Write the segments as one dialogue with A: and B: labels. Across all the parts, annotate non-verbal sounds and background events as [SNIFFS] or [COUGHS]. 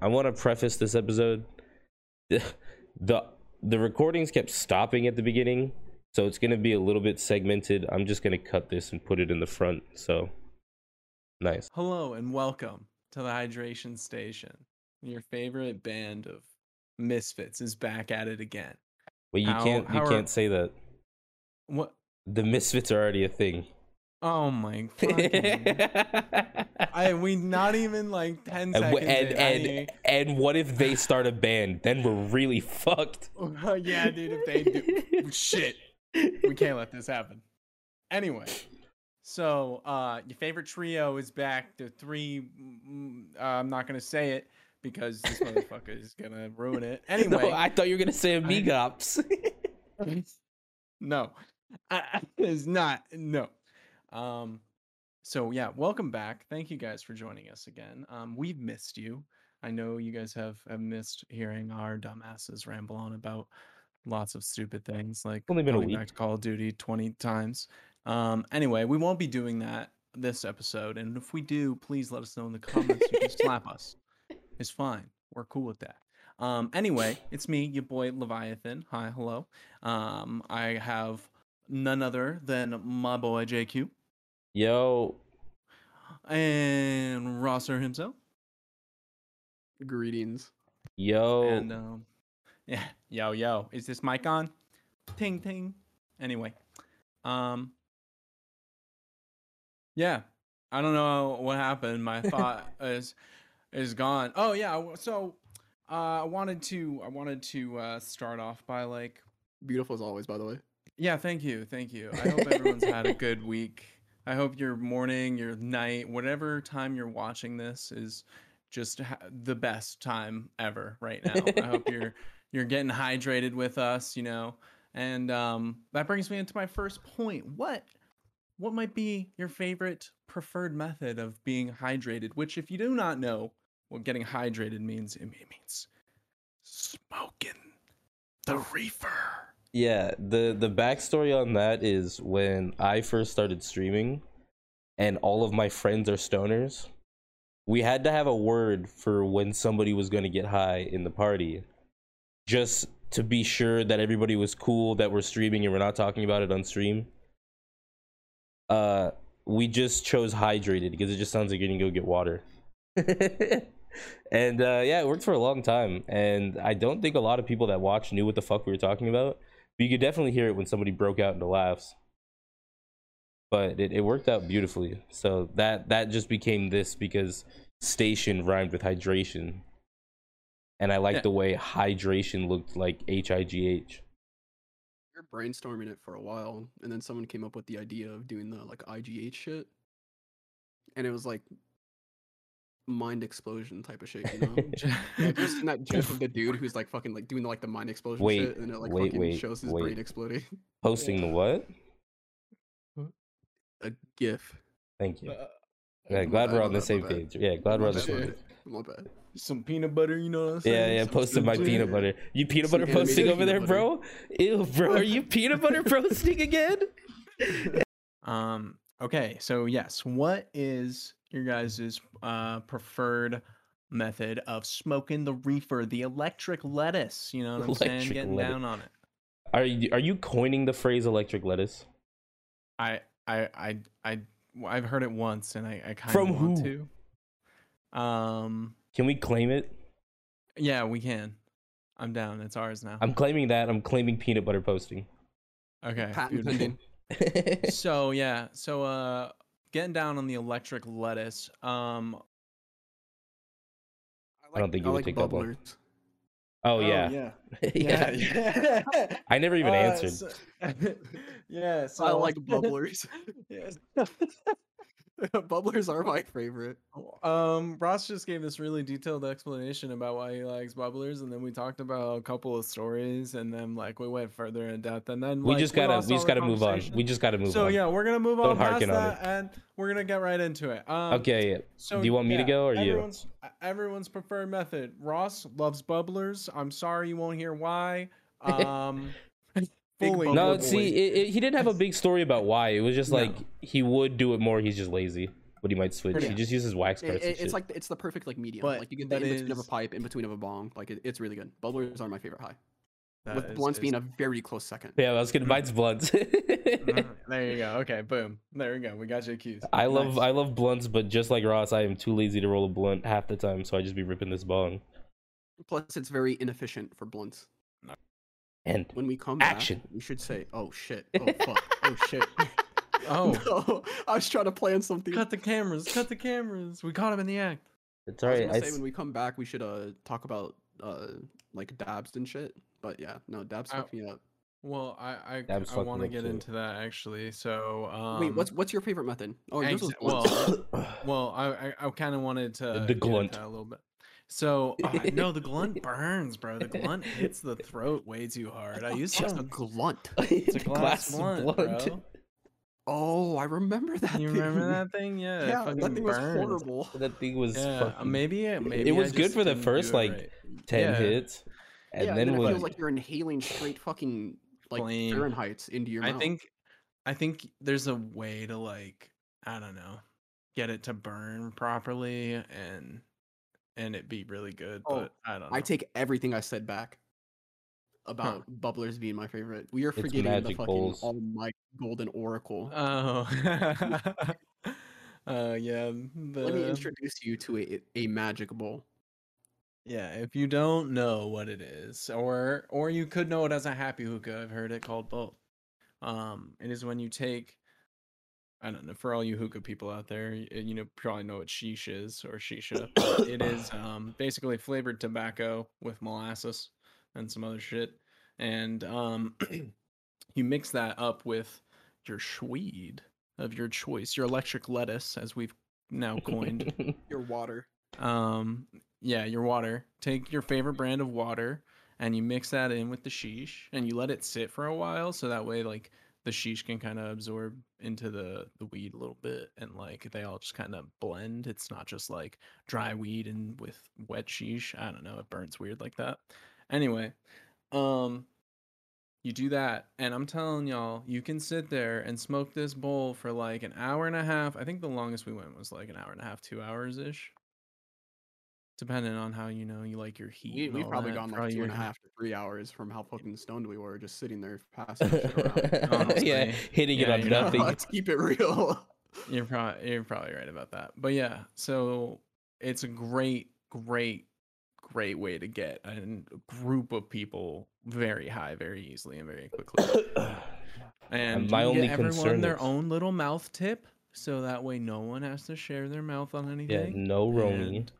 A: I want to preface this episode. [LAUGHS] the The recordings kept stopping at the beginning, so it's going to be a little bit segmented. I'm just going to cut this and put it in the front. So nice.
B: Hello and welcome to the Hydration Station. Your favorite band of misfits is back at it again.
A: Well, you
B: How-
A: can't you
B: how are-
A: can't say that.
B: What?
A: The misfits are already a thing.
B: Oh my! fucking- [LAUGHS]
A: and,
B: I we not even like ten seconds.
A: wh- and,
B: in, I
A: [LAUGHS]
B: [LAUGHS]
A: and [LAUGHS] and what if they start a band? Then we're really fucked.
B: need- Oh, yeah, dude, if they
A: [LAUGHS]
B: do shit, we can't let this happen. Anyway, so uh, your favorite trio is back. The three, mm, uh, I'm not gonna say it because this motherfucker is gonna ruin it.
A: [LAUGHS]
B: Anyway,
A: No, I thought you were gonna say Amigops. [LAUGHS]
B: no, I, [LAUGHS] it's not. No. Um, so yeah, welcome back. Thank you guys for joining us again. Um, we've missed you. I know you guys have, have missed hearing our dumbasses ramble on about lots of stupid things like
A: Only been a
B: going
A: week.
B: back to Call of Duty 20 times. Um, anyway, we won't be doing that this episode. And if we do, please let us know in the comments. You can slap us. It's fine. We're cool with that. Um, anyway, it's me, your boy Leviathan. Hi, hello. Um, I have none other than my boy JQ
A: [LAUGHS] Yo,
B: and Rosser himself.
C: Greetings.
A: yo.
B: And um, [LAUGHS] yeah, yo, yo, is this mic on? Ting, ting. Anyway, um, yeah, I don't know what happened.
C: [LAUGHS]
B: My thought is is gone. Oh yeah, w- so uh, I wanted to I wanted to uh, start off by like
C: Beautiful as always, by the way.
B: Yeah, thank you. Thank you. I
C: [LAUGHS]
B: hope everyone's had a good week. I hope your morning, your night, whatever time you're watching this is just ha- the best time ever right now. I hope you're you're getting hydrated with us, you know. And um, that brings me into my first point. What what might be your favorite preferred method of being hydrated? Which, if you do not know what getting hydrated means, it means smoking the
A: [LAUGHS]
B: reefer.
A: Yeah, the the backstory on that is when I first started streaming, and all of my friends are stoners. We had to have a word for when somebody was going to get high in the party, just to be sure that everybody was cool that we're streaming and we're not talking about it on stream. Uh, we just chose hydrated because it just sounds like you're gonna go get water. [LAUGHS] and uh, yeah, it worked for a long time. And I don't think a lot of people that watch knew what the fuck we were talking about. But you could definitely hear it when somebody broke out into laughs. But it, it worked out beautifully. So that that just became this because station rhymed with hydration. And I like
B: Yeah.
A: the way hydration looked like H I G H.
C: You're brainstorming it for a while, and then someone came up with the idea of doing the like IGH shit. And it was like mind explosion type of shit,
A: [LAUGHS]
C: you know? Have you ever seen that gif of the dude who's like fucking like doing the, like the mind explosion
A: Wait,
C: shit and it like
A: wait,
C: fucking
A: wait,
C: shows his
A: wait.
C: brain exploding? [LAUGHS]
A: Posting the what?
C: A gif.
A: Thank you.
B: Uh,
A: Yeah,
C: my
A: glad
C: bad,
A: we're
C: my
A: on the
C: bad, my
A: same
C: bad.
A: page. Yeah, glad we're on the
C: Shit.
A: same
C: [LAUGHS]
A: page.
C: My bad.
B: [LAUGHS] some peanut butter, you know what I'm
A: Yeah,
B: saying?
A: yeah,
B: Some
A: posted my
B: shit.
A: peanut butter. You peanut
C: Some
A: butter posting
C: animated
A: over there,
C: peanut
A: bro? Ew, bro, are you peanut butter posting again?
B: Um, okay, so yes, what is your guys' uh preferred method of smoking the reefer, the electric lettuce, you know what I'm saying?
A: Electric
B: Getting
A: lettuce.
B: down on it.
A: Are you are you coining the phrase electric lettuce?
B: I I I I well, I've heard it once and I, I kind
A: From
B: of want
A: who?
B: to. Um
A: Can we claim it?
B: yeah, we can. I'm down. It's ours now.
A: I'm claiming that. I'm claiming peanut butter posting.
B: okay.
C: Patent
B: beautiful.
A: [LAUGHS]
C: pending.
B: [LAUGHS] so yeah so uh getting down on the electric lettuce um
A: I don't think you would take that one.
C: bubblers.
A: oh yeah. [LAUGHS] yeah.
B: yeah yeah, [LAUGHS]
A: I never even
B: Uh,
A: answered.
B: so- [LAUGHS] yeah so
C: [LAUGHS]
B: [LAUGHS]
C: I like bubblers. [LAUGHS]
B: yes.
C: bubblers are my favorite.
B: um ross just gave this really detailed explanation about why he likes bubblers and then we talked about a couple of stories and then like we went further in depth and then
A: we
B: like,
A: just gotta
B: lost
A: we
B: all
A: just
B: our
A: gotta move on.
B: conversation.
A: We just gotta move
B: so
A: on.
B: yeah we're gonna move
A: Don't
B: on past
A: harken on
B: that and we're gonna get right into it um
A: Okay.
B: So
A: Do you want me to go or you?
B: everyone's, you? Everyone's preferred method. Ross loves bubblers. I'm sorry you won't
A: [LAUGHS]
B: hear why. Um,
C: Big
B: fully.
C: bubble
A: No,
C: boy.
A: see, it, it, he didn't have a big story about why. It was just
B: No.
A: like he would do it more. He's just lazy. but he might switch.
B: Pretty
A: He
B: much.
A: just uses wax
C: It-
A: parts. and
C: it- it's
A: shit.
C: like it's the perfect like medium.
B: But
C: like you get the
B: that
C: in between of a
B: is-
C: pipe, in between of a bong. Like it, it's really good. Bubblers are my favorite high,
B: That
C: with
B: is- is-
C: blunts being a very close second.
A: yeah, I was gonna
B: Mhm.
A: mine's blunts.
B: Mm, [LAUGHS] there you go. Okay, boom. There we go. We got you accused.
A: I love
B: Nice.
A: I love blunts, but just like Ross, I am too lazy to roll a blunt half the time, so I just be ripping this bong.
C: Plus, it's very inefficient for blunts.
A: And
C: When we come
A: Action.
C: back, we should say,
A: [LAUGHS]
C: "Oh shit! Oh fuck! oh shit!"
B: [LAUGHS] Oh,
C: [LAUGHS] no, I was trying to plan something.
B: cut the cameras. Cut the cameras. We caught him in the act.
A: it's
C: I was
A: alright.
C: gonna
A: I
C: say
A: s-
C: when we come back, we should uh talk about uh like dabs and shit. But yeah, no dabs
B: Ow.
C: fucked me up.
B: Well, I I,
A: Dab's
B: I
A: fucking
B: want to
A: up
B: get
A: too.
B: into that actually. So um,
C: Wait, what's what's your favorite method? Oh, yours was
B: exa-
C: blunts.
B: well- Well, I I, I kind of wanted to
A: the
B: get into
A: glunt.
B: that a little bit. So [LAUGHS] oh, no, the glunt burns, bro. The glunt hits [LAUGHS] the throat way too hard. I
C: [LAUGHS]
B: used to
C: What's a
B: have
C: glunt?
A: [LAUGHS] it's
B: a glass blunt, bro.
C: Oh, I remember that.
B: [LAUGHS] You remember
C: thing. [LAUGHS]
B: that thing? Yeah, it
C: Yeah,
B: fucking
C: that thing
B: burns.
C: was horrible.
A: [LAUGHS] That thing was
B: Yeah, uh,
A: fucking
B: maybe it- maybe I
A: was good
B: just
A: for the
B: didn't
A: first,
B: do it
A: like,
B: right.
A: ten
B: yeah.
A: hits, and
C: yeah,
A: then
C: it
A: what? [LAUGHS]
C: feels like you're inhaling straight fucking like
B: Flame.
C: Fahrenheit's into your
B: I
C: mouth.
B: think I think there's a way to like I don't know get it to burn properly and and it be really good.
C: Oh,
B: but I don't. Know.
C: I take everything I said back about bubblers being my favorite. We are
A: It's
C: forgetting the
A: magic
C: fucking
A: bowls.
C: almighty golden oracle.
B: Oh. [LAUGHS] uh, yeah. The,
C: Let me introduce you to a a magic bowl.
B: Yeah, if you don't know what it is, or or you could know it as a happy hookah. I've heard it called both. Um, it is when you take, I don't know, for all you hookah people out there, y- you know, probably know what sheesh is or shisha. but it is um, basically flavored tobacco with molasses and some other shit, and um, [CLEARS THROAT] you mix that up with your shweed of your choice, your electric lettuce, as we've now coined
C: Your water.
B: um, yeah, your water. Take your favorite brand of water and you mix that in with the sheesh and you let it sit for a while so that way like the sheesh can kind of absorb into the the weed a little bit and like they all just kind of blend. It's not just like dry weed and with wet sheesh. I don't know, it burns weird like that. Anyway, um you do that and I'm telling y'all, you can sit there and smoke this bowl for like an hour and a half. I think the longest we went was like an hour and a half, 2 hours ish depending on how you know you like your heat.
C: We,
B: and
C: we've
B: all
C: probably
B: that,
C: gone like
B: probably
C: two and a
B: your-
C: half to three hours from how fucking stoned we were, just sitting there [LAUGHS] passing shit around.
A: yeah,
B: honestly.
A: hitting
B: Yeah,
A: it
C: [LAUGHS]
A: on
B: you know.
A: [LAUGHS] nothing.
C: Let's keep it real.
B: You're probably you're probably right about that. But yeah, so it's a great, great, great way to get a n- group of people very high, very easily, and very quickly.
A: [COUGHS]
B: And you
A: my
B: can
A: only
B: get everyone
A: concern
B: their
A: is-
B: own little mouth tip, so that way no one has to share their mouth on
A: yeah,
B: anything.
A: no roaming.
B: And-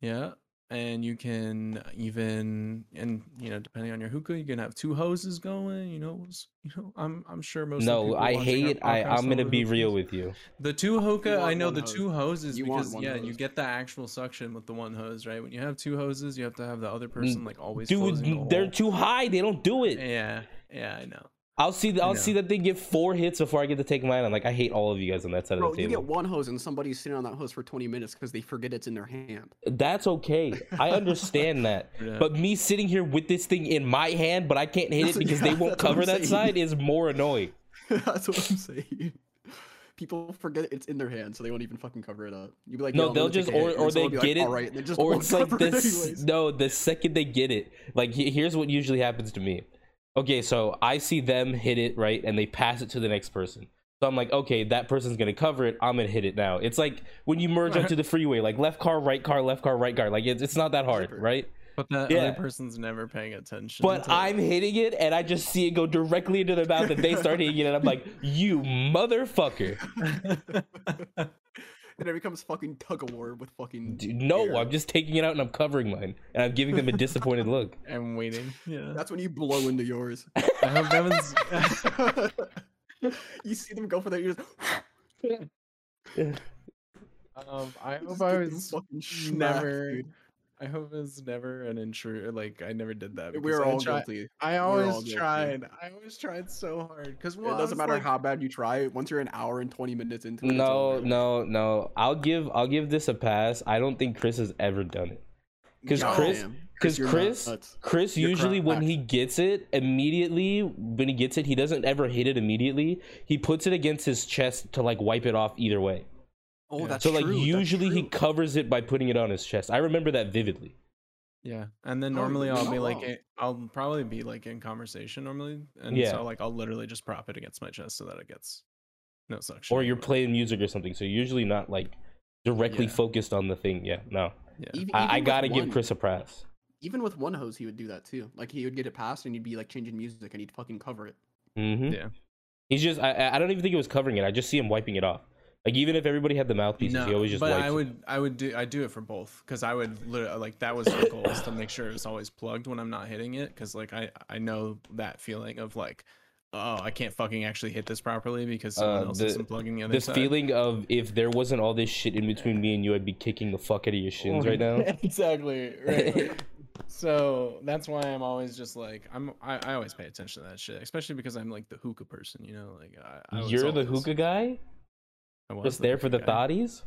B: yeah. And you can even and you know, depending on your hookah, you can have two hoses going, you know, s- you know, I'm I'm sure most of the
A: No,
B: people
A: I
B: watching our
A: hate. I
B: podcast
A: I'm
B: know
A: gonna
B: the
A: be real
B: hookahs.
A: with you.
B: the two hookah, I
C: want
B: know
C: one
B: the
C: hose.
B: two hoses
C: You want
B: because
C: one
B: yeah, you
C: hose.
B: get the actual suction with the one hose, right? When you have two hoses, you have to have the other person like always closing the
A: Mm. Dude, they're
B: hole.
A: too high. They don't do it.
B: Yeah, yeah, I know.
A: I'll see. I'll
B: know.
A: see that they get four hits before I get to take mine. I'm like, I hate all of you guys on that side
C: Bro,
A: of the
C: you get
A: table.
C: one hose and somebody's sitting on that hose for 20 minutes because they forget it's in their hand.
A: That's okay.
C: [LAUGHS]
A: I understand that.
B: Yeah.
A: But me sitting here with this thing in my hand, but I can't hit
C: That's-
A: it
C: [LAUGHS]
A: because
C: yeah,
A: they won't
C: that's what I'm
A: cover that
C: saying.
A: side is more annoying.
C: [LAUGHS] That's what I'm saying. People forget it's in their hand, so they won't even fucking cover it up. You'd be like,
A: No,
C: "Yo, I'm
A: they'll
C: gonna take
A: just-
C: a hit,"
A: or-
C: and
A: or
C: then someone
A: they
C: will be
A: get it,
C: "All right," and they just
A: or
C: won't
A: it's like
C: cover it
A: this
C: anyways.
A: [LAUGHS] no the second they get it like he- here's what usually happens to me okay so i see them hit it right and they pass it to the next person so i'm like okay that person's gonna cover it i'm gonna hit it now it's like when you merge onto the freeway like left car right car left car right car like it's, it's not that hard
C: Zipper.
A: right
B: But that
A: Yeah.
B: other person's never paying attention.
A: but
B: to- [LAUGHS]
A: i'm hitting it and i just see it go directly into their mouth and they start hitting it and i'm like you motherfucker
C: And it becomes fucking tug of war with fucking.
A: Dude, no
C: air.
A: i'm just taking it out and i'm covering mine and i'm giving them a disappointed look
B: I'm waiting. Yeah.
C: That's when you blow into yours.
A: [LAUGHS]
C: [LAUGHS]
B: I hope Devin's
C: you see them go for that, you just.
B: um [LAUGHS] I
C: just
B: hope I
C: get them
B: was
C: fucking smacked,
B: never
C: dude.
B: I hope it was never an intruder. Like I never did that.
C: We are
B: I
C: all
B: try-
C: guilty.
B: I
C: all
B: always
C: guilty.
B: tried. I always tried so hard. Cause well, I
C: it doesn't
B: was
C: matter
B: like-
C: how bad you try. Once you're an hour and 20 minutes into it, it's
A: No,
C: over.
A: no, no. I'll give I'll give this a pass. I don't think Chris has ever done it. Because
C: God
A: Chris,
C: damn,
A: because
C: you're
A: Chris,
C: nuts.
A: Chris
C: You're
A: usually when
C: correct.
A: he gets it immediately, when he gets it, he doesn't ever hit it immediately. He puts it against his chest to like wipe it off either way.
B: Oh,
C: Yeah.
B: that's
A: so like
B: true, that's
A: usually he
B: true.
A: covers it by putting it on his chest. I remember that vividly.
B: Yeah, and then
C: Oh,
B: normally I'll be like,
C: no.
B: in- I'll probably be like in conversation normally, and
A: Yeah.
B: so like I'll literally just prop it against my chest so that it gets no suction.
A: Or you're
B: but-
A: playing music or something. So you're usually not like directly
B: Yeah.
A: focused on the thing. Yeah, no.
B: Yeah.
C: Even- even
A: I, I
C: with
A: gotta give
C: one-
A: Chris a pass.
C: Even with one hose, he would do that too. Like he would get it passed, and he'd be like changing music, and he'd fucking cover it.
B: [LAUGHS]
A: hmm
B: Yeah.
A: He's just I- I I don't even think he was covering it. I just see him wiping it off. Like even if everybody had the mouthpieces, he always just
B: but
A: wipes.
B: I
A: it.
B: would, I would do, I do it for both because I would literally like that was the goal is to make sure it's always plugged when I'm not hitting it because like I, I know that feeling of like, oh, I can't fucking actually hit this properly because someone
A: Uh,
B: else
A: the-
B: isn't plugging the other
A: The
B: side.
A: feeling of if there wasn't all this shit in between me and you, I'd be kicking the fuck out of your shins right now.
B: [LAUGHS] exactly. Right.
A: [LAUGHS]
B: so that's why I'm always just like I'm. I, I always pay attention to that shit, especially because I'm like the hookah person. You know, like I, I was
A: You're the
B: always-
A: hookah guy?
B: I was
A: Just
B: the
A: there for the
B: hookah guy.
A: thotties?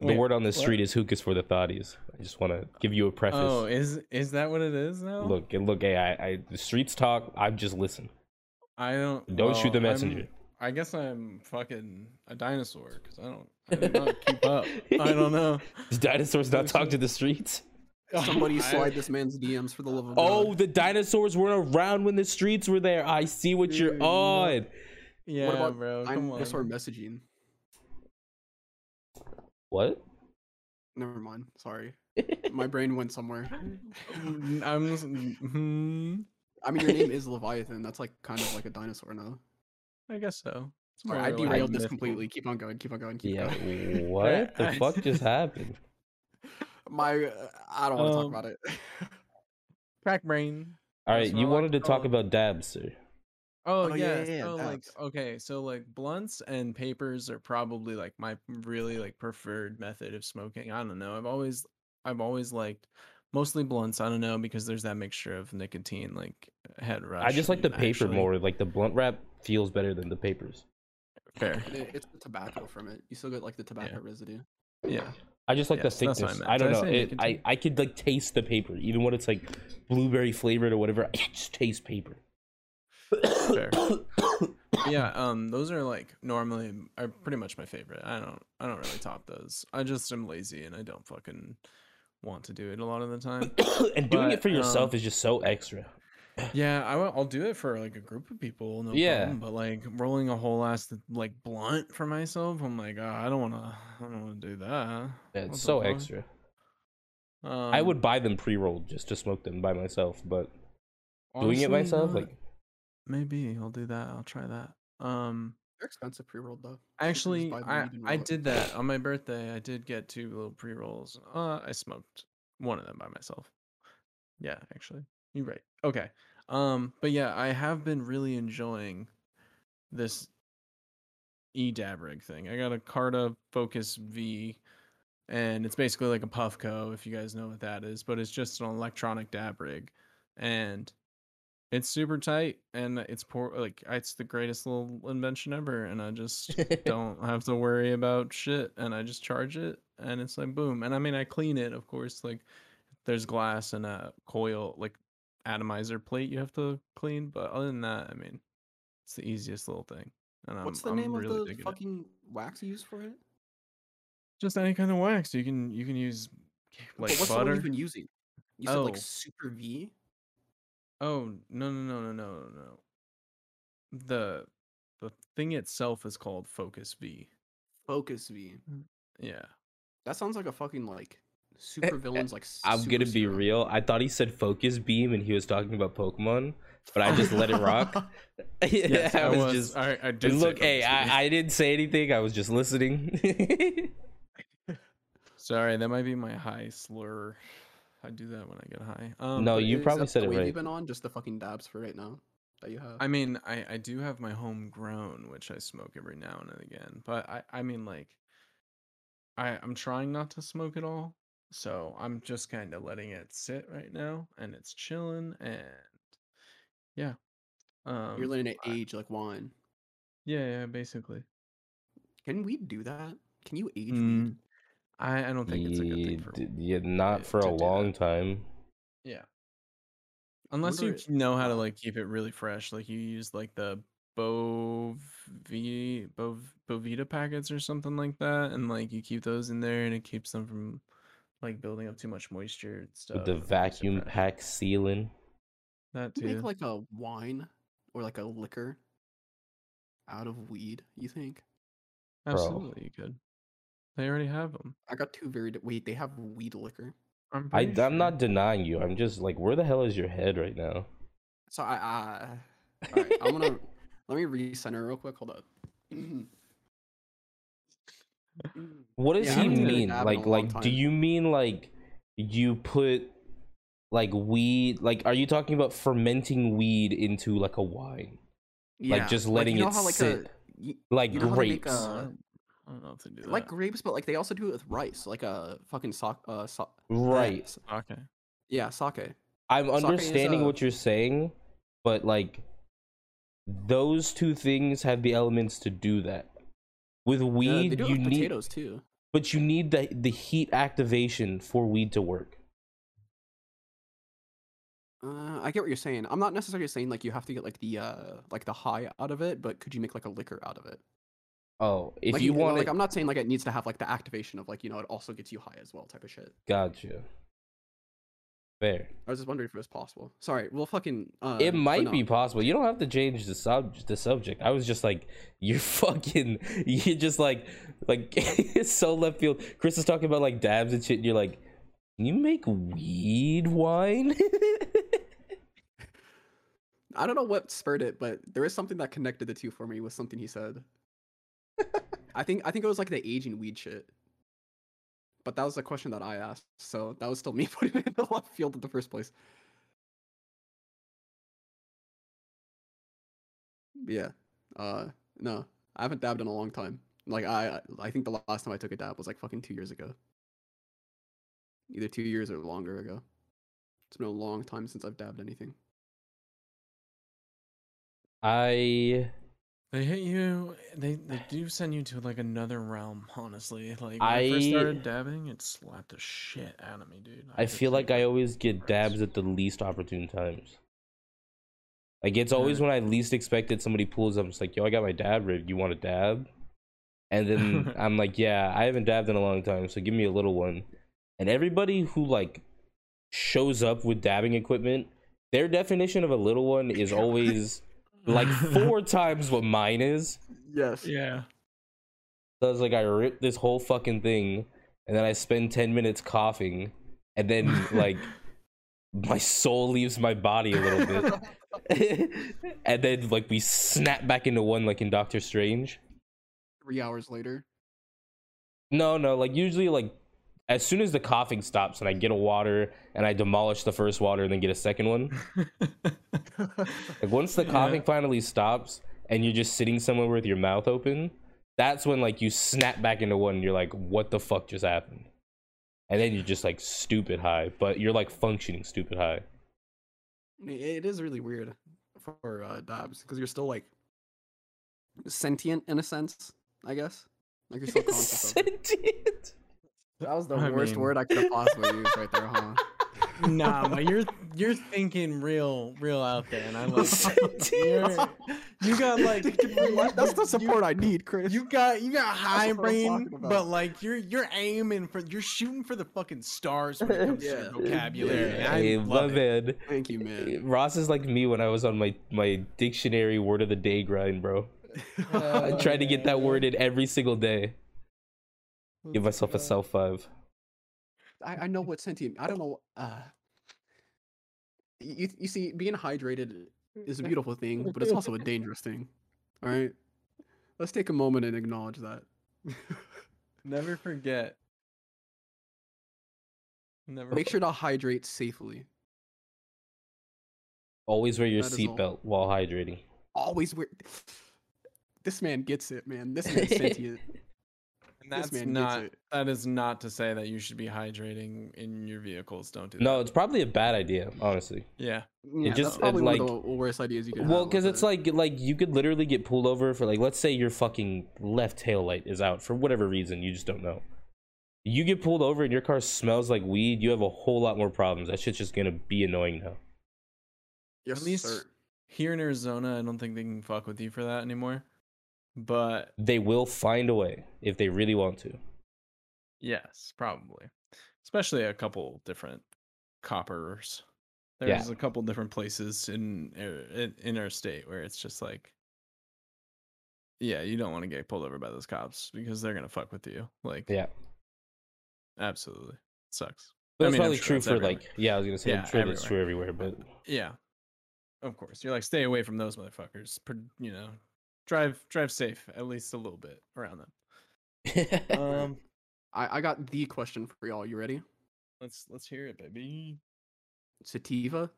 A: The
B: Wait,
A: word on the
B: what?
A: street is hookahs for the thotties. I just want to give you a preface.
B: Oh, is is that what it is now?
A: Look, and look, hey, I, I, the streets talk. I just listen. [LAUGHS]
B: I don't.
A: Don't shoot the
B: I'm-
A: messenger.
B: i guess I'm fucking a dinosaur because I don't. I do not keep up. I don't know.
A: Does dinosaurs not talk to the
B: [LAUGHS]
A: streets?
C: [LAUGHS] Somebody
B: I-
C: slide this man's DMs for the love of
A: Oh,
C: God.
A: the dinosaurs weren't around when the streets were there. I see what
B: Dude,
A: you're
B: no.
A: on.
B: Yeah,
C: about
B: bro. Come
C: I'm
B: on.
C: dinosaur messaging.
A: What?
C: Never mind. Sorry, my brain went somewhere.
B: Mm, I'm. just- mhm.
C: I mean, your name is Leviathan. That's like kind of like a dinosaur now.
B: I guess so. It's
C: Sorry,
B: more
C: I
B: like
C: derailed this
B: myth-
C: completely. Keep on going. Keep on going. Keep
A: Yeah.
B: [LAUGHS]
C: going.
A: What the
B: I-
A: fuck just happened?
C: My, uh, I don't want to
B: Um,
C: talk about it. [LAUGHS]
B: Crack brain.
A: All
B: That's
A: right,
B: what
A: you
B: I like
A: wanted to
B: to
A: talk
B: call it.
A: about dabs, sir.
B: Oh,
C: Oh, yeah,
B: yeah,
C: yeah, yeah,
B: so like
C: dabs.
B: okay, so like blunts and papers are probably like my really like preferred method of smoking. I don't know. I've always I've always liked mostly blunts. I don't know because there's that mixture of nicotine like head rush.
A: I just like the
B: and
A: paper
B: Oh, actually-
A: more. Like the blunt wrap feels better than the papers. [COUGHS]
B: Fair.
C: It- It's the tobacco from it. You still get like the tobacco residue.
B: Yeah.
A: I just like
B: Yes,
A: the
B: that's what I
A: thickness.
B: meant.
A: I, don't
B: Did I
A: know.
B: say
A: It, I
B: nicotine?
A: I could like taste the paper, even when it's like blueberry flavored or whatever. I just taste paper.
B: Fair. yeah, um those are like normally m- are pretty much my favorite. I don't I don't really top those. I just am lazy and I don't fucking want to do it a lot of the time.
A: [COUGHS] and doing it
B: But,
A: for yourself
B: um,
A: is just so extra.
B: Yeah, I will, I'll do it for like a group of people, no
A: Yeah.
B: problem. But like rolling a whole ass like blunt for myself, I'm like, oh, I don't want to. I don't want to do that.
A: Yeah,
B: What the
A: It's so
B: fuck?"
A: extra. I
B: Um,
A: would buy them pre rolled just to smoke them by myself, but doing
B: honestly,
A: it myself,
B: not.
A: like
B: maybe I'll do that. I'll try that. Um,
C: They're expensive pre-rolled though. You can just
B: actually,
C: buy them
B: I
C: and you can
B: I
C: roll it.
B: did that on my birthday. I did get two little pre rolls. Uh, I smoked one of them by myself. Yeah, actually, you're right. Okay. Um, but yeah, I have been really enjoying this e dab rig thing. I got a Carta Focus V, and it's basically like a Puffco, if you guys know what that is, but it's just an electronic dab rig, and it's super tight, and it's poor. Like it's the greatest little invention ever, and I just
A: [LAUGHS]
B: don't have to worry about shit, and I just charge it, and it's like boom. And I mean, I clean it, of course. Like there's glass and a coil, like atomizer plate you have to clean, but other than that, I mean, it's the easiest little thing. And I'm,
C: What's the
B: Um, I'm
C: name
B: really
C: of the
B: digging it
C: fucking wax you use for it?
B: just any kind of wax. You can you can use
C: But
B: like
C: what's the one
B: butter.
C: you've been using? You said like
B: Oh.
C: Super V.
B: Oh no no no no no no no. The the thing itself is called Focus V.
C: Focus V. [LAUGHS]
B: Yeah.
C: That sounds like a fucking like super villains like.
A: Eh, I'm
C: super
A: gonna be
C: serum.
A: real. I thought he said focus beam and he was talking about Pokemon, but I just let it
B: [LAUGHS]
C: [LAUGHS]
A: rock. [LAUGHS]
B: Yes,
A: I was just
B: I, I did.
A: And
B: say
A: look, hey,
B: Focus V.
A: I, I didn't say anything. I was just listening. [LAUGHS]
B: Sorry, that might be my high slur. I do that when I get high. Um,
A: No,
B: but
A: you
C: Is
A: probably
C: that
A: said
C: the
A: it
C: wave
A: right.
C: You've been on just the fucking dabs for right now that you have.
B: I mean, I, I do have my homegrown, which I smoke every now and again. But I, I mean, like, I, I'm trying not to smoke at all. So I'm just kind of letting it sit right now and it's chilling. And yeah. Um,
C: You're letting it
B: I-
C: age like wine.
B: yeah, yeah, basically.
C: Can we do that? Can you age
B: Mm,
C: weed?
B: I, I don't think it's a good
A: yeah,
B: thing for
A: d- yeah, not for
B: to
A: a
B: do that.
A: long time.
B: Yeah. Unless you
C: wonder-
B: k- know how to
A: uh-huh.
C: wow.
B: like keep it really fresh, like you use like the bove Bovita Bov, Bovita packets or something like that, and like you keep those in there, and it keeps them from like building up too much moisture and stuff.
A: With the
B: and like
A: vacuum
B: suppress-
A: pack sealing.
B: That
C: Make
B: too.
C: like a wine or like a liquor out of weed. You think?
A: Bro.
B: Absolutely, you could. They already have them.
C: I got two very. di- Wait, they have weed liquor.
B: I'm.
A: I,
B: pretty sure.
A: I'm not denying you. I'm just like, where the hell is your head right now?
C: So I, I all right, I'm gonna let me recenter real quick. Hold up. [CLEARS THROAT]
A: What does
C: Yeah, I
A: he
C: haven't taken a
A: mean?
C: dab in a
A: Like,
C: long
A: like, do
C: time.
A: you mean like you put like weed? Like, are you talking about fermenting weed into like a wine? Like just letting
C: you know
A: it
C: how, like,
A: sit,
C: A, y-
A: like
C: you know how they make uh,
A: grapes.
B: I
C: a-
B: don't I don't know if they do
C: like
B: that.
C: grapes, but like they also do it with rice, like a fucking sock. Uh, so-
A: right.
C: s-
B: Okay.
C: Yeah, sake. Uh,
A: I'm
C: Sake is,
A: understanding
C: uh,
A: what you're saying, but like those two things have the elements to do that. With
C: Yeah,
A: weed,
C: Uh, they do it
A: you
C: with
A: need,
C: potatoes too.
A: but you need the the heat activation for weed to work.
C: Uh, I get what you're saying. I'm not necessarily saying like you have to get like the uh like the high out of it, but could you make like a liquor out of it?
A: Oh, if
C: like,
A: you
C: know,
A: want
C: like
A: to,
C: I'm not saying like it needs to have like the activation of like you know it also gets you high as well type of shit.
A: gotcha. Fair.
C: I was just wondering if it was possible. Sorry, well fucking. Uh,
A: it
C: but
A: might be
C: no.
A: possible. You don't have to change the sub the subject. I was just like, [LAUGHS] you're fucking, you're just like, like [LAUGHS] it's so left field. Chris is talking about like dabs and shit, and you're like, you make weed wine. [LAUGHS]
C: I don't know what spurred it, but there is something that connected the two for me with something he said. I think I think it was like the aging weed shit. But that was the question that I asked, so that was still me [LAUGHS] putting it in the left field in the first place. Yeah. Uh no. I haven't dabbed in a long time. Like I I think the last time I took a dab was like fucking two years ago. Either two years or longer ago. It's been a long time since I've dabbed anything.
A: I
B: They hit you. They they do send you to like another realm. Honestly, like when I, first
A: I-
B: started dabbing, it slapped the shit out of me, dude.
A: I
B: could
A: feel like
B: feel
A: I
B: it.
A: always get
B: Hurts.
A: dabs at the least opportune times. Like it's always when I least expect it. Somebody pulls up, it's like, yo, I got my dab rig. You want a dab? And then I'm like, yeah, I haven't dabbed in a long time, so give me a little one. And everybody who like shows up with dabbing equipment, their definition of a little one is always
B: [LAUGHS]
A: like four times what mine is.
C: Yes.
B: yeah.
A: So I was like, I ripped this whole fucking thing, and then I spend ten minutes coughing, and then like my soul leaves my body a little bit, and then like we snap back into one like in Doctor Strange.
C: Three hours later.
A: No, no, like usually like as soon as the coughing stops and I get a water and I demolish the first water and then get a second one. Like once the
B: Yeah.
A: coughing finally stops and you're just sitting somewhere with your mouth open, that's when like you snap back into one and you're like, what the fuck just happened? And then you're just like stupid high, but you're like functioning stupid high.
C: I- It is really weird for uh, Dobbs because you're still like sentient in a sense, I guess.
A: [LAUGHS]
C: Like you're still conscious. Of it.
A: Sentient.
C: That was the
B: I
C: worst
B: mean-
C: word I could have [LAUGHS] possibly used right there, huh?
B: [LAUGHS] nah, but you're you're thinking real, real out there, and I
C: [LAUGHS]
B: like it. You're- you got like
C: That's the
B: you-
C: support I need, Chris.
B: You got you got high
C: what I'm
B: brain,
C: talking about.
B: but like you're you're aiming for you're shooting for the fucking stars when it comes to
C: [LAUGHS] Yeah.
B: your vocabulary. and I
A: I
B: love it.
A: it.
C: Thank you, man.
A: Ross is like me when I was on my my dictionary word of the day grind, bro. [LAUGHS] I tried to get that word in every single day. Give myself
C: Uh,
A: a self five.
C: I, I know what sentient. I don't know. Uh, you you see, being hydrated is a beautiful thing, but it's also a dangerous thing. All right, let's take a moment and acknowledge that.
B: Never forget. Never.
C: Make sure to hydrate safely.
A: Always wear your
C: That is all.
A: seatbelt while hydrating.
C: Always wear. This man gets it, man. This man's sentient.
B: and
C: this
B: that's
C: man gets
B: not.
C: it.
B: That is not to say that you should be hydrating in your vehicles. Don't do that.
A: No, it's probably a bad idea, honestly.
B: Yeah.
C: Yeah,
A: just-
C: that's
A: it
C: probably
A: like-
C: one of the worst ideas you can.
A: Well,
C: have
A: because
C: with
A: it's
C: it.
A: like like you could literally get pulled over for like let's say your fucking left tail light is out for whatever reason you just don't know. You get pulled over and your car smells like weed. You have a whole lot more problems. That shit's just gonna be annoying now.
C: yes,
B: at least-
C: sir.
B: Here in Arizona, I don't think they can fuck with you for that anymore. but
A: They will find a way if they really want to.
B: yes, probably. Especially a couple different coppers.
A: Yeah.
B: There's a couple different places in, er, in in our state where it's just like yeah, you don't want to get pulled over by those cops because they're going to fuck with you. Like
A: Yeah.
B: absolutely. sucks.
A: But
B: I
A: it's
B: mean, I'm
A: probably
B: sure
A: true
B: it's
A: for
B: everywhere.
A: like yeah, I was gonna say
B: Yeah,
A: I'm sure that's true everywhere, but
B: Yeah, of course. You're like, stay away from those motherfuckers. pr- You know, drive drive safe at least a little bit around them.
C: [LAUGHS]
A: [LAUGHS]
B: Um,
C: I, I got the question for y'all. You ready?
B: let's let's hear it, baby. [LAUGHS]
C: Sativa,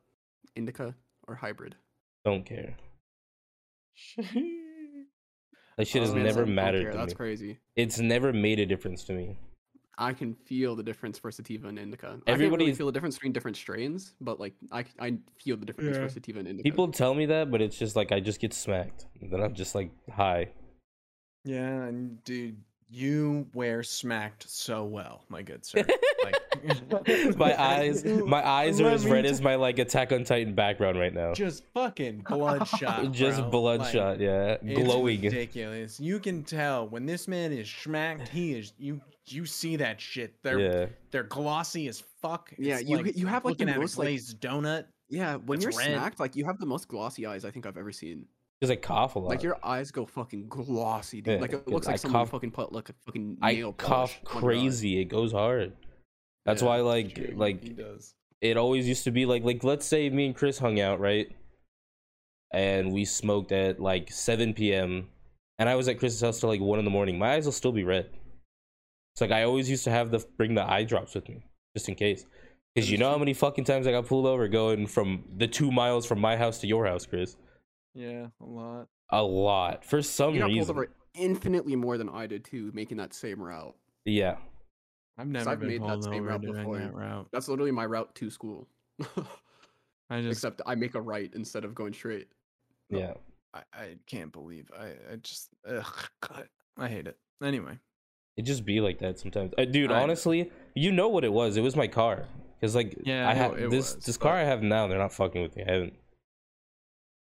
C: indica, or hybrid?
A: don't care. That shit has
C: Oh, man,
A: never
C: I don't
A: mattered
C: care,
A: to me.
C: That's crazy.
A: It's never made a difference to me.
C: I can feel the difference for sativa and indica. I can
A: Everybody-
C: really feel the difference between different strains, but like I, c- I feel the difference
B: Yeah.
C: for sativa and indica.
A: People tell me that, but it's just like I just get smacked. And then I'm just like, hi.
B: Yeah, and dude, you wear smacked so well, my good sir. [LAUGHS]
A: [LAUGHS]
B: Like,
A: my
C: [LAUGHS]
A: eyes my eyes are
B: Let
A: as
B: me
A: red
B: t-
A: as my like Attack on Titan background right now.
B: just [LAUGHS] fucking bloodshot.
A: Just
B: bro. Like,
A: bloodshot, yeah.
B: It's
A: Glowing.
B: ridiculous. You can tell when this man is schmacked. He is you. You see that shit. They're
A: Yeah.
B: they're glossy as fuck.
C: Yeah, you g- you have, like, the
B: looking at
C: most,
B: a
C: like-
B: glazed donut.
C: yeah, when
B: It's
C: you're
B: red.
C: smacked, like you have the most glossy eyes I think I've ever seen.
A: Because I cough a lot.
C: Like your eyes go fucking glossy, dude.
A: Yeah,
C: like it
A: dude,
C: looks
A: I
C: like someone
A: cough-
C: fucking put like a fucking
A: I
C: nail
A: cough
C: polish. Oh my God.
A: crazy. It goes hard. That's
C: Yeah,
A: why
C: it's
A: like
B: True, he
A: like
B: does.
A: it always used to be like like let's say me and Chris hung out, right? And we smoked at like 7 p.m. and I was at Chris's house till like 1 in the morning. My eyes will still be red. It's like I always used to have the bring the eye drops with me just in case. Because you know how many fucking times I got pulled over going from the two miles from my house to your house, Chris?
B: Yeah, a lot.
A: A lot. For some
C: You got pulled
A: reason.
C: over infinitely more than I did too, making that same route.
A: Yeah.
B: I've never
C: I've
B: been
C: made that
B: pulled
C: same
B: over
C: route
B: doing
C: before.
B: that route.
C: That's literally my route to school. [LAUGHS]
B: I just,
C: Except I make a right instead of going straight. Oh.
B: No.
A: Yeah.
B: I, I can't believe I, I just, ugh, God, I hate it. Anyway,
A: It just be like that sometimes, uh, dude.
B: I-
A: honestly, you know what it was? It was my car. Cause like
B: Yeah,
A: I
B: I know
A: have
B: it
A: this
B: was,
A: this car
B: but-
A: I have now. They're not fucking with me. I haven't.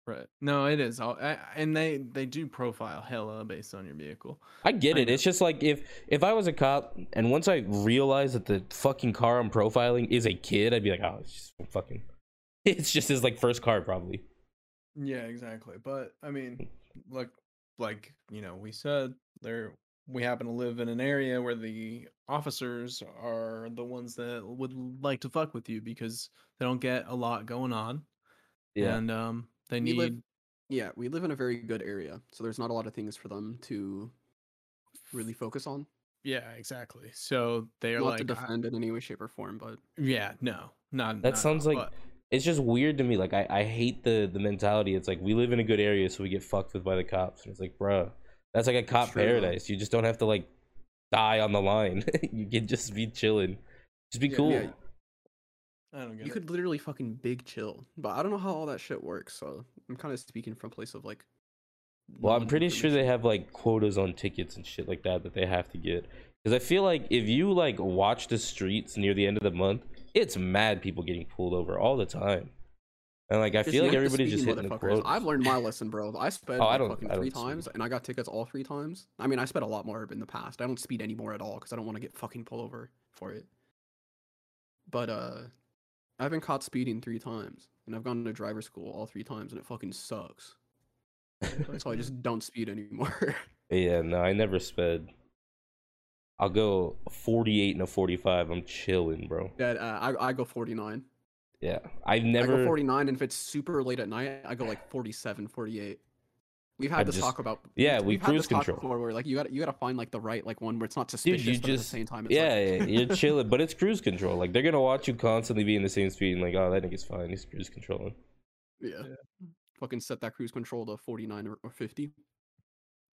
B: right? No, it is. All, I, and they they do profile hella based on your vehicle.
A: I get
B: I
A: it. It's just like if if I was a cop and once I realized that the fucking car I'm profiling is a kid, I'd be like, oh, it's just fucking. [LAUGHS] It's just his like first car probably.
B: Yeah, exactly. But I mean, like, like you know, we said there we happen to live in an area where the officers are the ones that would like to fuck with you because they don't get a lot going on,
A: Yeah.
B: and um, they
C: We
B: need
C: live- Yeah, we live in a very good area, so there's not a lot of things for them to really focus on.
B: yeah, exactly. So they're
C: Not
B: like, "Ah."
C: to
B: "I-
C: defend in any way, shape, or form, but
B: yeah, no, not
A: That
B: not at
A: sounds
B: all,
A: like-
B: but-
A: It's just weird to me. Like I, I hate the the mentality. It's like we live in a good area, so we get fucked with by the cops. And it's like, bruh, that's like a cop
C: True.
A: paradise. You just don't have to like die on the line. [LAUGHS] you can just be chilling. Just be
B: Yeah,
A: cool.
C: yeah.
B: I don't get
C: you
B: it.
C: could literally fucking big chill. But I don't know how all that shit works, so I'm kind of speaking from a place of like.
A: Well, I'm pretty sure they
C: knowledge
A: have like quotas on tickets and shit like that that they have to get. Because I feel like if you like watch the streets near the end of the month, it's mad people getting pulled over all the time. And like I
C: Just
A: feel like
C: not the
A: everybody's just
C: speeding
A: hitting the
C: motherfuckers.
A: quotas.
C: I've learned my lesson, bro. I sped
A: Oh, I
C: like,
A: don't-
C: fucking
A: I
C: three
A: don't speed.
C: times, and I got tickets all three times. I mean, I sped a lot more in the past. I don't speed anymore at all because I don't want to get fucking pulled over for it. But uh, I've been caught speeding three times, and I've gone to driver school all three times, and it fucking sucks. So I just don't speed anymore. [LAUGHS]
A: Yeah, no, I never sped. I'll go 48 and a 45. I'm chilling, bro.
C: That uh, I I go 49.
A: Yeah, I've
C: I go
A: never.
C: 49, and if it's super late at night, I go like 47, 48. We've had
A: I
C: this
A: just-
C: talk about
A: yeah, we
C: we've had
A: cruise
C: this talk
A: control.
C: before where like you got to you got to find like the right like one where it's not suspicious but at the
A: just-
C: same time it's like,
A: Yeah, yeah, you're
C: [LAUGHS]
A: chilling, but it's cruise control. Like they're gonna watch you constantly be in the same speed and like, oh, that nigga's fine. He's cruise controlling.
C: Yeah.
B: Yeah.
C: Fucking set that cruise control to 49 or, or 50.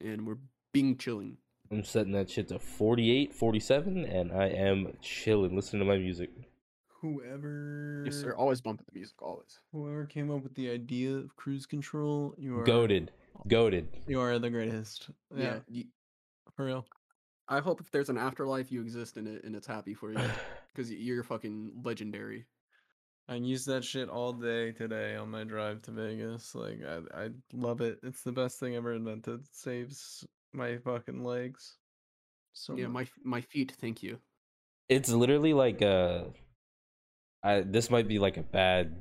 C: And we're being chilling.
A: I'm setting that shit to 48, 47, and I am chilling, listening to my music.
B: whoever
C: Yes, sir. Always bumping the music, always.
B: whoever came up with the idea of cruise control, you are
A: Goaded, goaded.
B: You are the greatest.
C: Yeah.
B: Yeah,
C: you-
B: for real.
C: I hope if
A: [LAUGHS]
C: there's an afterlife, you exist in it and it's happy for you. Because you're fucking legendary.
B: I used that shit all day today on my drive to Vegas. Like I, I love it. It's the best thing ever invented. It saves my fucking legs. So
C: Yeah,
B: much.
C: my f- my feet. Thank you.
A: It's literally like a. I, this might be like a bad.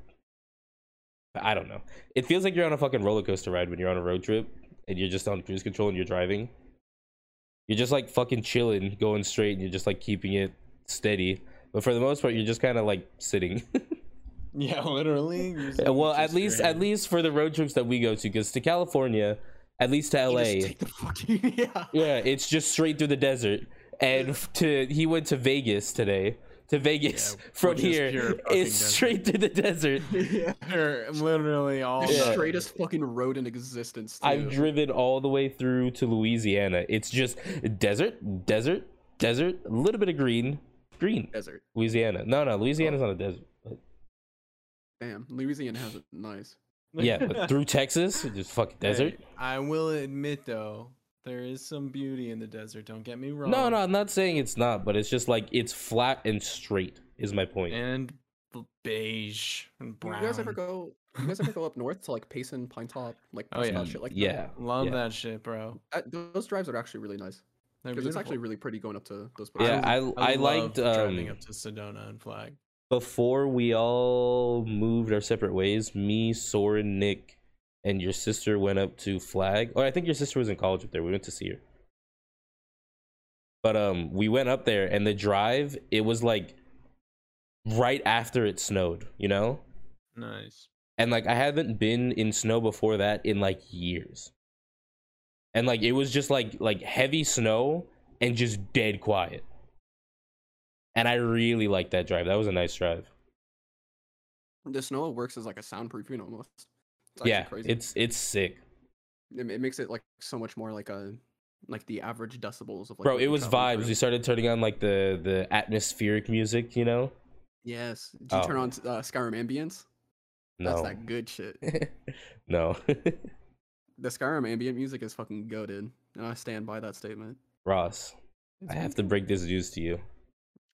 A: I don't know. It feels like you're on a fucking roller coaster ride when you're on a road trip and you're just on cruise control and you're driving. You're just like fucking chilling, going straight, and you're just like keeping it steady. But for the most part, you're just kind of like sitting. [LAUGHS]
B: [LAUGHS] yeah, literally.
A: Yeah, well, at least at least for the road trips that we go to, because to California, at least to
C: You
A: LA,
C: just take the fucking [LAUGHS] yeah.
A: yeah, it's just straight through the desert. And f- to he went to Vegas today. To Vegas
B: Yeah,
A: [LAUGHS] from
B: which is pure
A: here,
B: fucking
A: it's
B: desert.
A: straight through the desert.
B: [LAUGHS]
C: yeah.
B: They're literally [LAUGHS] all
C: The
A: Yeah.
B: nuts.
C: straightest fucking road in existence. Too.
A: I've driven all the way through to Louisiana. It's just desert, desert, desert, a little bit of green, green.
C: desert.
A: Louisiana. No, no, Louisiana's not a desert.
C: Damn, Louisiana has it nice.
A: Yeah,
B: [LAUGHS]
A: but through Texas, it's just fucking desert.
B: Oh. Hey, I will admit though, there is some beauty in the desert. Don't get me wrong.
A: No, no, I'm not saying it's not, but it's just like it's flat and straight is my point.
B: And b- beige and
C: Do
B: brown.
C: You guys ever go? You guys ever go up north to like Payson, Pine Top, like
B: Oh, yeah.
C: Prescott, shit like that?
A: Yeah.
B: Love
A: yeah.
B: that shit, bro.
C: That- those drives are actually really nice
B: They're
C: because it's actually
B: beautiful.
C: really pretty going up to those places.
A: Yeah, I I, liked
B: love driving
A: um,
B: up to Sedona and Flag.
A: before we all moved our separate ways. Me, Soren, Nick, and your sister went up to Flag. Or I think your sister was in college up there. We went to see her. But um, we went up there, and the drive it was like right after it snowed, you know.
B: Nice.
A: And like I haven't been in snow before that in like years. And like it was just like like heavy snow and just dead quiet. And I really liked that drive. That was a nice drive.
C: the snow works as like a soundproofing almost. It's actually
A: yeah,
C: crazy.
A: it's it's sick,
C: it, it makes it like so much more like a like the average decibels of like
A: bro.
C: what
A: It
C: you're
A: was
C: traveling
A: vibes.
C: through.
A: We started turning on like the the atmospheric music, you know?
C: Yes. Do you
A: Oh.
C: turn on uh, Skyrim ambience? That's
A: No,
C: that
A: [LAUGHS]
C: good shit.
A: no, [LAUGHS]
C: The Skyrim ambient music is fucking goaded, and I stand by that statement.
A: Ross. I have to break this news to you.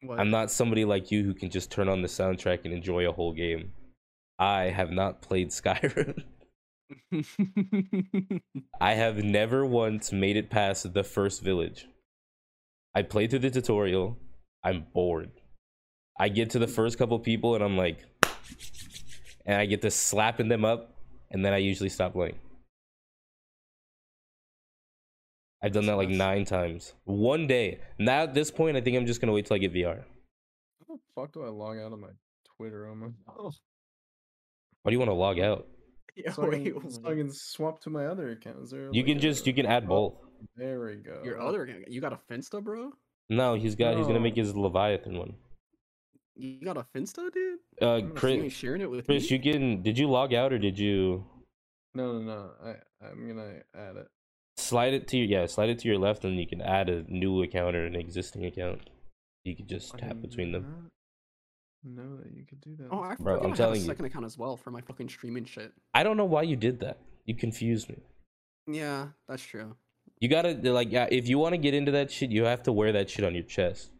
C: What? [LAUGHS]
A: I'm not somebody like you who can just turn on the soundtrack and enjoy a whole game. I have not played [LAUGHS] Skyrim. I have never once made it past the first village. I play through the tutorial. I'm bored. I get to the first couple people and I'm like, and I get to slapping them up, and then I usually stop playing. I've done that like
C: That's-
A: nine times. One day. Now at this point, I think I'm just gonna wait till I get VR.
B: How the fuck do I log out of my Twitter on my
A: Oh, [LAUGHS]
B: [LAUGHS] phone?
A: Why do you want to log out?
C: yeah,
B: so, I
C: wait,
B: can, so I
C: what?
B: can swap to my other account. Is there
A: You
B: like
A: can just
B: a-
A: you can add both.
B: There we go.
C: your other account- you got a Finsta, bro?
A: No, he's got he's gonna
B: No.
A: make his Leviathan one.
C: You got a Finsta, dude?
A: Uh,
B: gonna
C: You ain't
A: Chris,
C: sharing it with
A: Chris,
C: me.
A: you can. Did you log out or did you?
B: No, no, no. I I'm gonna add it.
A: slide it to your yeah slide it to your left and you can add a new account or an existing account you can just
B: I
A: tap
B: did
A: between them
B: not Know that you could do that.
C: Oh, I
A: Bro,
C: forgot
A: I'm
C: I
A: telling
C: had
A: you.
C: a second account as well for my fucking streaming shit.
A: i don't know why you did that you confused me
C: Yeah, that's true.
A: you gotta like yeah, if you want to get into that shit you have to wear that shit on your chest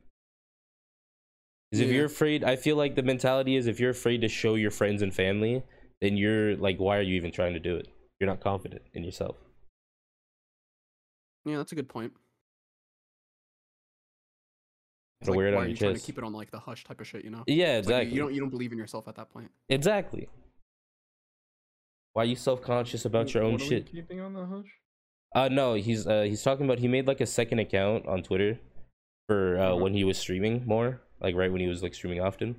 A: 'Cause if
C: Yeah.
A: you're afraid i feel like the mentality is if you're afraid to show your friends and family then you're like why are you even trying to do it you're not confident in yourself
C: Yeah, that's a good point. It's
A: Gotta wear it
C: why
A: on
C: are
A: your
C: you trying to
A: chest.
C: keep it on like the hush type of shit, you know?
A: yeah
C: It's like,
A: exactly
C: you- you don't you don't believe in yourself at that point.
A: exactly why are you self-conscious about your own
B: What are we
A: shit
B: keeping on the hush?
A: Uh no, he's uh he's talking about he made like a second account on Twitter for uh
B: Uh-huh.
A: when he was streaming more, like right when he was like streaming often.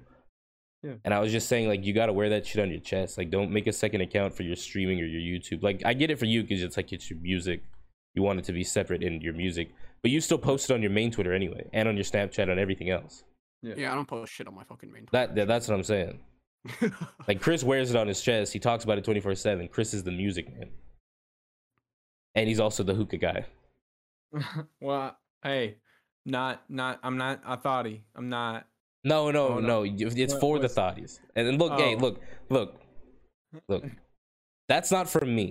B: Yeah.
A: And I was just saying like you got to wear that shit on your chest. Like don't make a second account for your streaming or your YouTube. Like I get it for you cuz it's like it's your music. You want it to be separate in your music, but you still post it on your main Twitter anyway and on your Snapchat and everything else.
B: Yeah.
C: Yeah, I don't post shit on my fucking main.
A: That, that that's what I'm saying.
C: Twitter. [LAUGHS]
A: Like Chris wears it on his chest. He talks about it 24/7. Chris is the music man. And he's also the hookah guy.
B: well, hey, not not. I'm not. I thought he. I'm not.
A: No, no,
B: Oh,
A: no.
B: no.
A: you- It's
B: What-
A: for the
B: what's-
A: thotties. And then look, hey,
B: Oh.
A: look, look, look. That's not from me.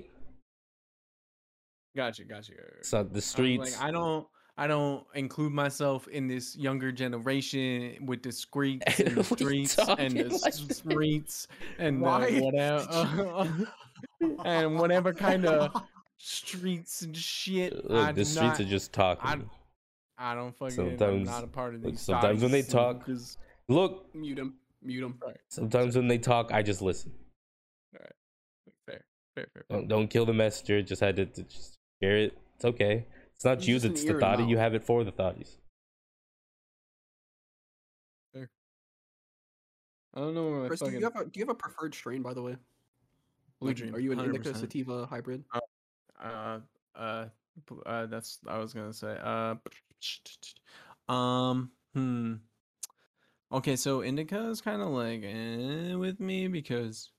B: Gotcha. Gotcha.
A: So the
B: I was like,
A: streets.
B: I don't. I don't include myself in this younger generation with
A: [LAUGHS]
B: the squeaks and the
A: What are you
B: streets and the
A: talking like
B: s-
A: [LAUGHS]
B: streets and
C: Why
B: the
C: did [LAUGHS]
B: whatever and whatever kind of [LAUGHS] streets and shit.
A: Uh, Look,
B: I
A: the
B: do
A: streets
B: not-
A: are just talking.
B: I don't fucking. I'm
A: Sometimes-
B: not a part of
A: look,
B: these.
A: sometimes when they
B: sites and
A: talk-
B: just-
A: Look,
C: mute him. Mute him.
A: sometimes when they talk, I just listen.
B: fair, fair, fair. fair.
A: Don't, don't kill the messenger. Just had to, to just share it. It's okay. It's not
C: It's
A: you.
C: just an
A: It's
C: ear
A: the
C: and
A: thoughty. You
C: mouth.
A: have it for the thoughties.
B: I don't know where my
C: Chris, do
B: fucking
C: you have a do you have a preferred strain by the way?
B: blue
C: Like,
B: dream.
C: Are you an indica
B: 100%.
C: sativa hybrid?
B: uh, uh, bl- uh, that's I was gonna say. Uh, [SNIFFS] um, hmm. Okay, so indica is kind of like eh, with me because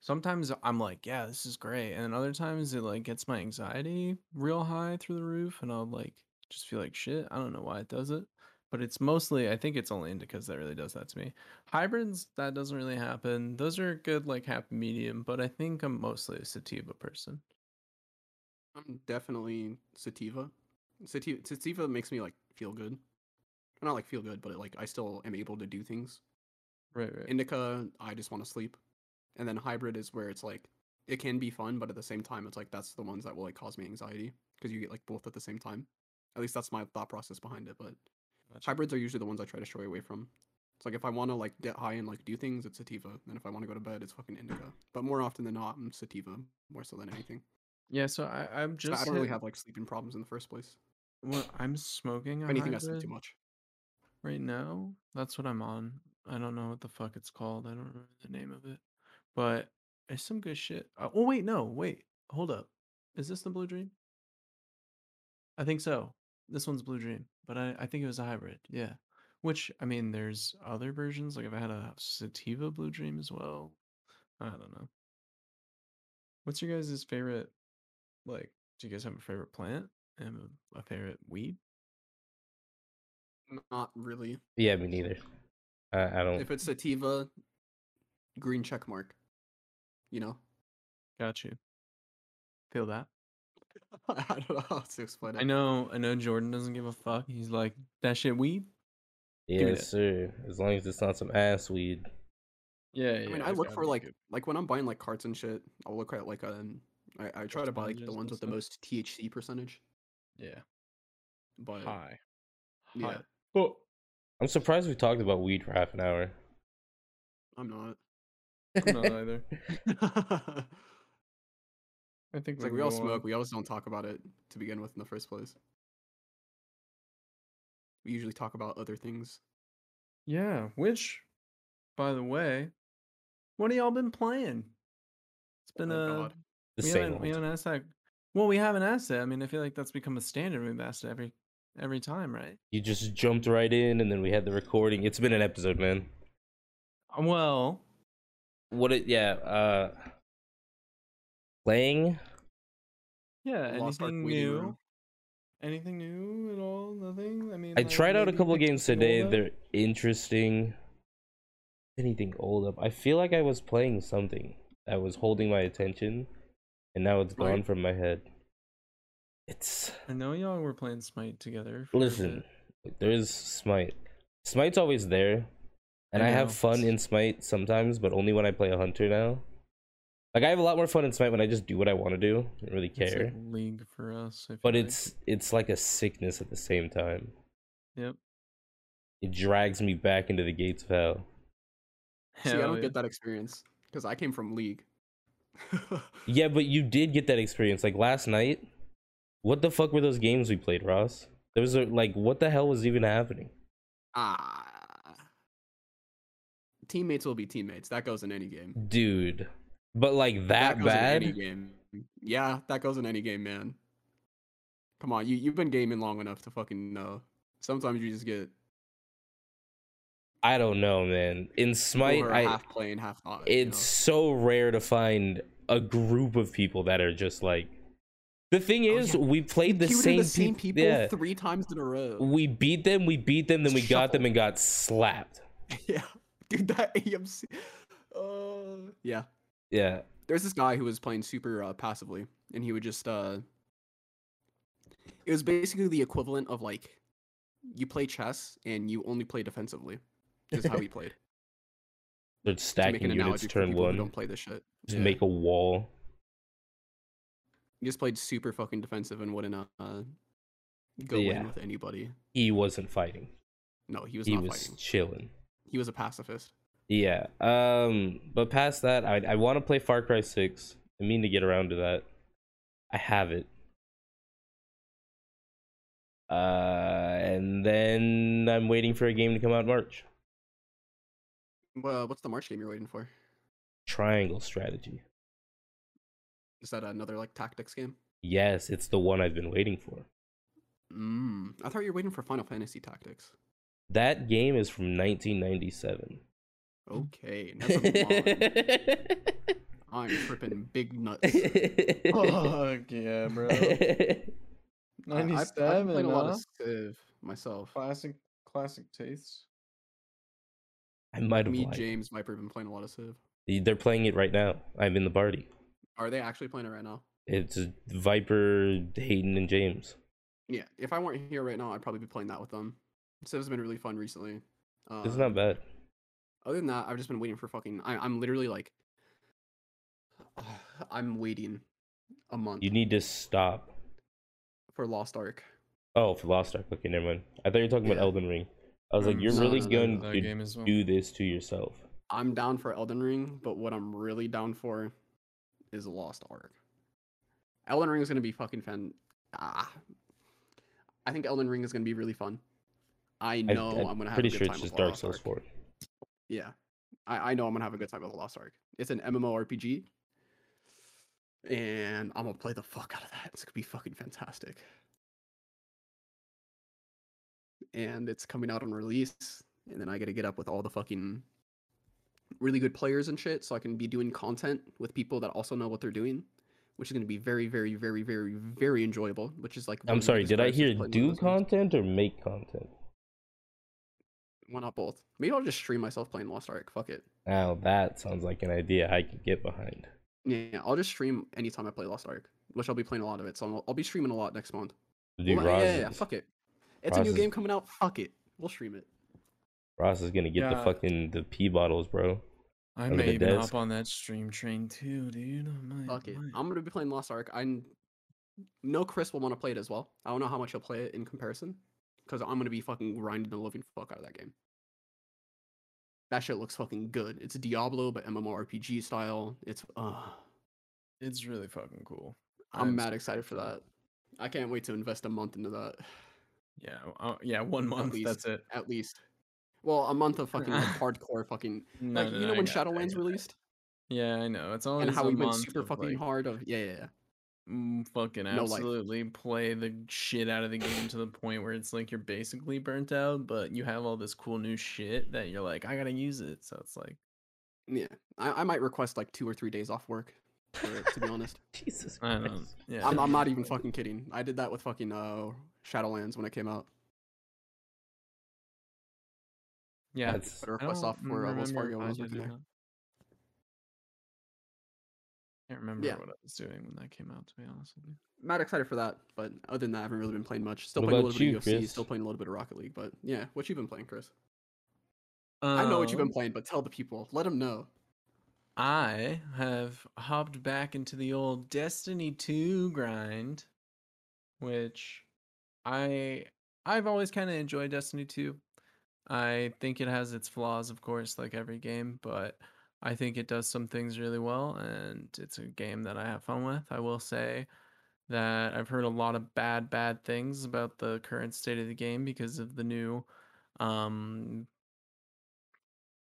B: sometimes I'm like, yeah, this is great, and then other times it like gets my anxiety real high through the roof, and I'll like just feel like shit. I don't know why it does it, but it's mostly I think it's only indicas that really does that to me. Hybrids that doesn't really happen. Those are good like happy medium, but I think I'm mostly a sativa person.
C: I'm definitely sativa. Sativa sativa makes me like feel good. Well, Not like feel good, but like I still am able to do things.
B: Right, right.
C: Indica, I just want to sleep. And then hybrid is where it's like it can be fun, but at the same time, it's like that's the ones that will like cause me anxiety because you get like both at the same time. At least that's my thought process behind it. But hybrids are usually the ones I try to stray away from. It's like if I want to like get high and like do things, it's sativa, and if I want to go to bed, it's fucking indica. But more often than not, I'm sativa more so than anything.
B: Yeah, so I, I'm
C: So
B: just.
C: I don't really
B: hit-
C: have like sleeping problems in the first place.
B: Well, I'm smoking. A
C: If anything, I
B: hybrid
C: sleep too much.
B: right now. That's what I'm on. I don't know what the fuck it's called. I don't remember the name of it, but it's some good shit. Uh, oh wait, no, wait, hold up. Is this the Blue Dream? I think so. This one's Blue Dream, but I, I think it was a hybrid. Yeah, which I mean, there's other versions. Like I've had a sativa Blue Dream as well. I don't know. What's your guys' favorite? Like, do you guys have a favorite plant and a- a favorite weed?
C: Not really.
A: Yeah, me neither. I, I don't.
C: If it's sativa, green check mark. You know, [LAUGHS]
B: Got you. Feel that.
C: I don't know how else to explain it.
B: I know. I know. Jordan doesn't give a fuck. He's like that shit weed.
A: Yes,
B: that.
A: sir. As long as it's not some ass weed.
B: Yeah.
C: I mean, I look for like like when I'm buying like carts and shit, I'll look at like um, I, I try
B: Like
C: to buy like the
B: sponges
C: ones
B: and
C: with the
B: stuff?
C: most THC percentage,
B: yeah.
C: but
B: High.
C: yeah,
B: High. Oh.
A: I'm surprised we talked about weed for half an hour.
B: [LAUGHS]
C: I'm not. [LAUGHS]
B: I'm not either.
C: it's
B: I think
C: like
B: can
C: we all
B: go on.
C: smoke, we always don't talk about it to begin with in the first place. We usually talk about other things.
B: Yeah. Which, by the way, what have y'all been playing? It's been uh,
C: Oh,
B: a.
C: God.
A: the
B: we
A: same
B: haven't, we
A: old.
B: haven't asked that. Well, we haven't asked that. I mean, I feel like that's become a standard. We've asked it every every time, right?
A: You just jumped right in, and then we had the recording. It's been an episode, man.
B: Uh, Well,
A: What? It, yeah. Uh, playing.
B: yeah.
C: Lost Ark
B: Anything
C: waiting
B: new?
C: room.
B: Anything new at all? Nothing. I mean,
A: I
B: like,
A: tried out a
B: maybe
A: couple
B: like
A: games
B: something
A: today.
B: older?
A: They're interesting. Anything old up? I feel like I was playing something that was holding my attention, and now it's gone
C: Right.
A: from my head. It's
B: I know y'all were playing Smite together. for a
A: listen.
B: bit.
A: There's Smite. Smite's always there, and
B: I
A: I,
B: know.
A: have fun in Smite sometimes, but only when I play a hunter now. Like I have a lot more fun in Smite when I just do what I want to do. I don't really care.
B: It's like League for us. I feel
A: but
B: like.
A: it's it's like a sickness at the same time. [LAUGHS]
B: Yep.
A: It drags me back into the gates of hell.
C: See, I
B: Hell
C: don't
B: yeah.
C: get that experience because I came from League. [LAUGHS]
A: Yeah, but you did get that experience. Like last night, what the fuck were those games we played, Ross? There was a, like, what the hell was even happening?
C: ah. Teammates will be teammates. That goes in any game.
A: Dude. But like that,
C: goes In any
A: bad?
C: game. Yeah, that goes in any game, man. Come on, you you've been gaming long enough to fucking know. Sometimes you just get
A: I don't know, man. In Smite,
C: over
A: I,
C: half playing, half not. you know?
A: it's so rare to find a group of people that are just like. The thing
C: Oh,
A: is,
C: yeah.
A: we played the
C: You
A: same,
C: the same
A: peop-
C: people
A: Yeah,
C: three times in a row.
A: we beat them, we beat them, then we got them
C: Shuffle.
A: and got slapped.
C: [LAUGHS] yeah, dude, that AMC. Uh, yeah,
A: Yeah,
C: there's this guy who was playing super uh, passively, and he would just uh, It was basically the equivalent of like you play chess and you only play defensively. Is how we played.
A: They're
C: To make
A: stacking
C: an
A: units
C: analogy for
A: turn
C: people who
A: one.
C: don't play this shit.
A: Just
B: Yeah.
A: make a wall.
C: You just played super fucking defensive and wouldn't uh, uh, go
A: Yeah.
C: in with anybody.
A: He wasn't fighting.
C: No, he was
A: he
C: not
A: was
C: fighting.
A: chilling.
C: He was a pacifist.
A: Yeah. Um. But past that, I I want to play Far Cry Six. I mean to get around to that. I have it. Uh, and then I'm waiting for a game to come out in March.
C: Well, what's the March game you're waiting for?
A: Triangle Strategy.
C: Is that another like tactics game?
A: Yes, it's the one I've been waiting for.
C: Mm. I thought you were waiting for Final
A: [LAUGHS]
C: Fantasy Tactics.
A: That game is from 1997.
C: Okay, that's a long. I'm tripping
A: [LAUGHS]
C: big
B: [LAUGHS]
C: nuts. [LAUGHS]
B: Fuck yeah, bro.
C: I- I've- I've,
B: Ninety-seven.
C: played a lot
B: huh?
C: of Civ myself.
B: classic, classic tastes.
A: I might have
C: Me,
A: lied.
C: James, Viper have been playing a lot of Civ.
A: They're playing it right now. I'm in the party.
C: Are they actually playing it right now?
A: It's Viper, Hayden, and James.
C: Yeah. If I weren't here right now, I'd probably be playing that with them. Civ's been really fun recently. Uh,
A: It's not bad.
C: Other than that, I've just been waiting for fucking. I, I'm literally like, [SIGHS] I'm waiting a month
A: You need to stop.
C: for Lost Ark.
A: Oh, for Lost Ark. Okay, never mind. I thought you were talking about
C: Yeah. Mm,
A: Elden Ring. I was like,
B: I'm
A: you're
C: No,
A: really
C: no, no,
A: going
B: That
A: to
B: game as well.
A: do this to yourself.
C: I'm down for Elden Ring, but what I'm really down for is Lost Ark. Elden Ring is gonna be fucking fun. Ah, I think Elden Ring is gonna be really fun. I
A: I,
C: know I,
A: I'm
C: am gonna have
A: pretty
C: a good
A: sure
C: time
A: it's just
C: with
A: Dark
C: Lost
A: Souls
C: Ark.
A: 4.
C: Yeah, I, I know I'm gonna have a good time with Lost Ark. It's an MMORPG, and I'm gonna play the fuck out of that. It's gonna be fucking fantastic. And it's coming out on release, and then I gotta get up with all the fucking really good players and shit, so I can be doing content with people that also know what they're doing, which is gonna be very, very, very, very, very enjoyable. Which is like one of
A: I'm
C: the
A: sorry,
C: biggest
A: did I
C: perks of
A: hear
C: playing
A: do
C: those games.
A: content or make content?
C: Why not both? Maybe I'll just stream myself playing Lost Ark. Fuck it.
A: Now that sounds like an idea I could get behind.
C: Yeah, I'll just stream anytime I play Lost Ark, which I'll be playing a lot of it. So I'll, I'll be streaming a lot next month.
A: Dude,
C: Well,
A: Roz,
C: yeah, yeah, yeah,
A: is,
C: fuck it. It's a
A: Roz
C: new
A: is-
C: game coming out. Fuck it. We'll stream it.
A: Roz is gonna get the
B: Yeah.
A: fucking the pee bottles, bro. [LAUGHS]
B: I
A: Under the
B: may even
A: desk.
B: hop on that stream train too, dude. I might,
C: Fuck it.
B: might.
C: I'm gonna be playing Lost Ark. I know Chris will want to play it as well. I don't know how much he'll play it in comparison, because I'm gonna be fucking grinding the living fuck out of that game. That shit looks fucking good. It's Diablo, but MMORPG style. It's uh,
B: It's really fucking cool.
C: I'm
B: I'm
C: mad
B: so
C: excited for that. I can't wait to invest a month into that.
B: Yeah, uh, yeah. One month.
C: least.
B: That's it.
C: at least. Well, a month of fucking like, hardcore fucking.
B: No,
C: Like
B: no,
C: you
B: no,
C: know
B: I
C: when
B: got it, I
C: Shadowlands
B: got it.
C: released
B: Yeah, I know. It's always
C: and how
B: a
C: we went
B: month
C: super
B: of,
C: fucking
B: like,
C: hard of yeah yeah yeah.
B: mm, Fucking
C: No life.
B: absolutely play the shit out of the game to the point where it's like you're basically burnt out, but you have all this cool new shit that you're like, I gotta use it. So it's like,
C: Yeah, I, I might request like two or three days off work. For it, to be honest,
A: Jesus
B: I
A: Christ.
B: don't. Yeah,
C: I'm, I'm not even fucking kidding. I did that with fucking uh, Shadowlands when it came out.
B: yeah.
A: That's-
C: Put a request
B: don't
C: off for uh, Wells
B: remember
C: Fargo
B: if
C: when I was
B: did
C: working
B: or
C: there.
B: not. Can't remember
C: Yeah.
B: what I was doing when that came out. To be honest with you.
C: Mad excited for that, but other than that, I haven't really been playing much. Still
A: What
C: playing a
A: about
C: little bit
A: you,
C: of UFC,
A: Chris?
C: still playing a little bit of Rocket League, but yeah, what you been playing, Chris? I know what you've
B: Um,
C: been playing, but tell the people, let them know.
B: I have hopped back into the old Destiny 2 grind, which I I've always kind of enjoyed Destiny 2. I think it has its flaws, of course, like every game, but I think it does some things really well and it's a game that I have fun with. I will say that I've heard a lot of bad bad things about the current state of the game because of the new um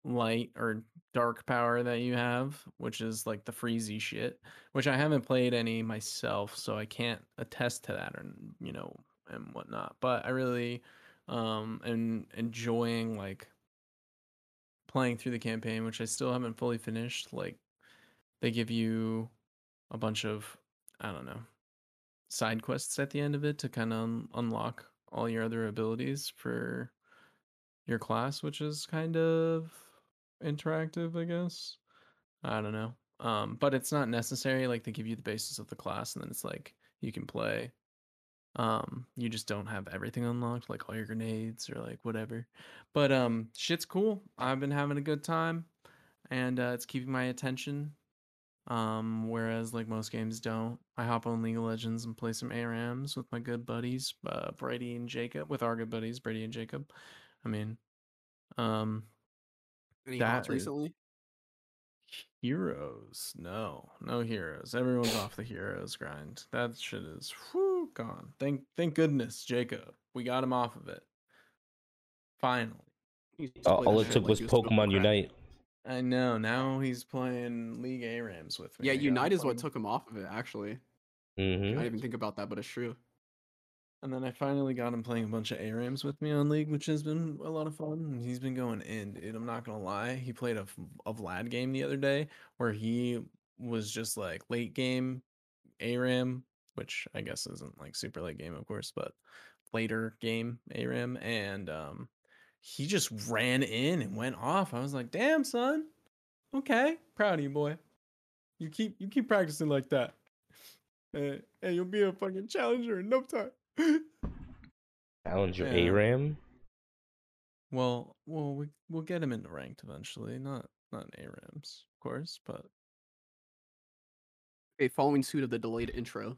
B: light or dark power that you have, which is like the freezy shit, which I haven't played any myself, so I can't attest to that or you know and whatnot. But I really um am enjoying like playing through the campaign, which I still haven't fully finished. Like they give you a bunch of I don't know side quests at the end of it to kind of unlock all your other abilities for your class, which is kind of interactive, I guess. I don't know. Um, but it's not necessary. Like they give you the basis of the class, and then it's like you can play um you just don't have everything unlocked like all your grenades or like whatever but um shit's cool i've been having a good time and uh, it's keeping my attention um whereas like most games don't i hop on league of legends and play some arams with my good buddies uh brady and jacob with our good buddies brady and jacob i mean um
C: Any
B: That
C: hops
B: is-
C: recently?
B: Heroes. No, no heroes. Everyone's off the heroes grind. That shit is whew, gone. Thank thank goodness, Jacob. We got him off of it. Finally.
C: You used to
A: All,
C: play that
A: all it
C: shit
A: took
C: like
A: was
C: you a snowball
A: Pokemon
C: crack.
A: Unite.
B: I know. Now he's playing League Arams with me.
C: Yeah,
B: I got him
C: Unite is what
B: fucking-
C: took him off of it. Actually, I
A: hmm
C: didn't even think about that, but it's true.
B: And then I finally got him playing a bunch of Arams with me on League, which has been a lot of fun. and He's been going in, dude. I'm not gonna lie. He played a, f- a Vlad game the other day where he was just like late game Aram, which I guess isn't like super late game, of course, but later game Aram, and um, he just ran in and went off. I was like, damn son, okay, proud of you, boy. You keep you keep practicing like that, and, and you'll be a fucking challenger in no time.
A: Challenge your
B: Yeah.
A: ARAM.
B: [LAUGHS] Well, well, we we'll get him into ranked eventually. Not not in ARAMs, of course, but
C: Okay, following suit of the delayed intro,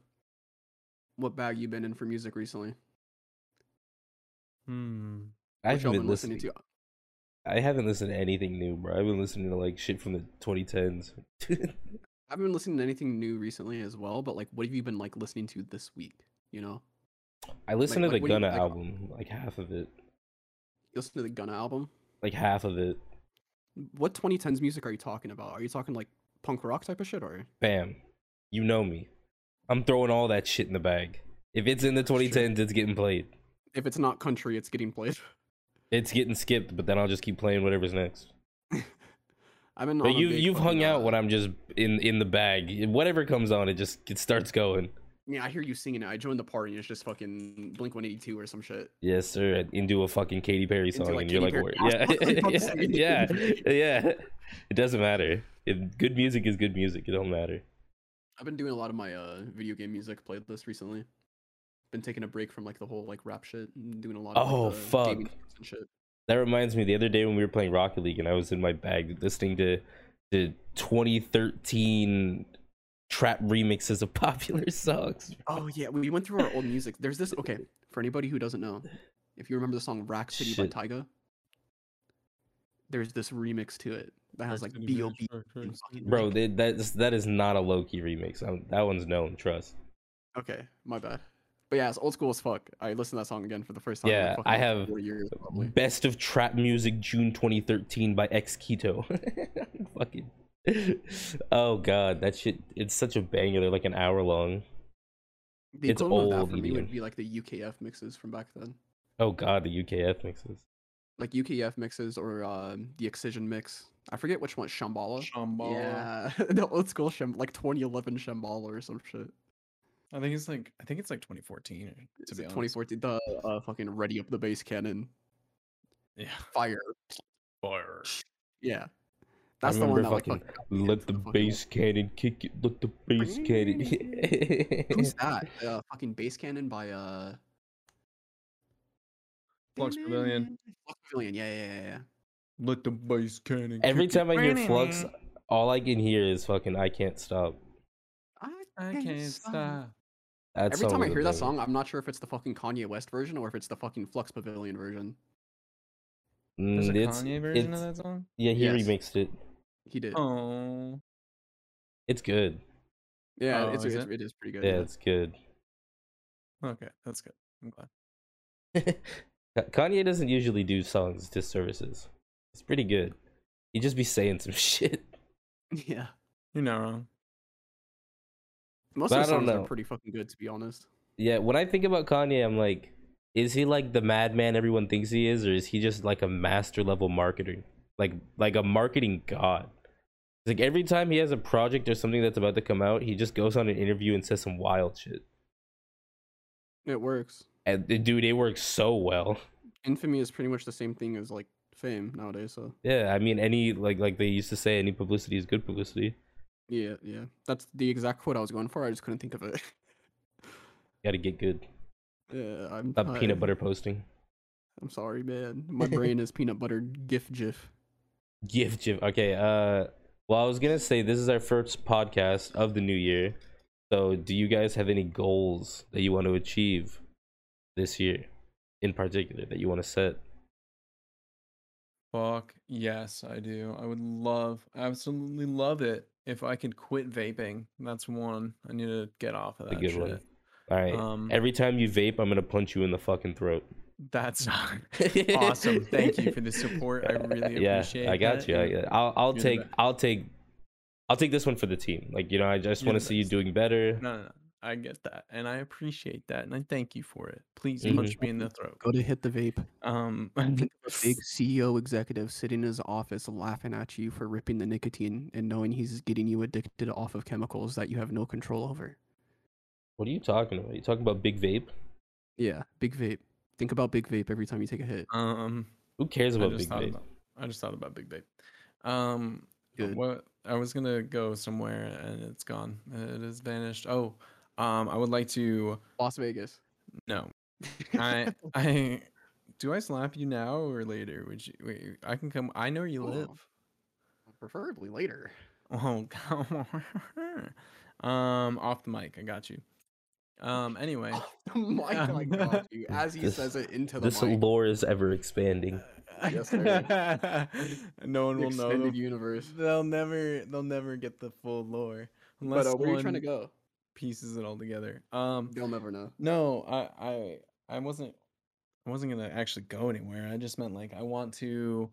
C: what bag you been in for music recently?
B: hmm.
A: I
C: What
A: haven't
C: y'all been
A: been
C: listening
A: listening.
C: to?
A: I haven't listened to anything new, bro. I've been listening to like shit from the [LAUGHS] 2010s.
C: I've been listening to anything new recently as well, but like, what have you been like listening to this week? You know,
A: I listened
C: like,
A: to
C: what
A: the
C: do you-
A: Gunna
C: like-
A: album, like half of it,
C: you listen to the Gunna album.
A: like half of it.
C: What 2010s music are you talking about? Are you talking like punk rock type of shit, or
A: Bam, you know me. I'm throwing all that shit in the bag. If it's in the
B: true.
A: 2010s, it's getting played.
C: if it's not country, it's getting played. [LAUGHS]
A: It's getting skipped, but then I'll just keep playing whatever's next.
C: I've been.
A: But
C: on a
A: you
C: big
A: you've
C: fucking,
A: hung out
C: uh,
A: when I'm just in in the bag. Whatever comes on, it just it starts going.
C: Yeah, I hear you singing it. I joined the party and it's just fucking Blink 182 or some shit.
A: Yes, sir. and Into a fucking Katy Perry
C: Into,
A: song,
C: like,
A: and you're
C: Katy
A: like,
C: Perry. I was about to
A: "Where-
C: say.
A: [LAUGHS]
C: [LAUGHS]
A: yeah, yeah, yeah. It doesn't matter. If good music is good music, it don't matter.
C: I've been doing a lot of my uh video game music playlist recently. Been taking a break from like the whole like rap shit and doing a lot of like,
A: Oh,
C: the
A: fuck.
C: gaming clips and shit.
A: That reminds me, the other day when we were playing Rocket League, and I was in my bag listening to the 2013 trap remixes of [LAUGHS] popular songs.
C: Oh yeah, we went through our old music. There's this okay, for anybody who doesn't know, if you remember the song Rack City
A: Shit.
C: by Tyga, there's this remix to it that has like B.O.B. and fucking,
A: Bro,
C: like-
A: that that is, that is not a low key remix. i that one's known. Trust.
C: okay, my bad. But yeah, it's old school as fuck. I listened to that song again for the first time. in, like,
A: Yeah,
C: fucking,
A: I
C: like,
A: have
C: four years probably.
A: Best of Trap Music June 2013 by X Keto. [LAUGHS] Fucking. [LAUGHS] Oh god, that shit. It's such a banger. They're like an hour long.
C: The
A: It's
C: equivalent of
A: old
C: that for me would
A: EDM.
C: be like the UKF mixes from back then.
A: Oh god, the UKF mixes.
C: Like UKF mixes or um, the Excision mix. I forget which one. Shambhala.
B: Shambhala.
C: Yeah, [LAUGHS] the old school Sham, like 2011 Shambhala or some shit.
B: I think it's like I think it's like 2014. or-
C: Is
B: To
C: it
B: be honest,
C: 2014. The uh, fucking ready up the base cannon
B: [LAUGHS] Yeah.
C: fire.
B: Fire.
C: Yeah, that's the one
A: remember
C: that like
A: fucking
C: fucking got me
A: Let
C: into
A: the
C: fucking-
A: bass cannon kick it. Let the bass
C: Who's
A: [LAUGHS] cannon.
C: that? Uh, fucking base cannon by uh.
B: Flux Pavilion.
C: Flux Pavilion. Yeah, yeah, yeah, yeah.
B: Let the bass cannon.
A: Every
B: kick it.
A: time I hear Flux, all I can hear is fucking I can't stop.
C: I,
B: I can't stop.
A: That
C: Every
A: song
C: time I
A: is a
C: hear that
A: banger.
C: song, I'm not sure if it's the fucking Kanye West version or if it's the fucking Flux Pavilion version.
B: There's a
A: Mm, it's,
B: Kanye version of
A: it's-
B: that song.
A: yeah, he
C: Yes.
A: remixed it.
C: He did.
B: Oh,
A: It's good.
C: yeah,
B: Oh,
C: it's,
B: is
C: it's
B: it?
C: it is pretty good.
A: Yeah, it's good.
B: okay, that's good. I'm glad.
A: [LAUGHS] Kanye doesn't usually do songs disservices. It's pretty good. He just be saying some [LAUGHS] shit.
C: yeah. [LAUGHS] Yeah.
B: You're not wrong.
C: Most
A: But
C: of
A: I
C: the
A: don't
C: songs are
A: know.
C: pretty fucking good, to be honest.
A: Yeah, when I think about Kanye, I'm like, is he like the madman everyone thinks he is, or is he just like a master level marketer, like like a marketing god? It's like every time he has a project or something that's about to come out, he just goes on an interview and says some wild shit.
C: It works.
A: And dude, it works so well. [LAUGHS]
C: Infamy is pretty much the same thing as like fame nowadays. So
A: Yeah, I mean, any like like they used to say, any publicity is good publicity.
C: yeah, yeah, that's the exact quote I was going for. I just couldn't think of it.
A: Got to get good.
C: [LAUGHS] Yeah, I'm
A: Stop peanut
C: tired.
A: butter posting.
C: I'm sorry, man.
A: [LAUGHS]
C: My brain is peanut butter gif gif.
A: Give, give. Okay. Uh, well, I was gonna say this is our first podcast of the new year. So, do you guys have any goals that you want to achieve this year, in particular, that you want to set?
B: Fuck yes, I do. I would love, absolutely love it if I could quit vaping. That's one. I need to get off of
A: A
B: that
A: good
B: shit.
A: one. All right.
B: Um,
A: Every time you vape, I'm gonna punch you in the fucking throat.
B: [LAUGHS]
A: [LAUGHS]
B: that's not awesome. Thank you for the support. I really
A: yeah,
B: appreciate.
A: I got
B: that,
A: you. I,
B: and
A: I'll, I'll
B: the
A: take,
B: best.
A: I'll take, I'll take this one for the team. Like you know, I just
B: You're
A: want to
B: the
A: see you
B: best.
A: doing better.
B: No, no, no. I get that, and I appreciate that, and I thank you for it. Please
A: Mhm.
B: punch me in the throat.
C: Go to hit the vape.
A: [LAUGHS]
B: Um, [LAUGHS]
C: Big CEO executive sitting in his office laughing at you for ripping the nicotine and knowing he's getting you addicted off of chemicals that you have no control over.
A: What are you talking about? You talking about big vape?
C: Yeah, big vape. Think about big vape every time you take a hit.
B: um,
A: Who cares
B: I
A: about
B: just
A: big
B: thought
A: vape?
B: about. I just thought about Big Babe. Um,
C: Good.
B: What I was gonna go somewhere and it's gone. It has vanished. Oh, um, I would like to.
C: Las Vegas.
B: No,
C: [LAUGHS]
B: I, I. Do I slap you now or later? Would you? Wait, I can come. I know you
C: Oh.
B: live. [LAUGHS]
C: Preferably later. [LAUGHS]
B: Oh, come on. [LAUGHS] Um, off the mic. I got you.
C: [LAUGHS]
B: Um. Anyway.
C: the mic, oh
B: [LAUGHS]
C: I got you. As he
A: This-
C: says it into the
A: This
C: mic.
A: lore is ever expanding.
C: Yes, sir.
B: [LAUGHS] no one
C: the
B: will know.
C: extended
B: the-
C: universe.
B: They'll never. They'll never get the full lore. Unless
C: But uh, where are you trying to
B: one-
C: go?
B: pieces it all together. Um,
C: You'll never know.
B: no, I, I, I wasn't, I wasn't gonna actually go anywhere. I just meant like I want to,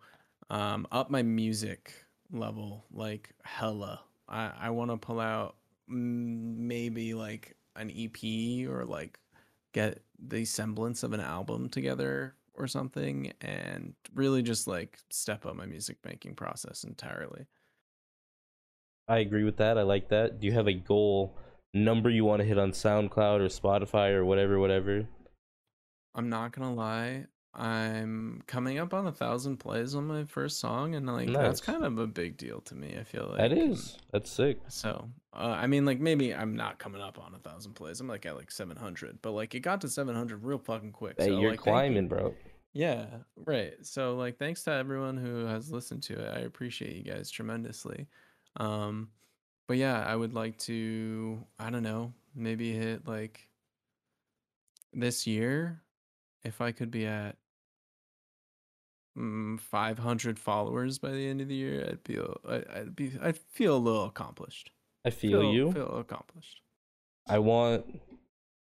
B: um, up my music level like hella. I, I want to pull out mm, maybe like an EP or like get the semblance of an album together or something, and really just like step up my music making process entirely.
A: I agree with that. I like that. Do you have a goal number you want to hit on SoundCloud or Spotify or whatever, whatever?
B: I'm not gonna lie. I'm coming up on a thousand plays on my first song, and like
A: Nice.
B: that's kind of a big deal to me. I feel like
A: that
B: and
A: is. That's sick.
B: So, uh, I mean, like maybe I'm not coming up on a thousand plays. I'm like at like 700, but like it got to 700 real fucking quick.
A: Hey,
B: so,
A: you're
B: like, thank you.
A: climbing, bro.
B: Yeah, right. So like thanks to everyone who has listened to it. I appreciate you guys tremendously. Um but yeah, I would like to I don't know, maybe hit like this year if I could be at mm, 500 followers by the end of the year, I'd be I, I'd be I'd feel a little accomplished.
A: I feel, you.
B: Feel accomplished.
A: I want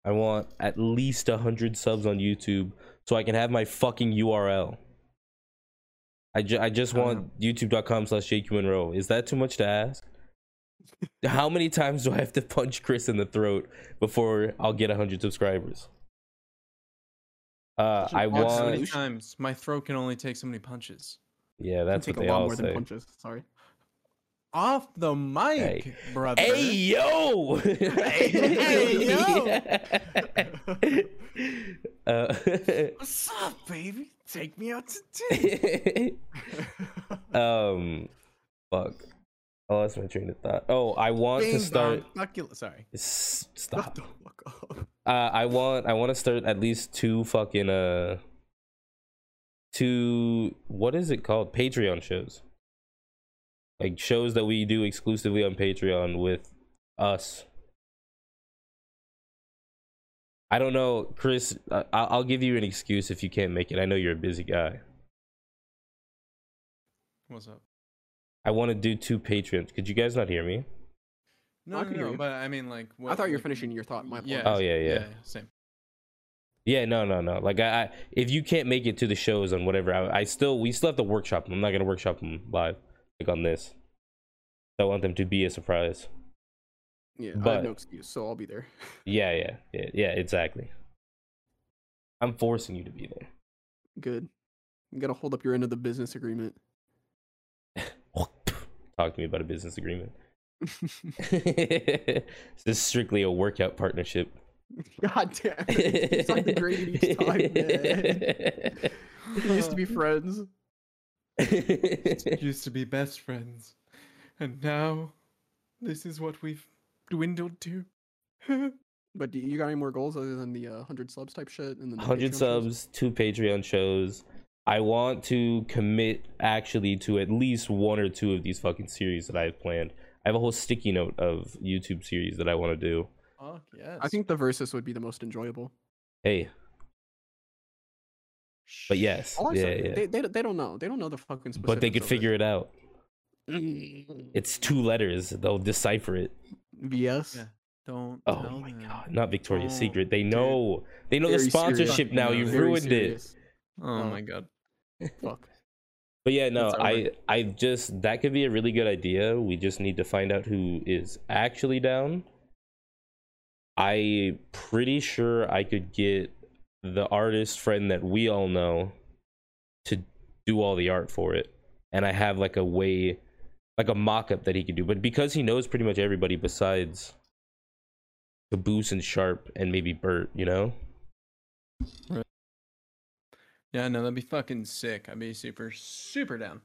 A: I want at least 100 subs on YouTube so I can have my fucking URL. I, ju- I just
B: I don't
A: want youtube.com slash jqmonroe. Is that too much to
C: [LAUGHS]
A: ask? How many times do I have to punch Chris in the throat before I'll get 100 subscribers? Uh,
C: Such an
A: I
C: odd
B: So
A: want.
B: many
C: solution.
B: times my throat can only take so many punches.
A: Yeah, that's
C: take
A: what
C: a
A: they
C: lot
A: all
C: more than
A: say.
C: punches. Sorry.
B: Off the mic,
A: Hey.
B: brother.
A: Hey yo! [LAUGHS]
B: Hey,
A: yo! [LAUGHS] uh,
B: What's up, baby? Take me
C: [LAUGHS]
B: out to
A: Uh, [LAUGHS] um, fuck. I lost my train of thought. Oh, I want to start. Ah.
B: Sorry.
A: S-
C: Shut
A: stop.
C: the fuck up.
A: Uh, I want. I want to start at least two fucking uh, two. What is it called? Patreon shows. Like shows that we do exclusively on Patreon with us. I don't know, Chris. uh, I- I'll I'll give you an excuse if you can't make it. I know you're a busy guy.
B: What's up?
A: I want to do two Patreons. Could you guys not hear me?
B: No,
C: I
B: no,
C: can hear
B: no,
C: you.
B: but I mean, like, what,
C: I thought you were
B: like,
C: finishing your thought. My
B: yeah.
A: Oh yeah, yeah,
B: same. [LAUGHS]
A: yeah. No, no, no. Like I, I, if you can't make it to the shows on whatever, I, I still, we still have to workshop them. I'm not gonna workshop them live, like on this. I want them to be a surprise.
C: Yeah, I
A: But-
C: have no excuse, so I'll be there.
A: Yeah, yeah, yeah, yeah. Exactly. I'm forcing you to be there.
C: Good. You gotta hold up your end of the business agreement. [LAUGHS]
A: Talk to me about a business agreement. [LAUGHS] this is strictly a workout partnership.
C: God damn. It's
A: [LAUGHS]
C: like the grade each time, man. [LAUGHS] We used to be friends.
B: Used to be best friends, [LAUGHS] and now this is what we've dwindled to.
C: But do you got any more goals other than the uh, hundred subs type shit? And then the
A: 100
C: Patreon shows?
A: subs, two Patreon shows. I want to commit actually to at least one or two of these fucking series that I've planned. I have a whole sticky note of YouTube series that I want to do.
B: Fuck yes.
C: I think the versus would be the most enjoyable.
A: Hey, but yes,
C: All I
A: yeah,
C: said-
A: yeah.
C: They, they they don't know. They don't know the fucking.
A: but they could figure it out.
C: [CLEARS THROAT] it.
A: It's two letters. They'll decipher it.
C: Yes.
B: Yeah. Don't.
A: Oh
B: tell
A: my
B: them.
A: god, not Victoria's
B: Oh,
A: Secret. They
B: dude.
A: know. They know the
C: Very serious.
A: sponsorship
B: Fucking
A: now.
B: hell.
A: You've
B: Very
A: ruined it.
B: Oh
C: Oh.
B: my god.
C: it. Fuck.
A: But yeah, no,
B: It's over.
A: I I just that could be a really good idea. We just need to find out who is actually down. I pretty sure I could get the artist friend that we all know to do all the art for it. And I have like a way like a mock up that he could do. But because he knows pretty much everybody besides Caboose and Sharp and maybe Bert, you know?
B: Yeah, no, that'd be fucking sick. I'd be super, super down.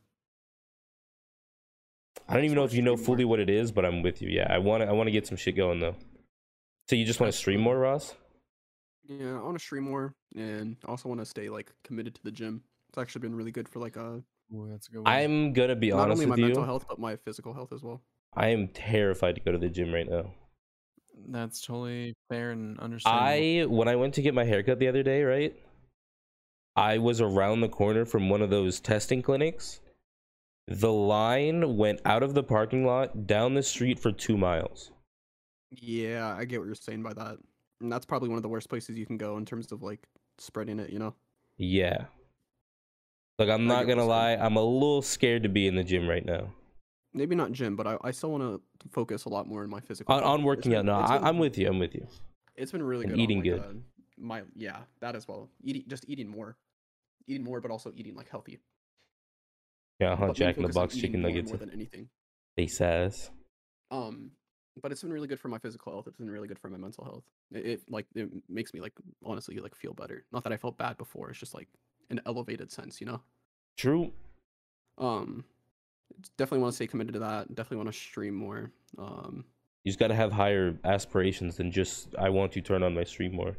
A: I don't even
C: Just
A: know
C: wanna
A: if you know
C: stream more.
A: fully what it is, but I'm with you. Yeah, I want to. I want to get some shit going though. So you just want to stream more, Ross?
C: Yeah, I want to stream more, and I also want to stay like committed to the gym. It's actually been really good for like uh
B: Ooh, that's a good
A: I'm gonna be
C: not
A: honest
C: only my
A: with you.
C: mental health but my physical health as well.
A: I am terrified to go to the gym right now.
B: That's totally fair and understandable.
A: I when I went to get my haircut the other day, right? I was around the corner from one of those testing clinics. The line went out of the parking lot down the street for two miles.
C: Yeah, I get what you're saying by that, and that's probably one of the worst places you can go in terms of like spreading it. You know.
A: Yeah. Like I'm
C: I
A: not
C: get
A: gonna
C: what you're
A: lie,
C: saying.
A: I'm a little scared to be in the gym right now.
C: maybe not gym, but I, I still want to focus a lot more on my physical.
A: On,
C: health.
A: on
C: It's
A: working
C: been-
A: out, no,
C: it's
A: I,
C: been-
A: I'm with you. I'm with you.
C: It's been really
A: and
C: good. on,
A: eating
C: like,
A: good.
C: uh, my yeah, that as well. Eating just eating more, eating more, but also eating like healthy.
A: Yeah, uh-huh,
C: But main
A: Jack in the
C: focus on
A: Box
C: eating
A: chicken
C: more,
A: nuggets
C: more
A: and
C: than anything.
A: face ass.
C: Um, but it's been really good for my physical health. It's been really good for my mental health. It, it like it makes me like honestly like feel better. Not that I felt bad before. It's just like an elevated sense, you know.
A: True.
C: Um, it's- definitely want to stay committed to that. Definitely want to stream more. Um,
A: You just gotta have higher aspirations than just I want to turn on my stream more.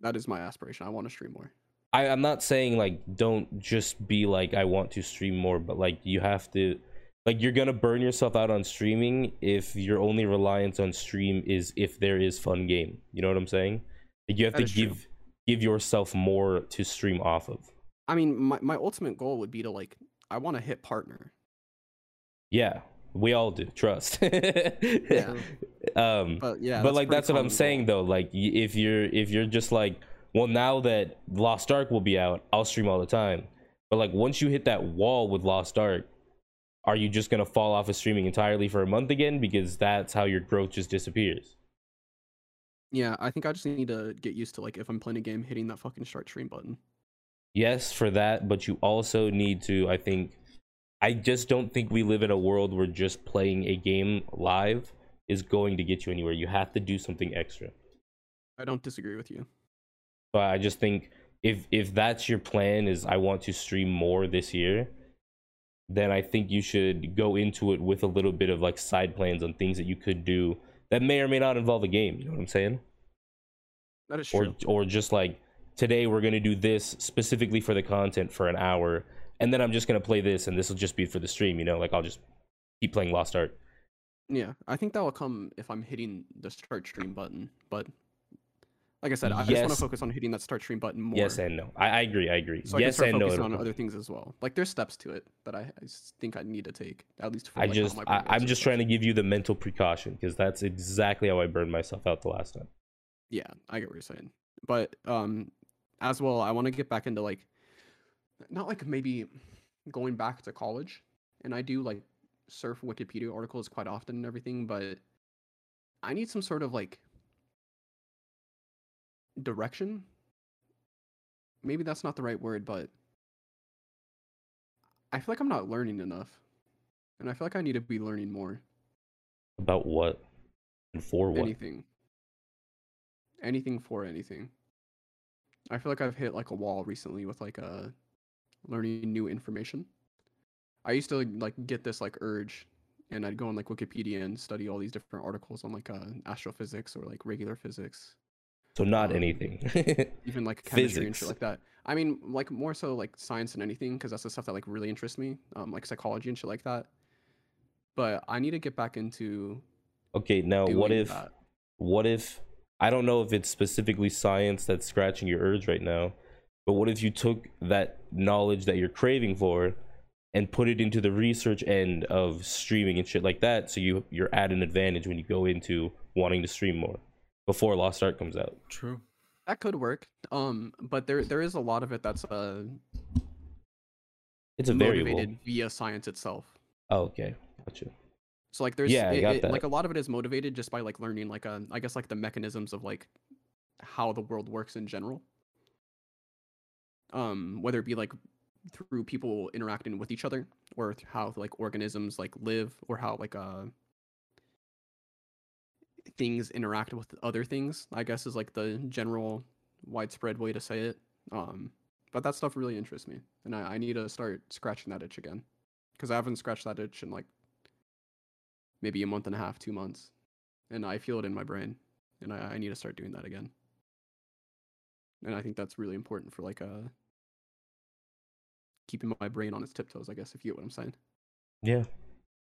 C: that is my aspiration. I want to stream more.
A: I, I'm not saying like don't just be like I want to stream more, but like you have to like you're gonna burn yourself out on streaming if your only reliance on stream is if there is fun game. You know what I'm saying? Like, you have
C: That
A: to
C: is true.
A: give give yourself more to stream off of.
C: I mean, my, my ultimate goal would be to like, I want to hit partner.
A: Yeah, we all do. Trust. [LAUGHS] yeah. Um,
C: But yeah,
A: but
C: a
A: like
C: pretty
A: that's what i'm
C: common
A: saying
C: goal.
A: though like y- if you're if you're just like well now that lost ark will be out i'll stream all the time but like once you hit that wall with lost ark are you just gonna fall off of streaming entirely for a month again because that's how your growth just disappears
C: Yeah, I think I just need to get used to like if I'm playing a game, hitting that fucking start stream button.
A: yes for that but you also need to i think i just don't think we live in a world where just playing a game live is going to get you anywhere you have to do something extra
C: I don't disagree with you.
A: but I just think if if that's your plan is I want to stream more this year, then I think you should go into it with a little bit of like side plans on things that you could do that may or may not involve a game. You know what I'm saying?
C: That is
A: Or
C: true.
A: or just like today we're gonna do this specifically for the content for an hour, and then I'm just gonna play this, and this will just be for the stream. You know, like I'll just keep playing Lost Art.
C: Yeah, I think that will come if I'm hitting the start stream button. But like I said, I just
A: Yes.
C: want to focus on hitting that start stream button more.
A: Yes and no. I, I agree. I agree.
C: so I
A: yes
C: can start
A: and no. it'll
C: focusing on
A: come.
C: other things as well. Like there's steps to it that I, I s- think I need to take at least. For,
A: I
C: like, how
A: just
C: my brain
A: I,
C: works
A: I'm
C: and
A: just
C: stuff.
A: trying to give you the mental precaution because that's exactly how I burned myself out the last time.
C: Yeah, I get what you're saying. But um as well, I want to get back into like not like maybe going back to college. And I do like surf Wikipedia articles quite often and everything, but I need some sort of like direction. Maybe that's not the right word, but I feel like I'm not learning enough. And I feel like I need to be learning more.
A: About what? And for what?
C: anything anything for anything i feel like i've hit like a wall recently with like uh learning new information i used to like get this like urge and I'd go on like Wikipedia and study all these different articles on like uh, astrophysics or like regular physics,
A: So not
C: Um,
A: anything. [LAUGHS]
C: even like chemistry and
A: Physics.
C: shit like that. I mean, like more so like science than anything because that's the stuff that like really interests me, um, like psychology and shit like that. But I need to get back into
A: okay, now
C: doing
A: what if
C: that.
A: what if I don't know if it's specifically science that's scratching your urge right now, but what if you took that knowledge that you're craving for and put it into the research end of streaming and shit like that so you you're at an advantage when you go into wanting to stream more before Lost Art comes out.
B: True.
C: that could work. Um, but there there is a lot of it that's uh
A: It's a variable.
C: motivated via science itself.
A: Oh, okay. Gotcha.
C: So like there's
A: Yeah, I
C: it-
A: got
C: it-
A: that.
C: like a lot of it is motivated just by like learning like uh, I guess like the mechanisms of like how the world works in general. Um, whether it be like through people interacting with each other or th- how like organisms like live or how like uh things interact with other things, I guess is like the general widespread way to say it. Um, but that stuff really interests me, and I, I need to start scratching that itch again because I haven't scratched that itch in like maybe a month and a half, two months, and I feel it in my brain, and I, I need to start doing that again. And I think that's really important for like uh keeping my brain on its tiptoes. I guess if you get what I'm saying.
A: Yeah.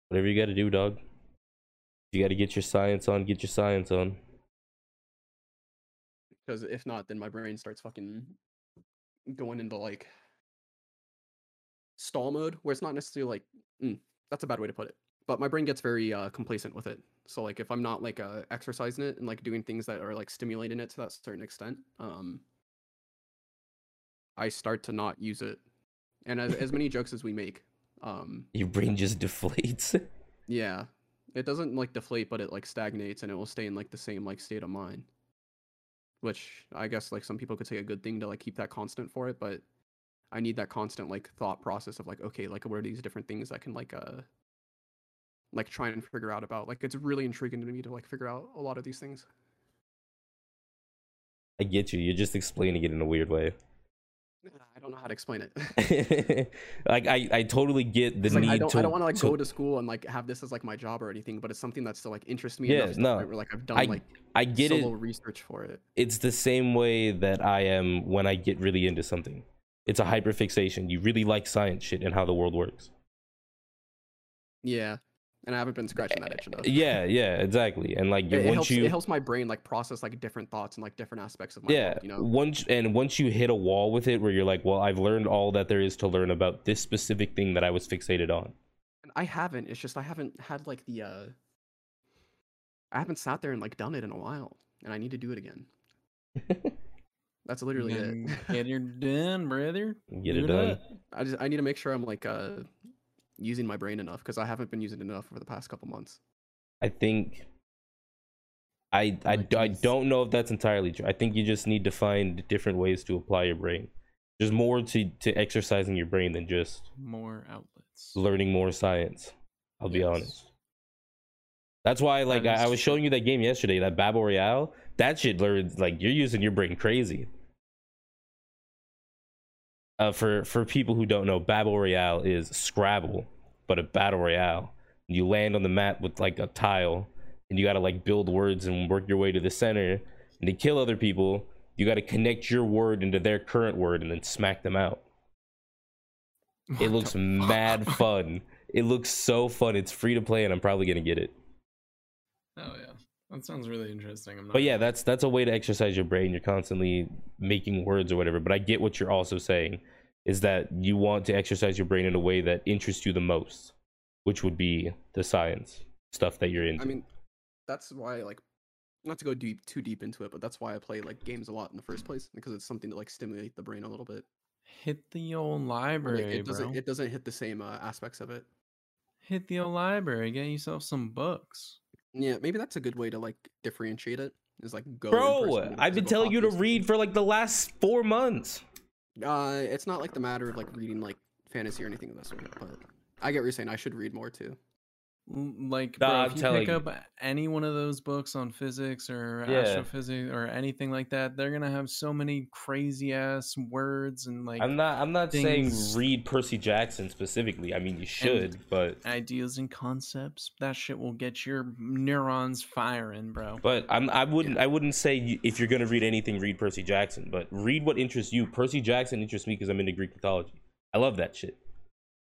A: Whatever you gotta do, dog. You gotta get your science on, get your science on.
C: Because if not, then my brain starts fucking going into like stall mode, where it's not necessarily like mm, that's a bad way to put it. But my brain gets very uh, complacent with it. So like if I'm not like uh, exercising it and like doing things that are like stimulating it to that certain extent, um, I start to not use it. And as, as many jokes as we make, um,
A: Your brain just [LAUGHS] deflates.
C: yeah, it doesn't like deflate, but it like stagnates and it will stay in like the same like state of mind. Which I guess like some people could say a good thing to like keep that constant for it, but I need that constant like thought process of like okay, like what are these different things I can like uh like try and figure out about. Like it's really intriguing to me to like figure out a lot of these things.
A: I get you. You're just explaining it in a weird
C: [LAUGHS]
A: way.
C: I don't know how to explain
A: [LAUGHS]
C: it.
A: like I, I totally get the
C: It's
A: need
C: like, [LAUGHS] I don't
A: to
C: I don't want to like go to school and like have this as like my job or anything, but it's something that still like interests me
A: Yeah,
C: enough to the
A: no,
C: point where like I've done
A: I
C: like
A: I get
C: solo
A: it.
C: research for it.
A: It's the same way that I am when I get really into something. It's a hyperfixation. You really like science shit and how the world works.
C: Yeah. And I haven't been scratching that itch enough.
A: Eh, Yeah, yeah, exactly. And like
C: it, it
A: once
C: helps,
A: you
C: it helps my brain like process like different thoughts and like different aspects of my
A: yeah
C: world, you know
A: once and once you hit a wall with it where you're like, well, I've learned all that there is to learn about this specific thing that I was fixated on.
C: and i haven't it's just i haven't had like the uh i haven't sat there and like done it in a while and i need to do
A: [LAUGHS]
C: it again that's literally
B: Then
C: it
B: Get her done, brother.
A: Get it
B: Do
A: done.
B: that.
C: [LAUGHS] i just i need to make sure i'm like uh using my brain enough because i haven't been using it enough over the past couple months
A: I think I I,
B: Like
A: d- I
B: these-
A: don't know if that's entirely true. I think you just need to find different ways to apply your brain. There's more to, to exercising your brain than just
B: More outlets.
A: learning more science. I'll be
B: Yes.
A: honest. That's why like
B: That
A: I, I
B: is
A: was showing you that game yesterday, that Battle Royale. That shit learns like you're using your brain crazy. Uh, for for people who don't know, Battle Royale is Scrabble, but a battle royale. You land on the map with like a tile, and you gotta like build words and work your way to the center. And to kill other people, you gotta connect your word into their current word and then smack them out.
B: What
A: It
B: the
A: looks
B: fuck?
A: mad fun. It looks so fun. It's free to play, and I'm probably gonna get it.
B: [LAUGHS] Oh yeah, that sounds really interesting. I'm not
A: But yeah,
B: gonna-
A: that's that's a way to exercise your brain. You're constantly making words or whatever. But I get what you're also saying is that you want to exercise your brain in a way that interests you the most, which would be the science stuff that you're into.
C: i mean that's why like not to go deep too deep into it but that's why i play like games a lot in the first place because it's something to like stimulate the brain a little bit
B: hit the old
C: Like,
B: library,
C: it doesn't
B: bro.
C: it doesn't hit the same uh, aspects of it
B: Hit the old library. Get yourself some books.
C: Yeah, maybe that's a good way to like differentiate it. Is like go. in person
A: Bro,
C: and
A: I've been
C: physical
A: telling you to
C: copies.
A: read for like the last four months.
C: Uh, it's not like the matter of like reading like fantasy or anything of that sort. But I get what you're saying. I should read more too.
B: Like,
D: Nah,
B: bro,
D: I'm
B: if you
D: telling
B: pick
D: you.
B: up any one of those books on physics or
A: Yeah.
B: astrophysics or anything like that, they're gonna have so many crazy ass words and like
A: I'm not. I'm not
B: things-
A: saying read Percy Jackson specifically. I mean, you should, but
B: ideas and concepts. That shit will get your neurons firing, bro.
A: but I'm. I wouldn't. I wouldn't say you, if you're gonna read anything, read Percy Jackson. But read what interests you. Percy Jackson interests me because I'm into Greek mythology. I love that shit.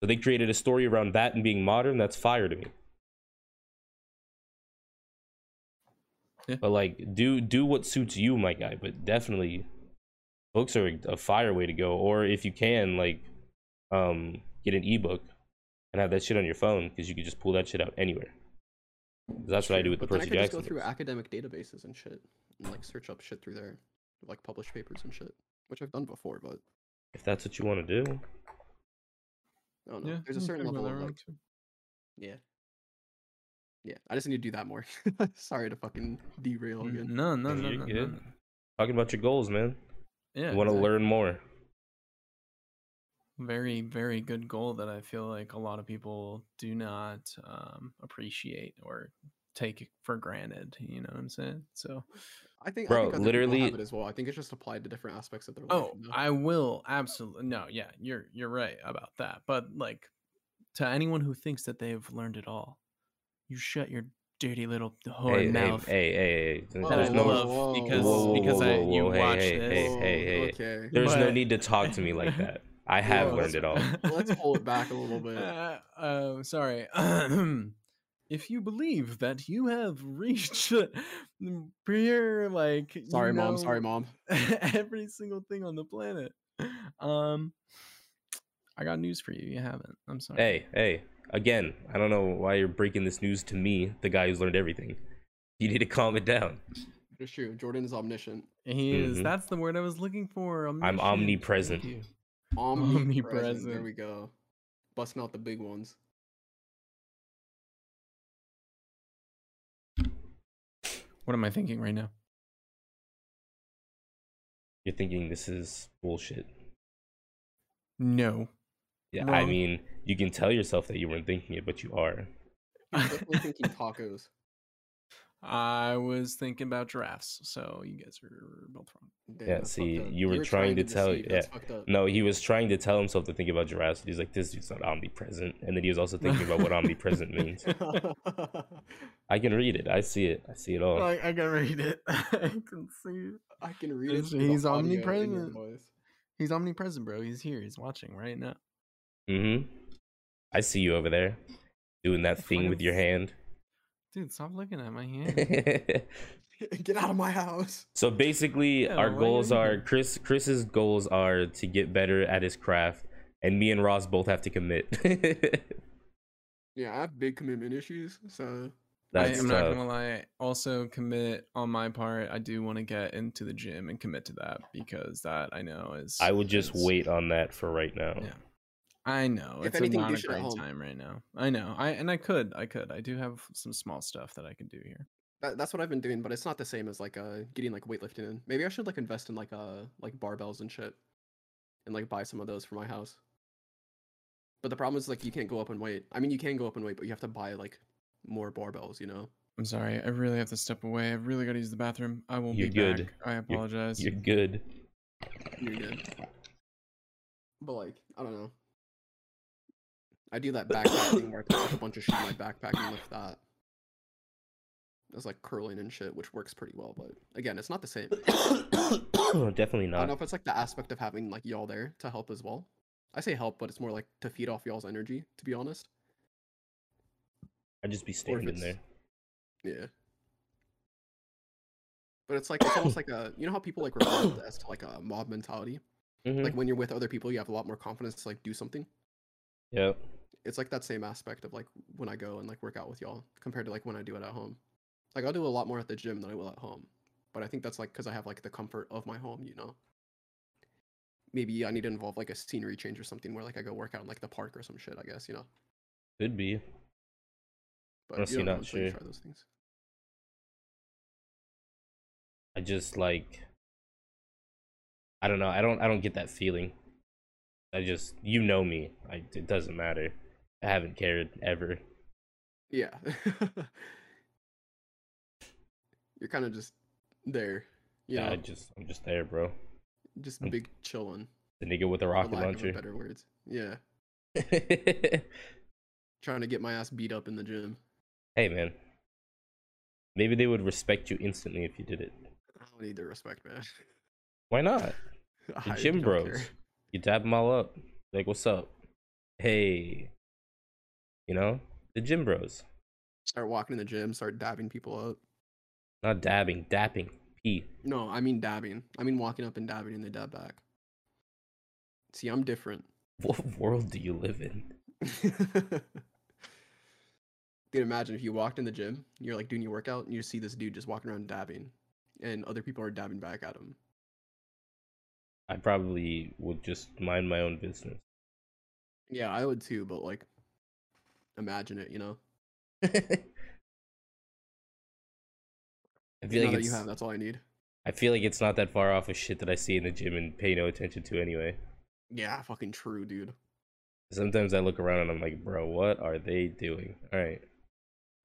A: So they created a story around that and being modern. That's fire to me.
B: Yeah.
A: But like, do do what suits you, my guy. But definitely, books are a, a fire way to go. Or if you can, like, um, get an ebook and have that shit on your phone because you can just pull that shit out anywhere. 'Cause That's what I do with the
C: but
A: Percy
C: then I could
A: Jackson.
C: just go through
A: books.
C: academic databases and shit, and like search up shit through there, like published papers and shit, which I've done before. But
A: if that's what you want to do.
C: I don't know. There's a certain level of like, yeah, yeah. I just need to do that more. [LAUGHS] Sorry to fucking derail
A: Mm.
C: again.
B: No, no, no,
A: You're
B: no, no,
A: good.
B: no.
A: Talking about your goals, man.
B: Yeah,
A: you want to
B: exactly.
A: learn more.
B: very very good goal that i feel like a lot of people do not um, appreciate or take for granted you know what i'm saying so
C: I think,
A: Bro,
C: I think other people
A: literally-
C: have it as well. I think it's just applied to different aspects of their life.
B: oh
C: you know?
B: i will absolutely no yeah you're you're right about that but like to anyone who thinks that they've learned it all you shut your dirty little whore
A: Hey, hey,
B: mouth
A: hey, hey, hey.
C: Whoa,
B: that
A: There's
B: I
A: no,
B: love
C: Whoa, whoa,
B: because
C: whoa,
B: because I,
A: whoa,
B: you
A: whoa, hey,
B: watch
A: hey,
B: this
A: hey, hey, hey.
C: okay.
A: there's no
B: but-
A: need to talk to me like that. I have
C: Whoa,
A: learned
C: that's-
A: it
B: [LAUGHS]
A: all.
C: [LAUGHS] Let's pull it back a little bit.
B: Uh, uh, sorry. [CLEARS THROAT] if you believe that you have reached pure, like you
C: Sorry, mom. Sorry,
B: know
C: mom.
B: [LAUGHS] every single thing on the planet, um, I got news for you. You haven't. I'm sorry.
A: Hey, hey. Again, I don't know why you're breaking this news to me, the guy who's learned everything. You need to calm it down.
C: It's true. Jordan is omniscient.
B: he is.
A: mhm.
B: That's the word I was looking for. omniscient. Thank
A: omnipresent.
B: you.
C: Omnipresent. There
B: Omnipresent.
C: we go. Busting out the big ones.
B: What am I thinking right now?
A: You're thinking this is bullshit.
B: No.
A: Yeah, I
B: Wrong.
A: mean, you can tell yourself that you weren't thinking it, but you are.
C: You're
B: [LAUGHS]
C: definitely thinking tacos.
B: I was thinking about giraffes, so you guys are both wrong.
C: Damn,
A: Yeah,
C: that's
A: see,
C: fucked up.
A: you were trying to tell-
C: deceive, that's
A: yeah.
C: fucked up.
A: No, he was trying to tell himself to think about Jurassic. He's like, this dude's not omnipresent. And then he was also thinking about what omnipresent means.
B: [LAUGHS]
A: I can read it. I see it. I see it all.
B: I, I can read
C: [LAUGHS]
B: it. I can see it.
C: [LAUGHS] I can read it.
B: He's-
C: through the
B: he's
C: audio in your
B: omnipresent.
C: voice. [LAUGHS]
B: He's omnipresent, bro. He's here. He's watching right now.
A: Mm-hmm. I see you over there doing that thing with your hand.
B: Dude, stop looking at
A: [LAUGHS]
B: my hand.
C: Get out of my house.
A: so basically,
B: Yeah,
A: our
B: why are
A: goals
B: you
A: are
B: here?
A: Chris. Chris's goals are to get better at his craft, and me and Ross both have to commit. [LAUGHS]
C: Yeah, I have big commitment issues, so
B: I,
A: That's
B: am not
A: uh,
B: gonna lie. Also, commit on my part. I do want to get into the gym and commit to that because that I know is.
A: I would just
B: is-
A: wait on that for right now.
B: Yeah. I know
C: If
B: it's
C: anything,
B: a
C: do
B: not a
C: shit at
B: great
C: home.
B: time right now. I know. I and I could. I could. I do have some small stuff that I can do here.
C: that, that's what I've been doing. But it's not the same as like uh getting like weightlifting in. Maybe I should like invest in like uh like barbells and shit, and like buy some of those for my house. But the problem is like you can't go up and weight. I mean, you can go up and weight, but you have to buy like more barbells. You know.
B: I'm sorry. I really have to step away. I really gotta use the bathroom. I will
A: You're
B: be
A: good.
B: back. I apologize.
A: You're
B: [COUGHS]
A: good. [COUGHS]
C: You're good. But like, I don't know. I do that backpack thing where I put like, a bunch of shit in my backpack and lift that. That's like curling and shit, which works pretty well. But again, it's not the same.
A: Definitely
C: I don't know
A: not.
C: if it's like the aspect of having like y'all there to help as well. I say help, but it's more like to feed off y'all's energy, to be honest.
A: I'd just be standing
C: it's-
A: there.
C: Yeah. But it's like it's almost like a you know how people like revolt as to like a mob mentality.
A: Mhm.
C: Like when you're with other people, you have a lot more confidence to like do something.
A: Yep.
C: it's like that same aspect of like when I go and like work out with y'all compared to like when I do it at home. Like I'll do a lot more at the gym than I will at home, but I think that's like because I have like the comfort of my home, you know. Maybe I need to involve like a scenery change or something where like I go work out in like the park or some shit. I guess you know.
A: Could be.
C: But
A: Honestly,
C: you don't know
A: not
C: until you
A: sure.
C: try those things.
A: I just like I don't know. I don't I don't get that feeling. I just you know me. I it doesn't matter. I haven't cared ever.
C: Yeah. [LAUGHS] You're kind of just there. You
A: Yeah,
C: know,
A: I just I'm just there, bro.
C: just
A: I'm-
C: big chillin'.
A: The nigga with a
C: for
A: rocket
C: lack of a
A: launcher.
C: better words. Yeah. Trying to get my ass beat up in the gym.
A: [LAUGHS] hey man. Maybe they would respect you instantly if you did it.
C: I don't need their respect, man.
A: Why not?
C: I
A: gym
C: don't
A: bros.
C: care.
A: You dab them all up. Like, what's up? Hey. You know? The gym bros.
C: Start walking in the gym, start dabbing people up.
A: Not dabbing, dapping. P. [LAUGHS]
C: No, I mean dabbing. I mean walking up and dabbing and they dab back. See, I'm different. [LAUGHS]
A: What world do you live in?
C: Dude, imagine if you walked in the gym, you're like doing your workout, and you see this dude just walking around dabbing, and other people are dabbing back at him.
A: I probably would just mind my own business.
C: [LAUGHS] Yeah, I would too, but like, imagine it, you know?
A: I feel
C: Now
A: like
C: that you
A: it's,
C: have, that's all I need.
A: I feel like it's not that far off of shit that I see in the gym and pay no attention to anyway.
C: Yeah, fucking true, dude.
A: Sometimes I look around and I'm like, bro, what are they doing? All right.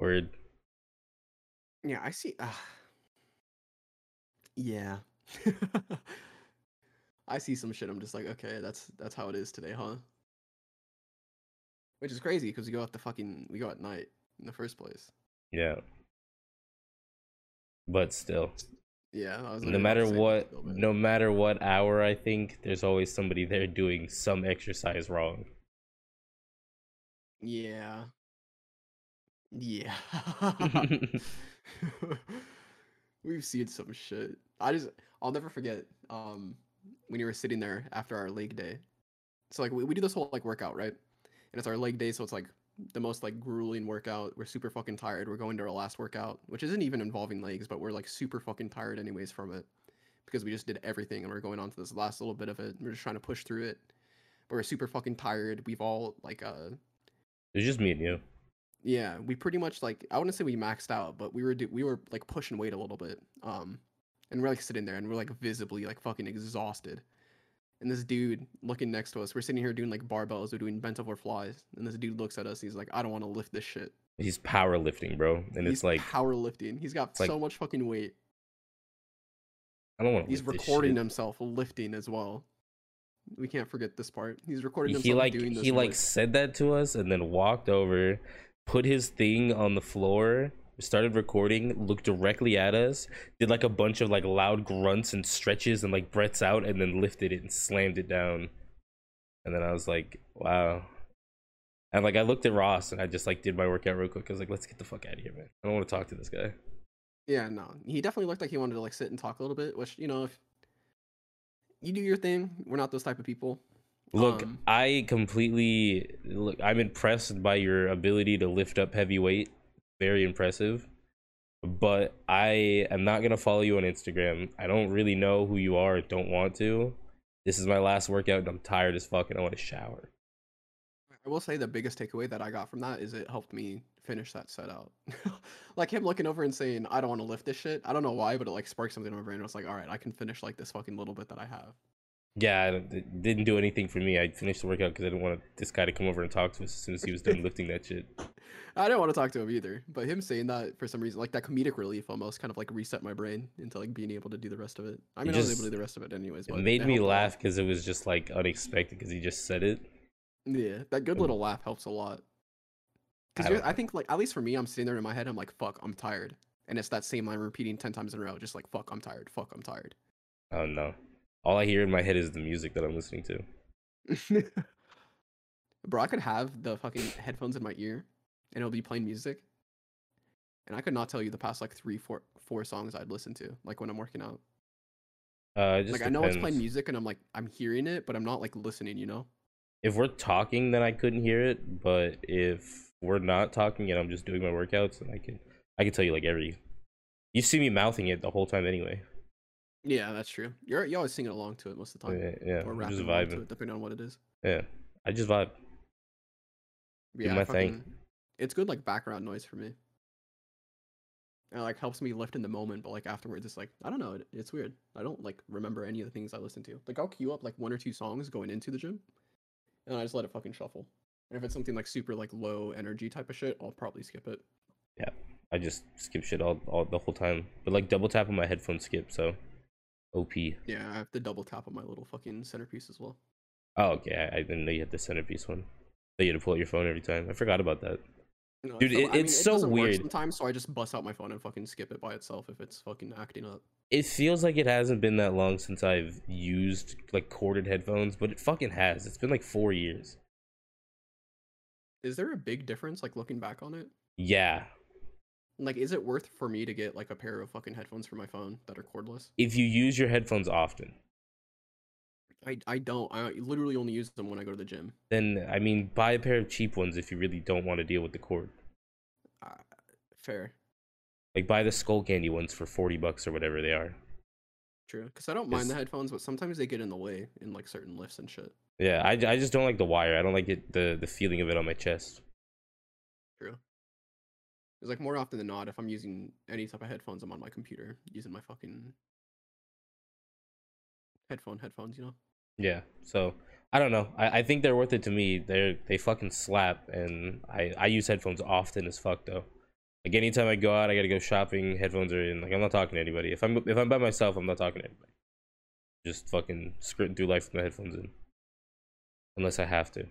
A: Word.
C: Yeah, I see. Uh, yeah. [LAUGHS] I see some shit. I'm just like, okay, that's that's how it is today, huh? Which is crazy because we go out the fucking we go at night in the first place.
A: Yeah. But still.
C: Yeah, I was
A: no
C: literally about to
A: matter
C: say,
A: what
C: still, man.
A: no matter what hour i think there's always somebody there doing some exercise
C: [LAUGHS]
A: wrong [LAUGHS]
C: Yeah. [LAUGHS] Yeah.
A: [LAUGHS]
C: [LAUGHS] We've seen some shit. I just I'll never forget um when you were sitting there after our leg day. So like we, we do this whole like workout, right? And it's our leg day, so it's like the most like grueling workout. We're super fucking tired. We're going to our last workout, which isn't even involving legs, but we're like super fucking tired anyways from it. Because we just did everything and we're going on to this last little bit of it. We're just trying to push through it. But we're super fucking tired. We've all like uh
A: it's just me and you
C: yeah, we pretty much like I wouldn't say we maxed out, but we were do- we were like pushing weight a little bit. Um, and we're like sitting there and we're like visibly like fucking exhausted. And this dude looking next to us, we're sitting here doing like barbells, we're doing bent over flies, and this dude looks at us. He's like, I don't want to lift this shit.
A: he's powerlifting bro and
C: he's
A: it's like
C: powerlifting. He's got
A: it's like-
C: so much fucking weight.
A: i don't want to
C: He's recording himself lifting as well. We can't forget this part. He's recording himself
A: he like
C: doing this.
A: he like
C: work.
A: said that to us and then walked over put his thing on the floor started recording looked directly at us did like a bunch of like loud grunts and stretches and like breaths out and then lifted it and slammed it down and then i was like wow and like i looked at ross and i just like did my workout real quick i was like let's get the fuck out of here man i don't want to talk to this guy
C: Yeah, no. He definitely looked like he wanted to like sit and talk a little bit, which you know, if you do your thing, we're not those type of people.
A: Look,
C: Um,
A: I completely look. I'm impressed by your ability to lift up heavy weight. Very impressive. But I am not gonna follow you on Instagram. I don't really know who you are. Don't want to. This is my last workout, and I'm tired as fuck, and I want to shower.
C: I will say the biggest takeaway that I got from that is it helped me finish that set out. [LAUGHS] like him looking over and saying, "I don't want to lift this shit." I don't know why, but it like sparked something in my brain. I was like, "All right, I can finish like this fucking little bit that I have."
A: Yeah, I don't- it didn't do anything for me. I finished the workout because I didn't want this guy to come over and talk to us as soon as he was done lifting that shit.
C: I didn't want to talk to him either, but him saying that for some reason, like that comedic relief, almost kind of like reset my brain into like being able to do the rest of it. I mean, I was able
A: just-
C: to do the rest of it anyways.
A: It
C: But
A: made me
C: helped a lot.
A: laugh because it was just like unexpected because he just said it.
C: Yeah, that good
A: Um,
C: little laugh helps a lot.
A: I
C: Because I,
A: don't-
C: think, like, at least for me, I'm sitting there in my head, I'm like, fuck, I'm tired. And it's that same line repeating 10 times in a row, just like, fuck, I'm tired, fuck, I'm tired.
A: Oh no! All I hear in my head is the music that I'm listening to.
C: Bro, I could have the fucking headphones in my ear and it'll be playing music. And I could not tell you the past, like, three, four, four songs I'd listen to, like, when I'm working out.
A: Uh, it just
C: Like, I know it's
A: depends.
C: playing music and I'm like, I'm hearing it, but I'm not, like, listening, you know?
A: if we're talking then i couldn't hear it but if we're not talking and i'm just doing my workouts then i can i can tell you like every you see me mouthing it the whole time anyway
C: Yeah, that's true. You're, you're always singing along to it most of the time.
A: yeah, yeah
C: Or
A: I'm
C: rapping
A: just
C: along to
A: vibing
C: it, depending on what it is.
A: yeah i just vibe Do my thing.
C: It's good like background noise for me. And it, like helps me lift in the moment, but like afterwards, it's like I don't know. It, it's weird. I don't like remember any of the things I listen to. Like I'll queue up like one or two songs going into the gym, and I just let it fucking shuffle. And if it's something like super like low energy type of shit, I'll probably skip it.
A: I just skip shit all, all the whole time. But like double tap on my headphone skip, so OP.
C: Yeah, I have to double tap on my little fucking centerpiece as well.
A: Oh okay, I, I didn't know you had the centerpiece one. But you had to pull out your phone every time. I forgot about that.
C: No,
A: Dude,
C: so-
A: it- it's so
C: doesn't work
A: weird.
C: sometimes, so I just bust out my phone and fucking skip it by itself if it's fucking acting up.
A: It feels like it hasn't been that long since I've used like corded headphones, but it fucking has. It's been like four years.
C: Is there a big difference like looking back on it?
A: Yeah.
C: Like, is it worth for me to get like a pair of fucking headphones for my phone that are cordless?
A: If you use your headphones often,
C: I I don't. I literally only use them when I go to the gym.
A: then I mean buy a pair of cheap ones if you really don't want to deal with the cord.
C: Uh, fair,
A: Like buy the skull candy ones for forty bucks or whatever they are.
C: true. Because I don't mind the
A: Yes.
C: headphones, but sometimes they get in the way in like certain lifts and shit.
A: Yeah, I, I just don't like the wire. I don't like it the the feeling of it on my chest.
C: True. It's like more often than not, if I'm using any type of headphones, I'm on my computer using my fucking headphone headphones. You know.
A: Yeah. So I don't know. I, I think they're worth it to me. They're they fucking slap, and I I use headphones often as fuck though. Like anytime I go out, I gotta go shopping. Headphones are in. Like I'm not talking to anybody. If I'm if I'm by myself, I'm not talking to anybody. Just fucking skirting through life with my headphones in, unless I have to.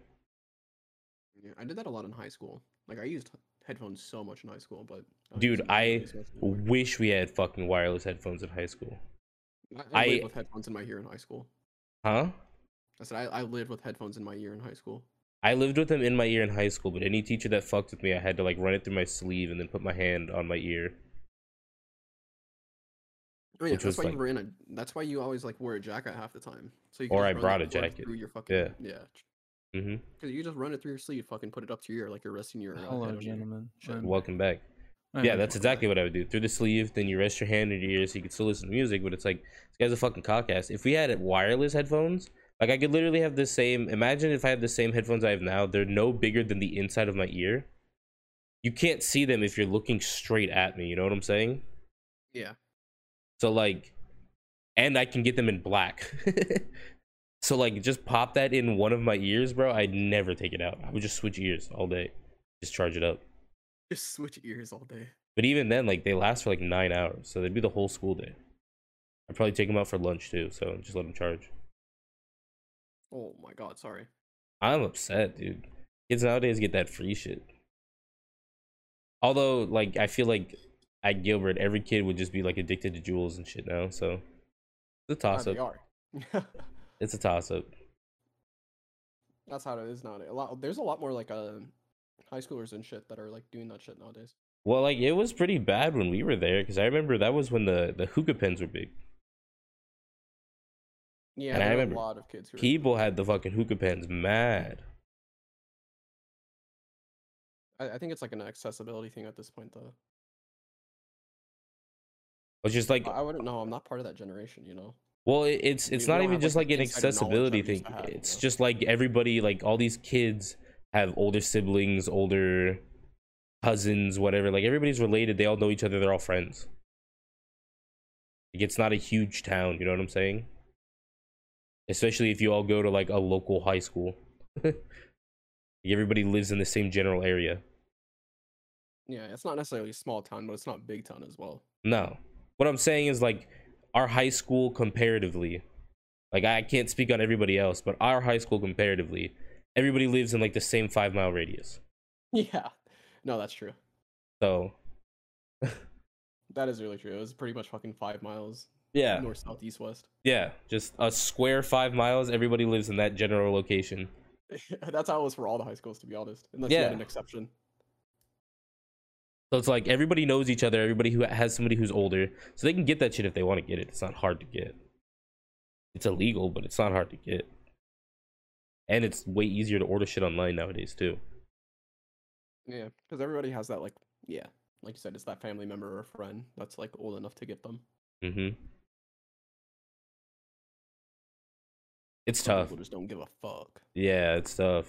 C: Yeah, I did that a lot in high school. Like I used headphones so much in high school, but I
A: Dude,
C: use them
A: I
C: really so much anymore.
A: Wish we had fucking wireless headphones in high school,
C: I, I
A: I-
C: lived with headphones in my ear in high school.
A: huh?
C: I said I, I lived with headphones in my ear in high school.
A: I lived with them in my ear in high school, but any teacher that fucked with me, I had to like run it through my sleeve and then put my hand on my ear.
C: Oh yeah,
A: Which was
C: that's why
A: like-
C: you ran a. That's why you always like wear a jacket half the time. So you
A: Or
C: just
A: I
C: run that
A: brought a
C: cord
A: jacket.
C: Through your fucking,
A: Yeah.
C: yeah,
A: hmm
C: because you just run it through your sleeve, fucking put it up to your ear like you're resting your. uh,
B: [LAUGHS] Hello,
C: head on your-
B: gentlemen.
C: shit.
B: I'm-
A: Welcome back.
B: I'm
A: Yeah,
B: back.
A: that's exactly what I would do. Through the sleeve, then you rest your hand in your ear so you can still listen to music, but it's like this guy's a fucking cockass. If we had wireless headphones, like I could literally have the same imagine if I had the same headphones I have now, they're no bigger than the inside of my ear. You can't see them if you're looking straight at me, you know what I'm saying?
C: Yeah. [LAUGHS]
A: So like and I can get them in black. [LAUGHS] so like just pop that in one of my ears, bro. I'd never take it out. I would just switch ears all day. Just charge it up.
C: Just switch ears all day.
A: But even then, like they last for like nine hours, so they'd be the whole school day. I'd probably take them out for lunch too, so just let them charge.
C: Oh my god, sorry.
A: I'm upset, dude. Kids nowadays get that free shit. Although, like, I feel like at Gilbert, every kid would just be like addicted to jewels and shit now. So it's a
C: Ah,
A: toss
C: they
A: up.
C: are. [LAUGHS]
A: It's a toss up.
C: that's how it is nowadays. A lot. There's a lot more like uh, high schoolers and shit that are like doing that shit nowadays.
A: Well, like it was pretty bad when we were there because I remember that was when the the hookah pens were big.
C: Yeah,
A: And I
C: there are a
A: remember
C: lot of kids who are doing
A: People had the fucking hookah pens mad.
C: I, I think it's like an accessibility thing at this point, though.
A: It's just like
C: I I wouldn't know. I'm not part of that generation, you know.
A: Well, it- it's
C: We-
A: it's
C: we
A: not
C: don't
A: even
C: have,
A: just
C: like,
A: like
C: the
A: an
C: insider knowledge
A: accessibility
C: that we used
A: thing.
C: to have, you
A: It's
C: know?
A: just like everybody, like all these kids have older siblings, older cousins, whatever. Like everybody's related. They all know each other. They're all friends. Like it's not a huge town. You know what I'm saying? Especially if you all go to like a local high school. [LAUGHS] Like, everybody lives in the same general area.
C: Yeah, it's not necessarily small town, but it's not big town as well.
A: No. What I'm saying is like our high school comparatively. Like I can't speak on everybody else, but our high school comparatively, everybody lives in like the same five mile radius.
C: [LAUGHS] Yeah, no, that's true.
A: So
C: That is really true. It was pretty much fucking five miles
A: yeah,
C: north, south, east, west. [LAUGHS]
A: yeah, just a square five miles. Everybody lives in that general location.
C: that's how it was for all the high schools, to be honest. Unless you had
A: Yeah.
C: an exception.
A: So it's like everybody knows each other. Everybody who has somebody who's older, so they can get that shit if they want to get it. It's not hard to get. It's illegal, but it's not hard to get. And it's way easier to order shit online nowadays too.
C: Yeah, because everybody has that like yeah, like you said, it's that family member or friend that's like old enough to get them.
A: hmm
C: Mm-hmm.
A: It's
C: Some
A: tough.
C: People just don't give a fuck.
A: Yeah, it's tough.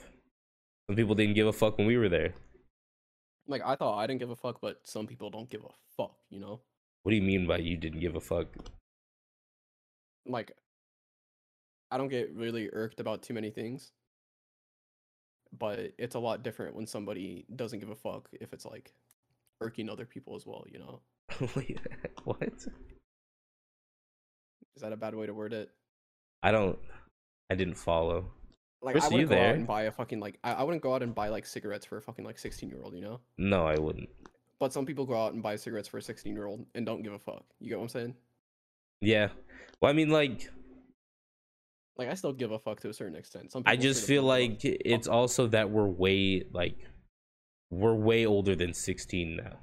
A: Some people didn't give a fuck when we were there.
C: Like I thought I didn't give a fuck, but some people don't give a fuck. You know,
A: What do you mean by you didn't give a fuck? [LAUGHS]
C: like I don't get really irked about too many things. but it's a lot different when somebody doesn't give a fuck if it's like irking other people as well, you know?
A: Wait, [LAUGHS] what?
C: Is that a bad way to word it?
A: I don't. I didn't follow.
C: Like
A: Chris,
C: I
A: are you
C: wouldn't go
A: there?
C: out and buy a fucking like I, I wouldn't go out and buy like cigarettes for a fucking like sixteen year old, you know?
A: No, I wouldn't.
C: But some people go out and buy cigarettes for a sixteen year old and don't give a fuck. You get what I'm saying?
A: Yeah. Well, I mean, like,
C: Like I still give a fuck to a certain extent. Some
A: I
C: people
A: just
C: straight
A: feel
C: up don't give
A: like it's also that we're way like we're way older than 16 now.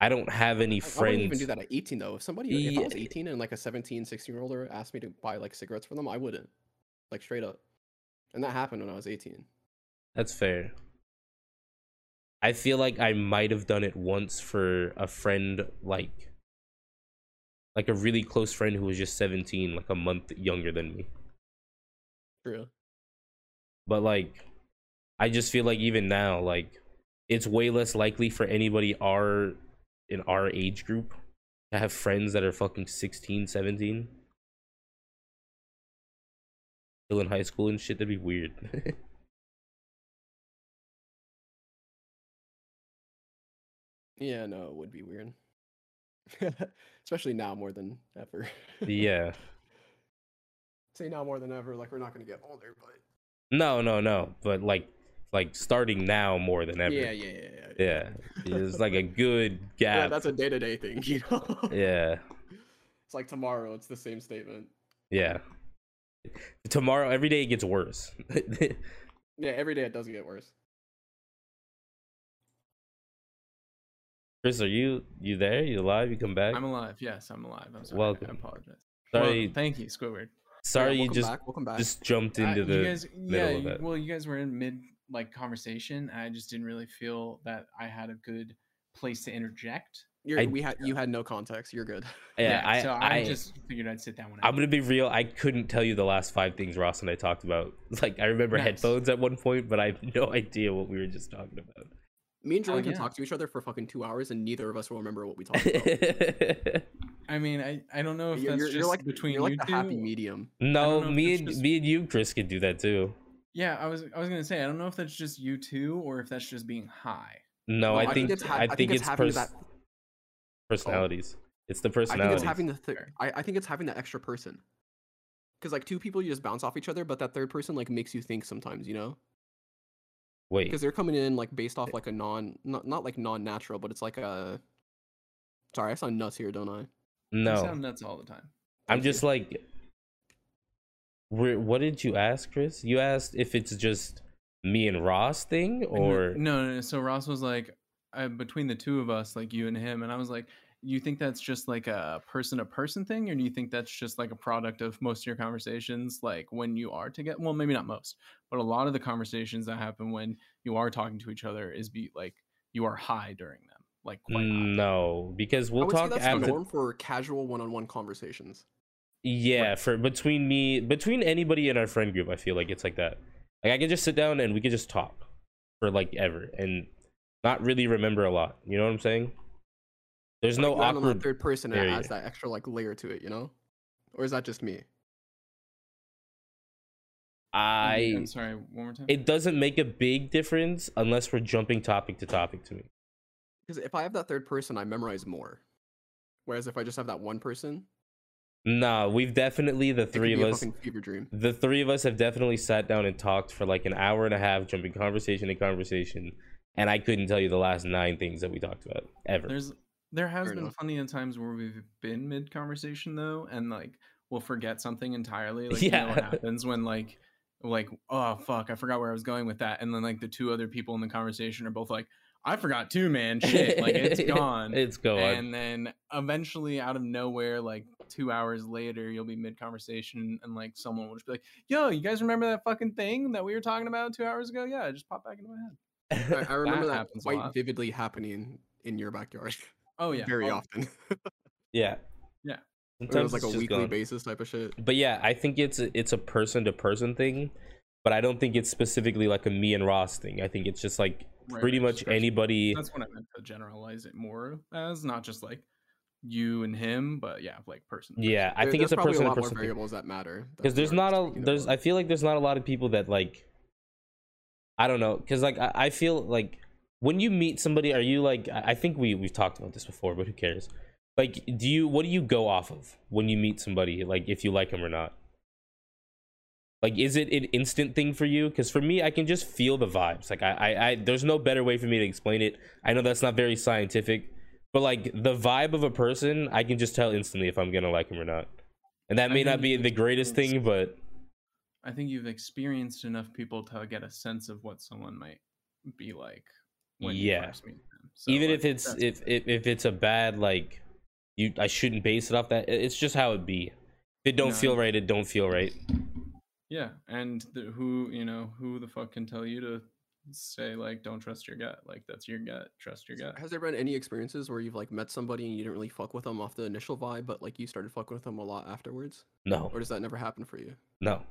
A: I don't have any
C: a fuck. I, I wouldn't even do
A: friends.
C: that at 18 though. If somebody if I was
A: Yeah.
C: 18 and like a 17, 16 year old asked me to buy like cigarettes for them, I wouldn't. Like straight up. And that happened when I was 18.
A: That's fair. I feel like I might have done it once for a friend like like a really close friend who was just 17, like a month younger than me.
C: True.
A: But like I just feel like even now like it's way less likely for anybody our in our age group to have friends that are fucking 16, 17. Still in high school and shit that'd be weird.
C: Yeah, no, it would be weird. [LAUGHS] Especially now more than ever.
A: yeah.
C: [LAUGHS] Say now more than ever, like we're not gonna get older, but
A: No, no, no. But like like starting now more than ever.
C: yeah, yeah, yeah, yeah.
A: Yeah. It's like a
B: [LAUGHS]
A: good
C: [LAUGHS] Yeah,
A: gap.
C: that's a day to day thing, [LAUGHS] you know.
A: yeah.
C: It's like tomorrow, it's the same statement.
A: Yeah. Tomorrow every day it gets worse. [LAUGHS]
C: Yeah, every day it does get worse.
A: Chris, are you you there? You alive? You come back?
B: I'm alive. Yes, I'm alive. I'm sorry.
A: Welcome.
B: I apologize. Well,
A: sorry,
B: thank you, Squidward.
A: sorry,
C: yeah,
A: you
C: welcome
A: just
C: back, welcome back.
A: just jumped
B: I-
A: into the.
B: you guys, yeah,
A: of
B: you-
A: it.
B: well, you guys were in mid like conversation. I just didn't really feel that I had a good place to interject.
C: You're,
A: I-
C: we had you had no context. You're good.
A: yeah, I,
B: so
A: I,
B: I, just figured I'd sit that one.
A: I'm gonna be real. I couldn't tell you the last five things Ross and I talked about. [LAUGHS] Like I remember
B: Nice.
A: headphones at one point, but I have no idea what we were just talking
B: [LAUGHS]
A: about.
C: Me and
B: Oh,
C: Jordan
B: yeah.
C: can talk to each other for fucking two hours, and neither of us will remember what
B: [LAUGHS]
C: we talked about. You're-
B: I mean, I, I don't know if
C: you're,
B: that's
C: you're
B: just
C: like
B: between
C: you're like
B: you
C: the
B: two.
C: happy medium.
A: no,
B: know if
A: me
B: it's
A: and
B: just-
A: me and you, Chris, could do that too.
B: Yeah, I was I was gonna say I don't know if that's just you two or if that's just being high.
A: No,
C: No,
A: I, think,
C: it's ha-
A: I think it's
C: having
A: pers-
C: that.
A: personalities. It's the
C: I think it's
A: personalities.
C: having the. Th-
B: Fair.
C: I, I think it's having that extra person. Because like two people, you just bounce off each other, but that third person like makes you think sometimes, you know?
A: Wait,
C: Because they're coming in like based off like a non, not not like non-natural, but it's like a. Sorry, I sound nuts here, don't I?
B: I
A: no,
B: sound nuts all the time.
A: I'm
C: Thank you.
A: just like, we're, what did you ask, Chris? You asked if it's just me and Ross thing,
B: And
A: or
B: no, no, no. So Ross was like, uh, between the two of us, like you and him, and I was like, you think that's just like a person to person thing, or do you think that's just like a product of most of your conversations, like when you are together? Well, maybe not most, but a lot of the conversations that happen when you are talking to each other is be like you are high during them, like quite high.
A: Mm, no, because we'll
C: I would
A: talk
C: say that's
A: after.
C: the norm for casual one-on-one conversations.
A: Yeah, for between me, between anybody in our friend group, I feel like it's like that. Like I can just sit down and we could just talk for like ever and not really remember a lot. You know what I'm saying? There's no
C: Not on that
A: Oh, awkward.
C: third person, it
A: area.
C: adds that extra like layer to it, you know? Or is that just me?
A: I.
B: I'm sorry, one more time.
A: It doesn't make a big difference unless we're jumping topic to topic to me.
C: Because if I have that third person, I memorize more. Whereas if I just have that one person,
A: Nah, we've definitely the
C: it could
A: three of
C: be a
A: us.
C: fucking
A: [LAUGHS]
C: fever dream.
A: the three of us have definitely sat down and talked for like an hour and a half, jumping conversation to conversation, and I couldn't tell you the last nine things that we talked about ever.
B: There's there has
C: Fair
B: been
C: enough.
B: plenty of times where we've been mid conversation though, and like we'll forget something entirely. Like you know what
A: Yeah.
B: happens when like like oh fuck, I forgot where I was going with that, and then like the two other people in the conversation are both like, I forgot too, man. Shit, like it's gone.
A: it's gone.
B: and then eventually, out of nowhere, like two hours later, you'll be mid conversation, and like someone will just be like, "Yo, you guys remember that fucking thing that we were talking about two hours ago? Yeah, it just popped back into my head."
C: I, I remember that,
B: happens a lot.
C: quite vividly happening in your backyard [LAUGHS]
B: Oh yeah,
C: very
B: all-
C: often.
A: [LAUGHS]
C: [LAUGHS]
A: yeah,
B: Yeah.
C: it was like
A: it's
C: a
A: just
C: weekly
A: gone.
C: basis type of shit.
A: But yeah, I think it's a, it's a person to person thing, but I don't think it's specifically like a me and Ross thing. I think it's just like
B: right,
A: pretty
B: right,
A: much
B: discretion.
A: anybody.
B: that's what I meant to generalize it more as, not just like you and him, but yeah, like person. to
A: Yeah, I
C: There-
A: think it's
C: there's
A: a
C: probably
A: person
C: a
A: to
C: lot more
A: person thing.
C: variables that matter. that
A: because
C: we
A: there's
C: aren't
A: not a
C: speaking
A: there's
C: about.
A: i feel like there's not a lot of people that like I don't know, cause like I, I feel like when you meet somebody, are you like I I think we we've talked about this before, but who cares? Like, do you what do you go off of when you meet somebody? Like, if you like them or not? Like, is it an instant thing for you? Because for me, I can just feel the vibes. Like, I, I, I there's no better way for me to explain it. I know that's not very scientific, but like the vibe of a person, I can just tell instantly if I'm gonna like them or not. And that
B: I
A: may not
B: think
A: be the greatest
B: it's-
A: thing, but
B: I think you've experienced enough people to get a sense of what someone might be like when you
A: Yeah.
B: first meet them. So,
A: even
B: I
A: if
B: think
A: it's
B: that's
A: if, if if it's a bad like you i shouldn't base it off that It- it's just how it be if it don't
B: No,
A: feel
B: I-
A: right it don't feel right
B: Yeah, and the, who you know who the fuck can tell you to say like don't trust your gut? Like that's your gut. Trust your gut.
C: Has there been any experiences where you've like met somebody and you didn't really fuck with them off the initial vibe, but like you started fucking with them a lot afterwards?
A: no
C: Or does that never happen for you?
A: no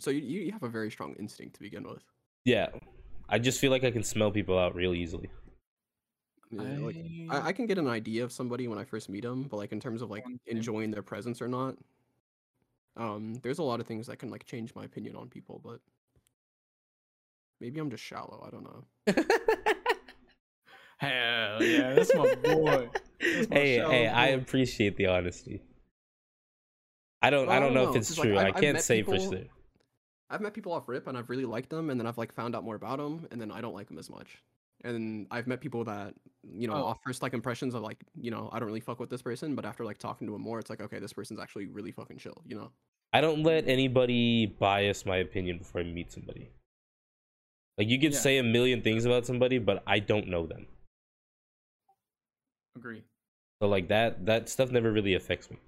C: So you, you you have a very strong instinct to begin with.
A: yeah i just feel like i can smell people out real easily
C: Yeah, like, I, [LAUGHS] I can get an idea of somebody when I first meet them, but like in terms of like
B: One thing.
C: enjoying their presence or not, um, there's a lot of things that can like change my opinion on people, but maybe I'm just shallow. I don't know.
B: Hell yeah, that's my boy.
A: hey
B: my shallow
A: hey i
B: boy.
A: appreciate the honesty i don't
C: Well,
A: i don't know, if it's
C: 'cause, like,
A: true
C: I've-
A: i
C: I've
A: can't
C: met
A: say
C: people-
A: for sure
C: I've met people off rip and I've really liked them, and then I've like found out more about them, and then I don't like them as much. And I've met people that you know
B: Oh.
C: off first like impressions of like you know I don't really fuck with this person, but after like talking to them more, it's like okay, this person's actually really fucking chill, you know.
A: I don't let anybody bias my opinion before I meet somebody. Like you could
B: Yeah.
A: say a million things about somebody, but I don't know them.
B: Agree.
A: So like that that stuff never really affects me.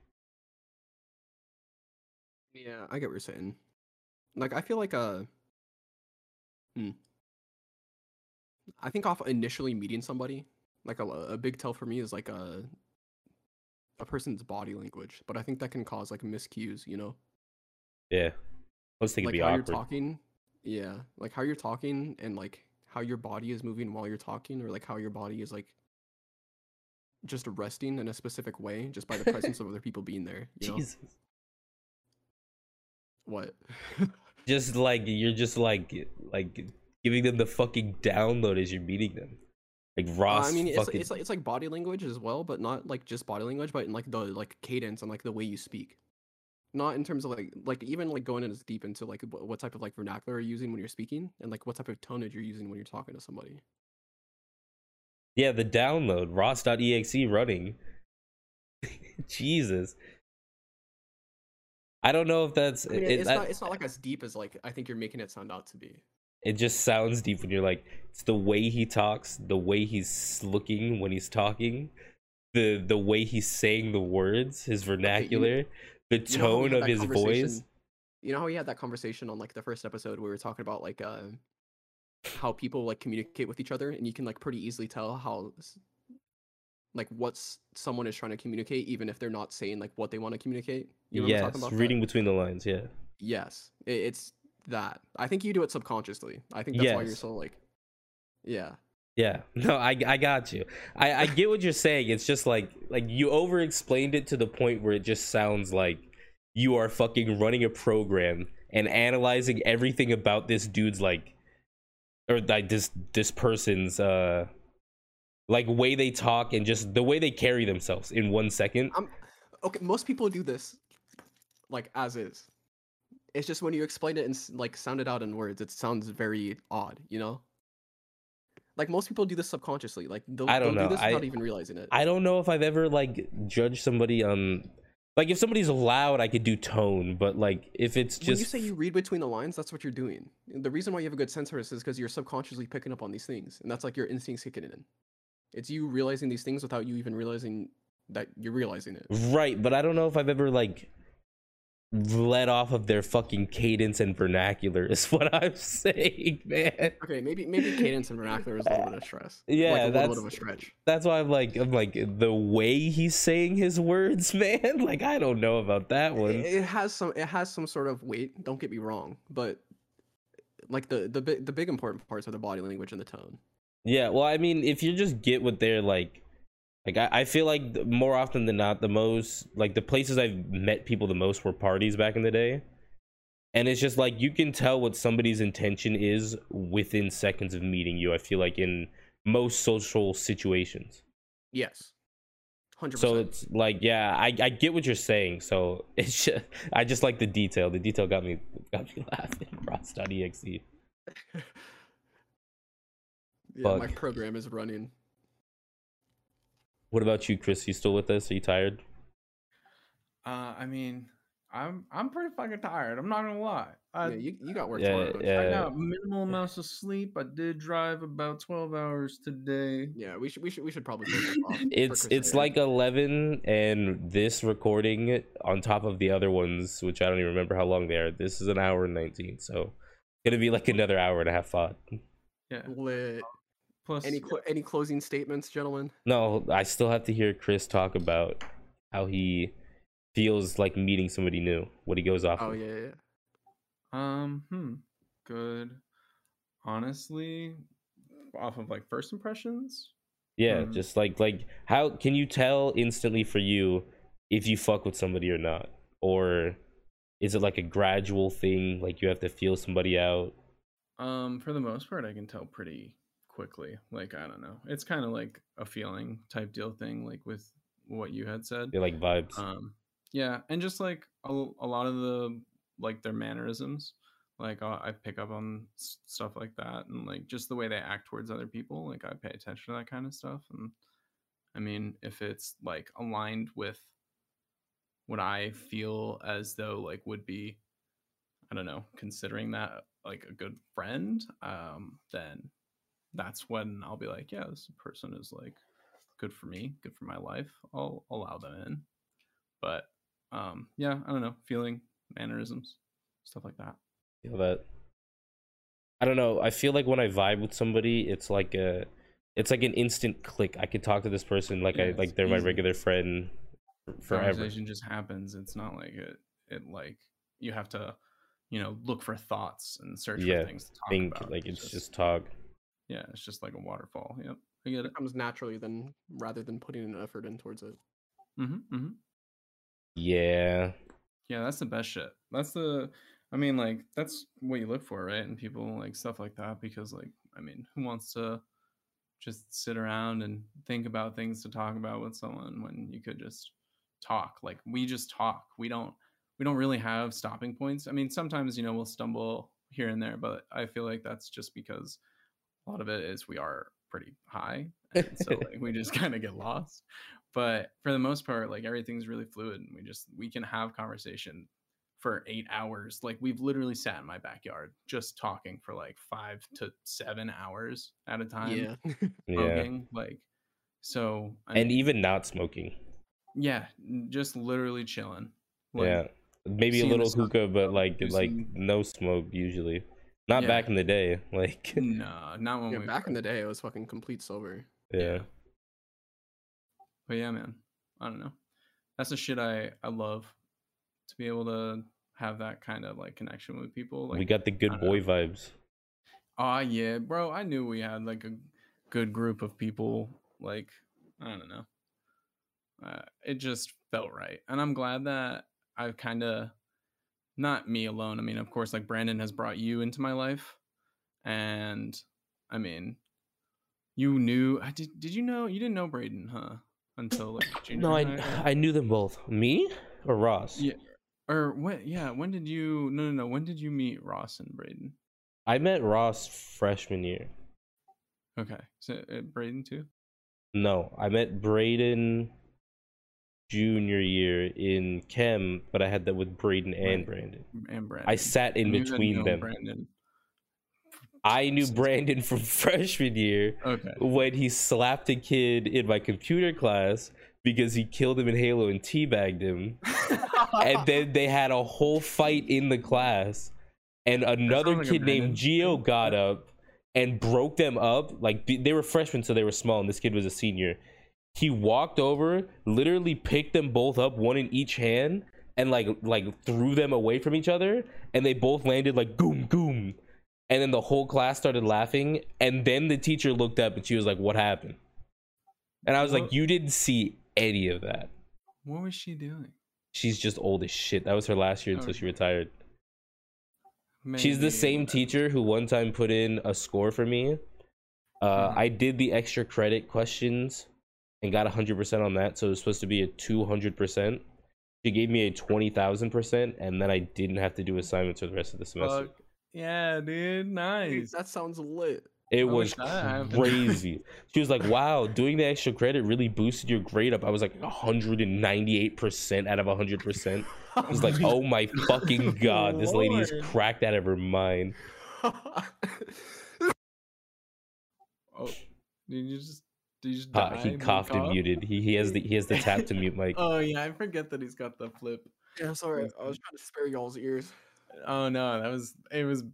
C: Yeah, I get what you're saying. Like I feel like uh hmm. I think off initially meeting somebody, like a, a big tell for me is like a a person's body language, but I think that can cause like miscues, you know.
A: Yeah. Let's think
C: like
A: it'd be
C: how
A: awkward.
C: you're talking. Yeah, like how you're talking and like how your body is moving while you're talking or like how your body is like just resting in a specific way just by the
A: [LAUGHS]
C: presence of other people being there, you know.
A: Jesus.
C: What?
A: [LAUGHS] Just like you're just like like giving them the fucking download as you're meeting them. Like
C: Uh,
A: Ross
C: I mean, it's,
A: fucking
C: it's like it's like body language as well, but not like just body language, but in like the like cadence and like the way you speak. Not in terms of like like even like going as deep into like wh- what type of like vernacular you're using when you're speaking and like what type of tonnage you're using when you're talking to somebody.
A: Yeah, the download, Ross.exe running. [LAUGHS] Jesus. I don't know if that's
C: I mean,
A: it-
C: it's
A: I-
C: not it's not like as deep as like I think you're making it sound out to be.
A: it just sounds deep when you're like it's the way he talks the way he's looking when he's talking the the way he's saying the words his vernacular the
C: You know how we
A: tone
C: had
A: of
C: that
A: his voice
C: conversation- You know how we had that conversation on like the first episode where we were talking about like uh how people like communicate with each other and you can like pretty easily tell how s- like what s- someone is trying to communicate even if they're not saying like what they want to communicate. You remember
A: yes
C: talking about that?
A: reading between the lines yeah
C: Yes. i- it's that. I think you do it subconsciously. I think that's why you're
A: Yes.
C: so like Yeah.
A: yeah [LAUGHS] no i i got you i i get what you're saying it's just like like you over explained it to the point where it just sounds like you are fucking running a program and analyzing everything about this dude's like or like this this person's uh like way they talk and just the way they carry themselves in one second
C: I'm okay. Most people do this, like as is. It's just when you explain it and s- like sound it out in words, it sounds very odd, you know. Like most people do this subconsciously. Like they'll,
A: I don't
C: they'll
A: know,
C: do this without
A: I-
C: even realizing it.
A: i don't know if i've ever like judged somebody on like if somebody's loud i could do tone but like if it's
C: when
A: just
C: you say you read between the lines, that's what you're doing. The reason why you have a good sense for this is because you're subconsciously picking up on these things, and that's like your instincts kicking in. It's you realizing these things without you even realizing that you're realizing it.
A: Right, but I don't know if I've ever like let off of their fucking cadence and vernacular is [LAUGHS] what I'm saying, man.
C: Okay, maybe maybe cadence and vernacular is a little bit of stress.
A: Yeah,
C: like a little
A: that's-
C: bit of a stretch.
A: That's why I'm like I'm like the way he's saying his words, [LAUGHS] man. Like I don't know about that
C: it,
A: one.
C: it has some it has some sort of weight don't get me wrong but like the the big the big important parts are the body language and the tone
A: Yeah, well, I mean, if you just get what they're like, like I, I feel like th- more often than not, the most like the places I've met people the most were parties back in the day, and it's just like you can tell what somebody's intention is within seconds of meeting you i feel like in most social situations
C: Yes. 100%.
A: so it's like yeah i, I get what you're saying so [LAUGHS] it's just, i just like the detail the detail got me got me [LAUGHS] laughing Ross.exe.
C: yeah, my
A: fuck.
C: program is running.
A: what about you chris you still with us are you tired
B: Uh, I mean, I'm I'm pretty fucking tired. I'm not gonna lie. I,
C: yeah, you, you got work
A: yeah,
C: tomorrow. don't you?
A: yeah.
B: I got minimal amounts of sleep. I did drive about twelve hours today.
C: Yeah, we should we should we should probably
A: [LAUGHS]
C: take that off for
A: it's it's
C: Crusader.
A: like 11 and this recording on top of the other ones which i don't even remember how long they are this is an hour and 19 so gonna be like another hour and a half pod
B: Yeah.
C: Lit.
B: Plus,
C: Any clo- any closing statements, gentlemen?
A: no i still have to hear chris talk about how he feels like meeting somebody new what he goes off
C: Oh
A: of.
C: yeah, yeah, yeah.
B: um, hmm, good. Honestly, off of like first impressions,
A: yeah
C: Mm-hmm.
B: Mhm.
A: just like like how can you tell instantly for you if you fuck with somebody or not or is it like a gradual thing like you have to feel somebody out
B: Um, for the most part, I can tell pretty quickly. Like, I don't know. It's kind of like a feeling type deal thing, like with what you had said.
A: they like vibes
B: Um, yeah, and just like a, l- a lot of the like their mannerisms, like uh, I I pick up on s- stuff like that, and like just the way they act towards other people. Like I pay attention to that kind of stuff, and I mean, if it's like aligned with what I feel as though like would be, I don't know, considering that like a good friend, um, then that's when I'll be like, yeah, this person is like good for me, good for my life. I'll allow them in. But um, yeah, I don't know, feeling, mannerisms, stuff like that.
A: feel that i don't know i feel like when i vibe with somebody it's like a it's like an instant click i could talk to this person like i
B: Yeah, it's
A: like they're my
B: easy.
A: regular friend f- forever
B: Conversation just happens. It's not like it. It like you have to, you know, look for thoughts and search
A: Yeah,
B: for things to talk
A: think
B: about.
A: like it's just talk
B: yeah, it's just like a waterfall. Yep, I get it.
C: It comes naturally then rather than putting an effort in towards it.
B: hmm hmm
A: yeah
B: Yeah, that's the best shit. That's the, I mean, like that's what you look for, right? And people like stuff like that because, like, I mean, who wants to just sit around and think about things to talk about with someone when you could just talk? Like, we just talk. We don't, we don't really have stopping points. I mean, sometimes you know we'll stumble here and there, but I feel like that's just because a lot of it is we are pretty high, and so like we just kind of get lost but for the most part like everything's really fluid and we just we can have conversation for eight hours like we've literally sat in my backyard just talking for like five to seven hours at a time
C: yeah.
A: yeah
B: smoking like so I
A: and e
B: mean,
A: even not smoking
B: yeah n- just literally chilling like,
C: [LAUGHS]
A: yeah maybe a
B: seeing the
A: little
B: sun
A: hookah but like
B: do
A: like
B: some-
A: no smoke usually not
B: Yeah.
A: back in the day [LAUGHS] like
B: nah not when
C: yeah,
B: we
C: back in the day, I was fucking complete sober.
A: yeah
B: But yeah, man, I don't know. That's the shit I I love to be able to have that kind of like connection with people. Like
A: we got the
B: I
A: good
B: don't know.
A: boy vibes
B: Oh yeah, bro. I knew we had like a good group of people. Like I don't know, uh, it just felt right, and I'm glad that I've kind of not me alone. I mean, of course, like Brandon has brought you into my life, and I mean, you knew. I did. Did you know? You didn't know Braden, huh? Until
A: [COUGHS]
B: like junior
A: no i
B: high?
A: i knew them both me or ross
B: Yeah. or when? Yeah, when did you? No, no, no. When did you meet Ross and Braden?
A: i met ross freshman year
B: Okay, so uh, Braden too.
A: No, I met Braden junior year in chem, but I had that with Braden and
B: Right.
A: Brandon.
B: and Brandon.
A: I sat in
B: You had
A: between
B: known
A: them.
B: Brandon.
A: I knew Brandon from [LAUGHS] freshman year
B: Okay.
A: when he slapped a kid in my computer class because he killed him in Halo and teabagged
B: [LAUGHS]
A: him. And then they had a whole fight in the class, and another
B: like a
A: kid named
B: Brandon
A: Geo
B: thing.
A: got up and broke them up. Like th- they were freshmen, so they were small, and this kid was a senior. He walked over, literally picked them both up, one in each hand, and like like threw them away from each other, and they both landed like goom goom. And then the whole class started laughing, and then the teacher looked up and she was like, "What happened?" And I was like,
B: What-
A: "You didn't see any of that."
B: What was she doing?
A: She's just old as shit. That was her last year until
B: Oh.
A: she retired. She's
B: Maybe,
A: the same
B: but-
A: teacher who one time put in a score for me. Uh,
B: Mm-hmm.
A: I did the extra credit questions and got 100% on that, so it was supposed to be a 200%. She gave me a 20,000%, and then I didn't have to do assignments for the rest of the semester.
B: Fuck. Yeah, dude.
C: Dude,
B: Nice.
C: that sounds lit. [LAUGHS]
A: it
B: I
A: was
B: wish I happened. [LAUGHS]
A: crazy. she was like, wow, doing the extra credit really boosted your grade up. I was like 198% out of 100%. I was
B: [LAUGHS]
A: like, oh my fucking god, this lady is
B: Lord.
A: cracked out of her mind.
B: Oh, did you just did you just
A: Uh,
B: die?
A: he
B: and
A: coughed and
B: cough?
A: muted. He, he has the he has the tap to mute mic.
B: [LAUGHS] Oh yeah, I forget that he's got the flip.
C: yeah, sorry. I was trying to spare y'all's ears.
B: Oh no, that was it was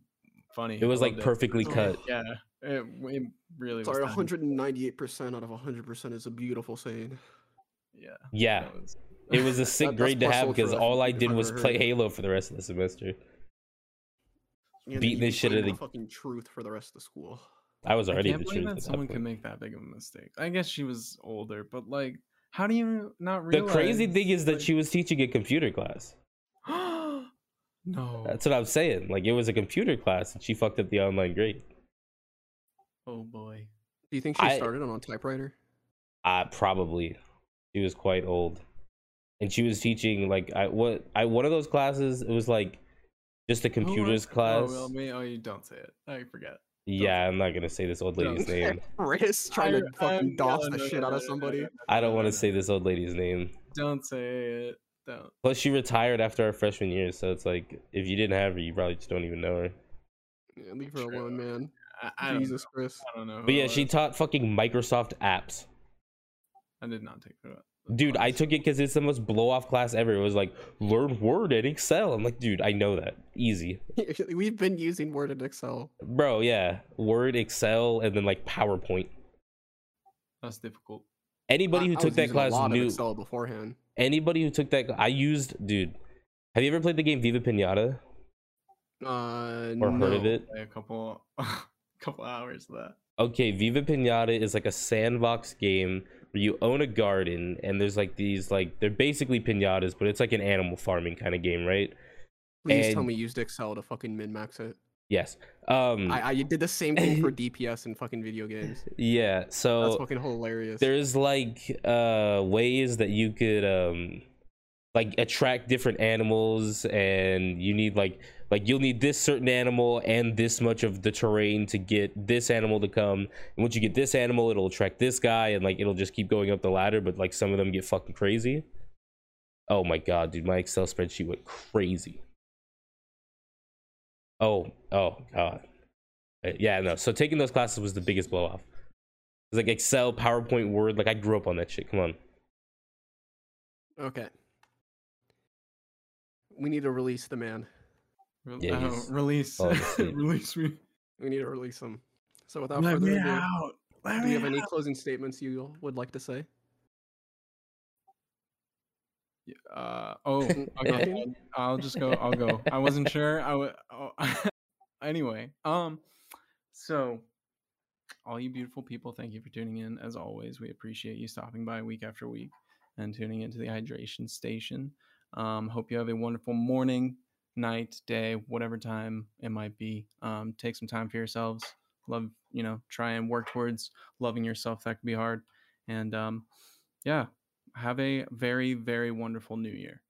B: funny.
A: it was
B: I
A: like
B: loved
A: perfectly
C: Oh.
A: cut.
B: Yeah, it, it really
C: Sorry,
B: was. done.
C: 198% out of 100% is a beautiful saying.
B: Yeah,
A: Yeah,
B: that was-
A: it
B: [LAUGHS]
A: was a sick
C: That- that's
A: grade to
C: more
A: have
C: soldier
A: because
C: than
A: all I
C: I've
A: did was
C: ever
A: play
C: heard.
A: Halo for the rest of the semester.
C: Yeah, then
A: Beat
C: you
A: this
C: can
A: shit
C: claim
A: out of the-
C: fucking truth for the rest of the school.
A: I was
B: I
A: already
B: can't
A: the
B: believe
A: truth. at
B: that
A: that
B: someone can
A: point.
B: make that big of a mistake. I guess she was older, but like, how do you not
A: The
B: realize?
A: crazy thing is that
B: like-
A: she was teaching a computer class.
B: [GASPS] no.
A: That's what I'm saying. Like it was a computer class, and she fucked up the online grade.
B: oh boy.
C: Do you think she
A: I-
C: started on a typewriter? [LAUGHS]
A: Uh, probably. She was quite old. And she was teaching like I what I one of those classes, it was like just a
B: Who
A: computers
B: was-
A: class.
B: Oh, well, me. Oh, you don't say it. I forget.
A: yeah, I'm not gonna say this old lady's
B: [LAUGHS] Don't.
A: name.
C: Chris trying to
B: I-
C: fucking
B: I'm-
C: doss
B: no,
C: the
B: no,
C: shit
B: no,
C: out
B: no,
C: of
B: no,
C: somebody.
B: no, no,
A: I
B: no,
A: don't want
B: no,
A: to say this old lady's name.
B: no. Don't say it. Don't.
A: Plus, she retired after our freshman year, so it's like if you didn't have her, you probably just don't even know her.
C: Yeah, leave her
B: True.
C: alone, man.
B: I, I don't.
C: Jesus, Chris.
B: I don't know. who
A: But
B: it
A: yeah, she
B: was.
A: taught fucking Microsoft apps.
B: I did not take that.
A: Dude, I took it because it's the most blow off class ever. It was like learn Word and Excel. I'm like, dude, I know that easy,
C: [LAUGHS] We've been using Word and Excel.
A: bro. Yeah, Word, Excel, and then like PowerPoint.
B: That's difficult.
A: Anybody
C: I-
A: who
C: I
A: took
C: was
A: that
C: using a
A: class
C: lot of
A: knew.
C: Excel beforehand.
A: Anybody who took that, I used, dude. Have you ever played the game Viva Pinata
C: Uh,
A: or heard of
C: no.
A: it?
B: Like a couple, [LAUGHS] couple hours of that.
A: Okay, Viva Pinata is like a sandbox game where you own a garden and there's like these like they're basically pinatas, but it's like an animal farming kind of game, right?
C: Please tell
A: And-
C: me you used Excel to fucking min max it.
A: Yes. Um
C: I, I did the same
A: [LAUGHS]
C: thing for DPS in fucking video games.
A: yeah,
C: That's
A: so
C: fucking hilarious.
A: there's like uh ways that you could um like attract different animals and you need like like you'll need this certain animal and this much of the terrain to get this animal to come and once you get this animal it'll attract this guy and like it'll just keep going up the ladder but like some of them get fucking crazy oh my god dude my excel spreadsheet went crazy oh oh god Uh, yeah no so taking those classes was the biggest blow off it's like excel powerpoint word like i grew up on that shit come on
C: Okay. We need to release the man.
B: Re-
A: Yeah,
B: oh,
A: he's
B: release, [LAUGHS]
A: falling asleep.
B: release me.
C: We need to release him. So without
B: Let
C: further
B: me
C: ado,
B: out. Let
C: do
B: me
C: you have any
B: out.
C: closing statements you would like to say?
B: Uh, oh, okay.
C: Nothing?
B: I'll just go. I'll go. I wasn't sure. I would. Oh, [LAUGHS] anyway, um, so all you beautiful people, thank you for tuning in. As always, we appreciate you stopping by week after week and tuning into the hydration station. Um, hope you have a wonderful morning, night, day, whatever time it might be. Um, take some time for yourselves. Love, you know, try and work towards loving yourself. That can be hard. And um, yeah, have a very, very wonderful new year.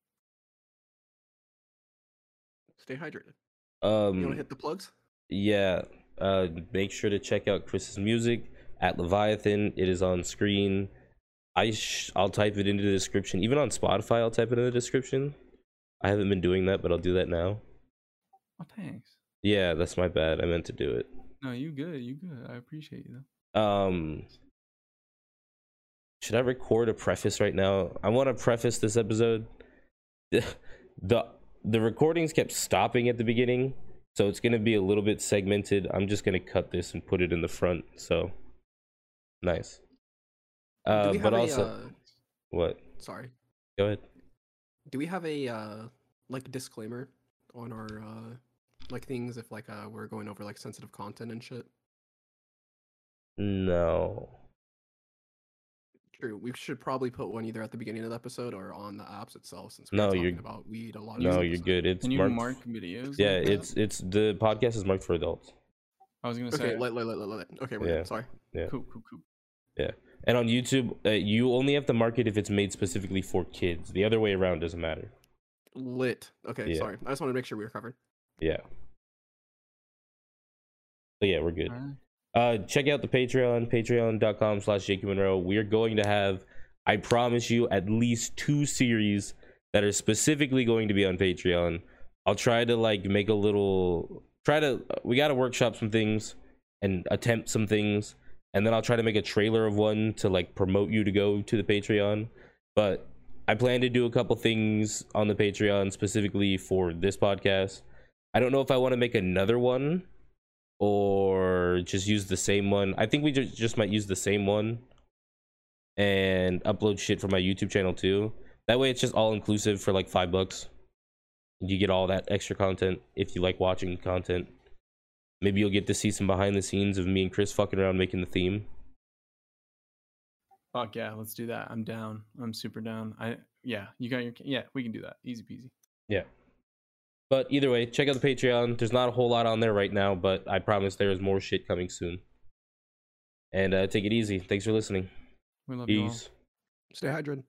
C: Stay hydrated. You want to
A: um
C: hit the plugs?
A: yeah uh make sure to check out chris's music at leviathan it is on screen i sh- i'll type it into the description even on spotify i'll type it in the description i haven't been doing that but i'll do that now
B: Oh, thanks.
A: yeah that's my bad i meant to do it
B: No, you good. You good. I appreciate you. Though.
A: um should i record a preface right now i want to preface this episode [LAUGHS] the the recordings kept stopping at the beginning so it's going to be a little bit segmented i'm just going to cut this and put it in the front so nice
C: do
A: uh
C: we
A: but
C: have
A: also
C: a, uh,
A: what
C: sorry.
A: go ahead
C: Do we have a uh, like disclaimer on our uh, like things if like uh, we're going over like sensitive content and shit?
A: no
C: True. We should probably put one either at the beginning of the episode or on the apps itself since we're
A: No,
C: talking
A: you're-
C: about weed a lot. in this
A: No, you're
C: episode.
A: good. It's
B: Can you
A: marked.
B: mark videos? like
A: yeah,
B: that?
A: it's it's the podcast is marked for adults,
B: I was gonna say
C: Okay, let, let, let, let, let. Okay, we're
A: Yeah.
C: good. Sorry.
B: cool, cool, cool.
A: and on YouTube, uh, you only have to mark it if it's made specifically for kids. The other way around doesn't matter.
C: Lit. Okay,
A: Yeah.
C: sorry. I just wanted to make sure we were covered.
A: Yeah. But yeah, we're good.
B: Alright.
A: Uh, check out the Patreon, patreon.com slash Jakey Monroe. We are going to have, I promise you, at least two series that are specifically going to be on Patreon. I'll try to like make a little, try to, we got to workshop some things and attempt some things. And then I'll try to make a trailer of one to like promote you to go to the Patreon. But I plan to do a couple things on the Patreon specifically for this podcast. I don't know if I want to make another one or just use the same one. I think we just, just might use the same one and upload shit for my YouTube channel too. That way it's just all inclusive for like five bucks. You get all that extra content if you like watching content. Maybe you'll get to see some behind the scenes of me and Chris fucking around making the theme.
B: Fuck yeah, let's do that. I'm down. I'm super down. I yeah, you got your ca- yeah. We can do that. Easy peasy.
A: But either way, check out the Patreon. There's not a whole lot on there right now, but I promise there is more shit coming soon. And uh, take it easy. Thanks for listening.
B: We love you all.
A: Peace.
C: Stay hydrated.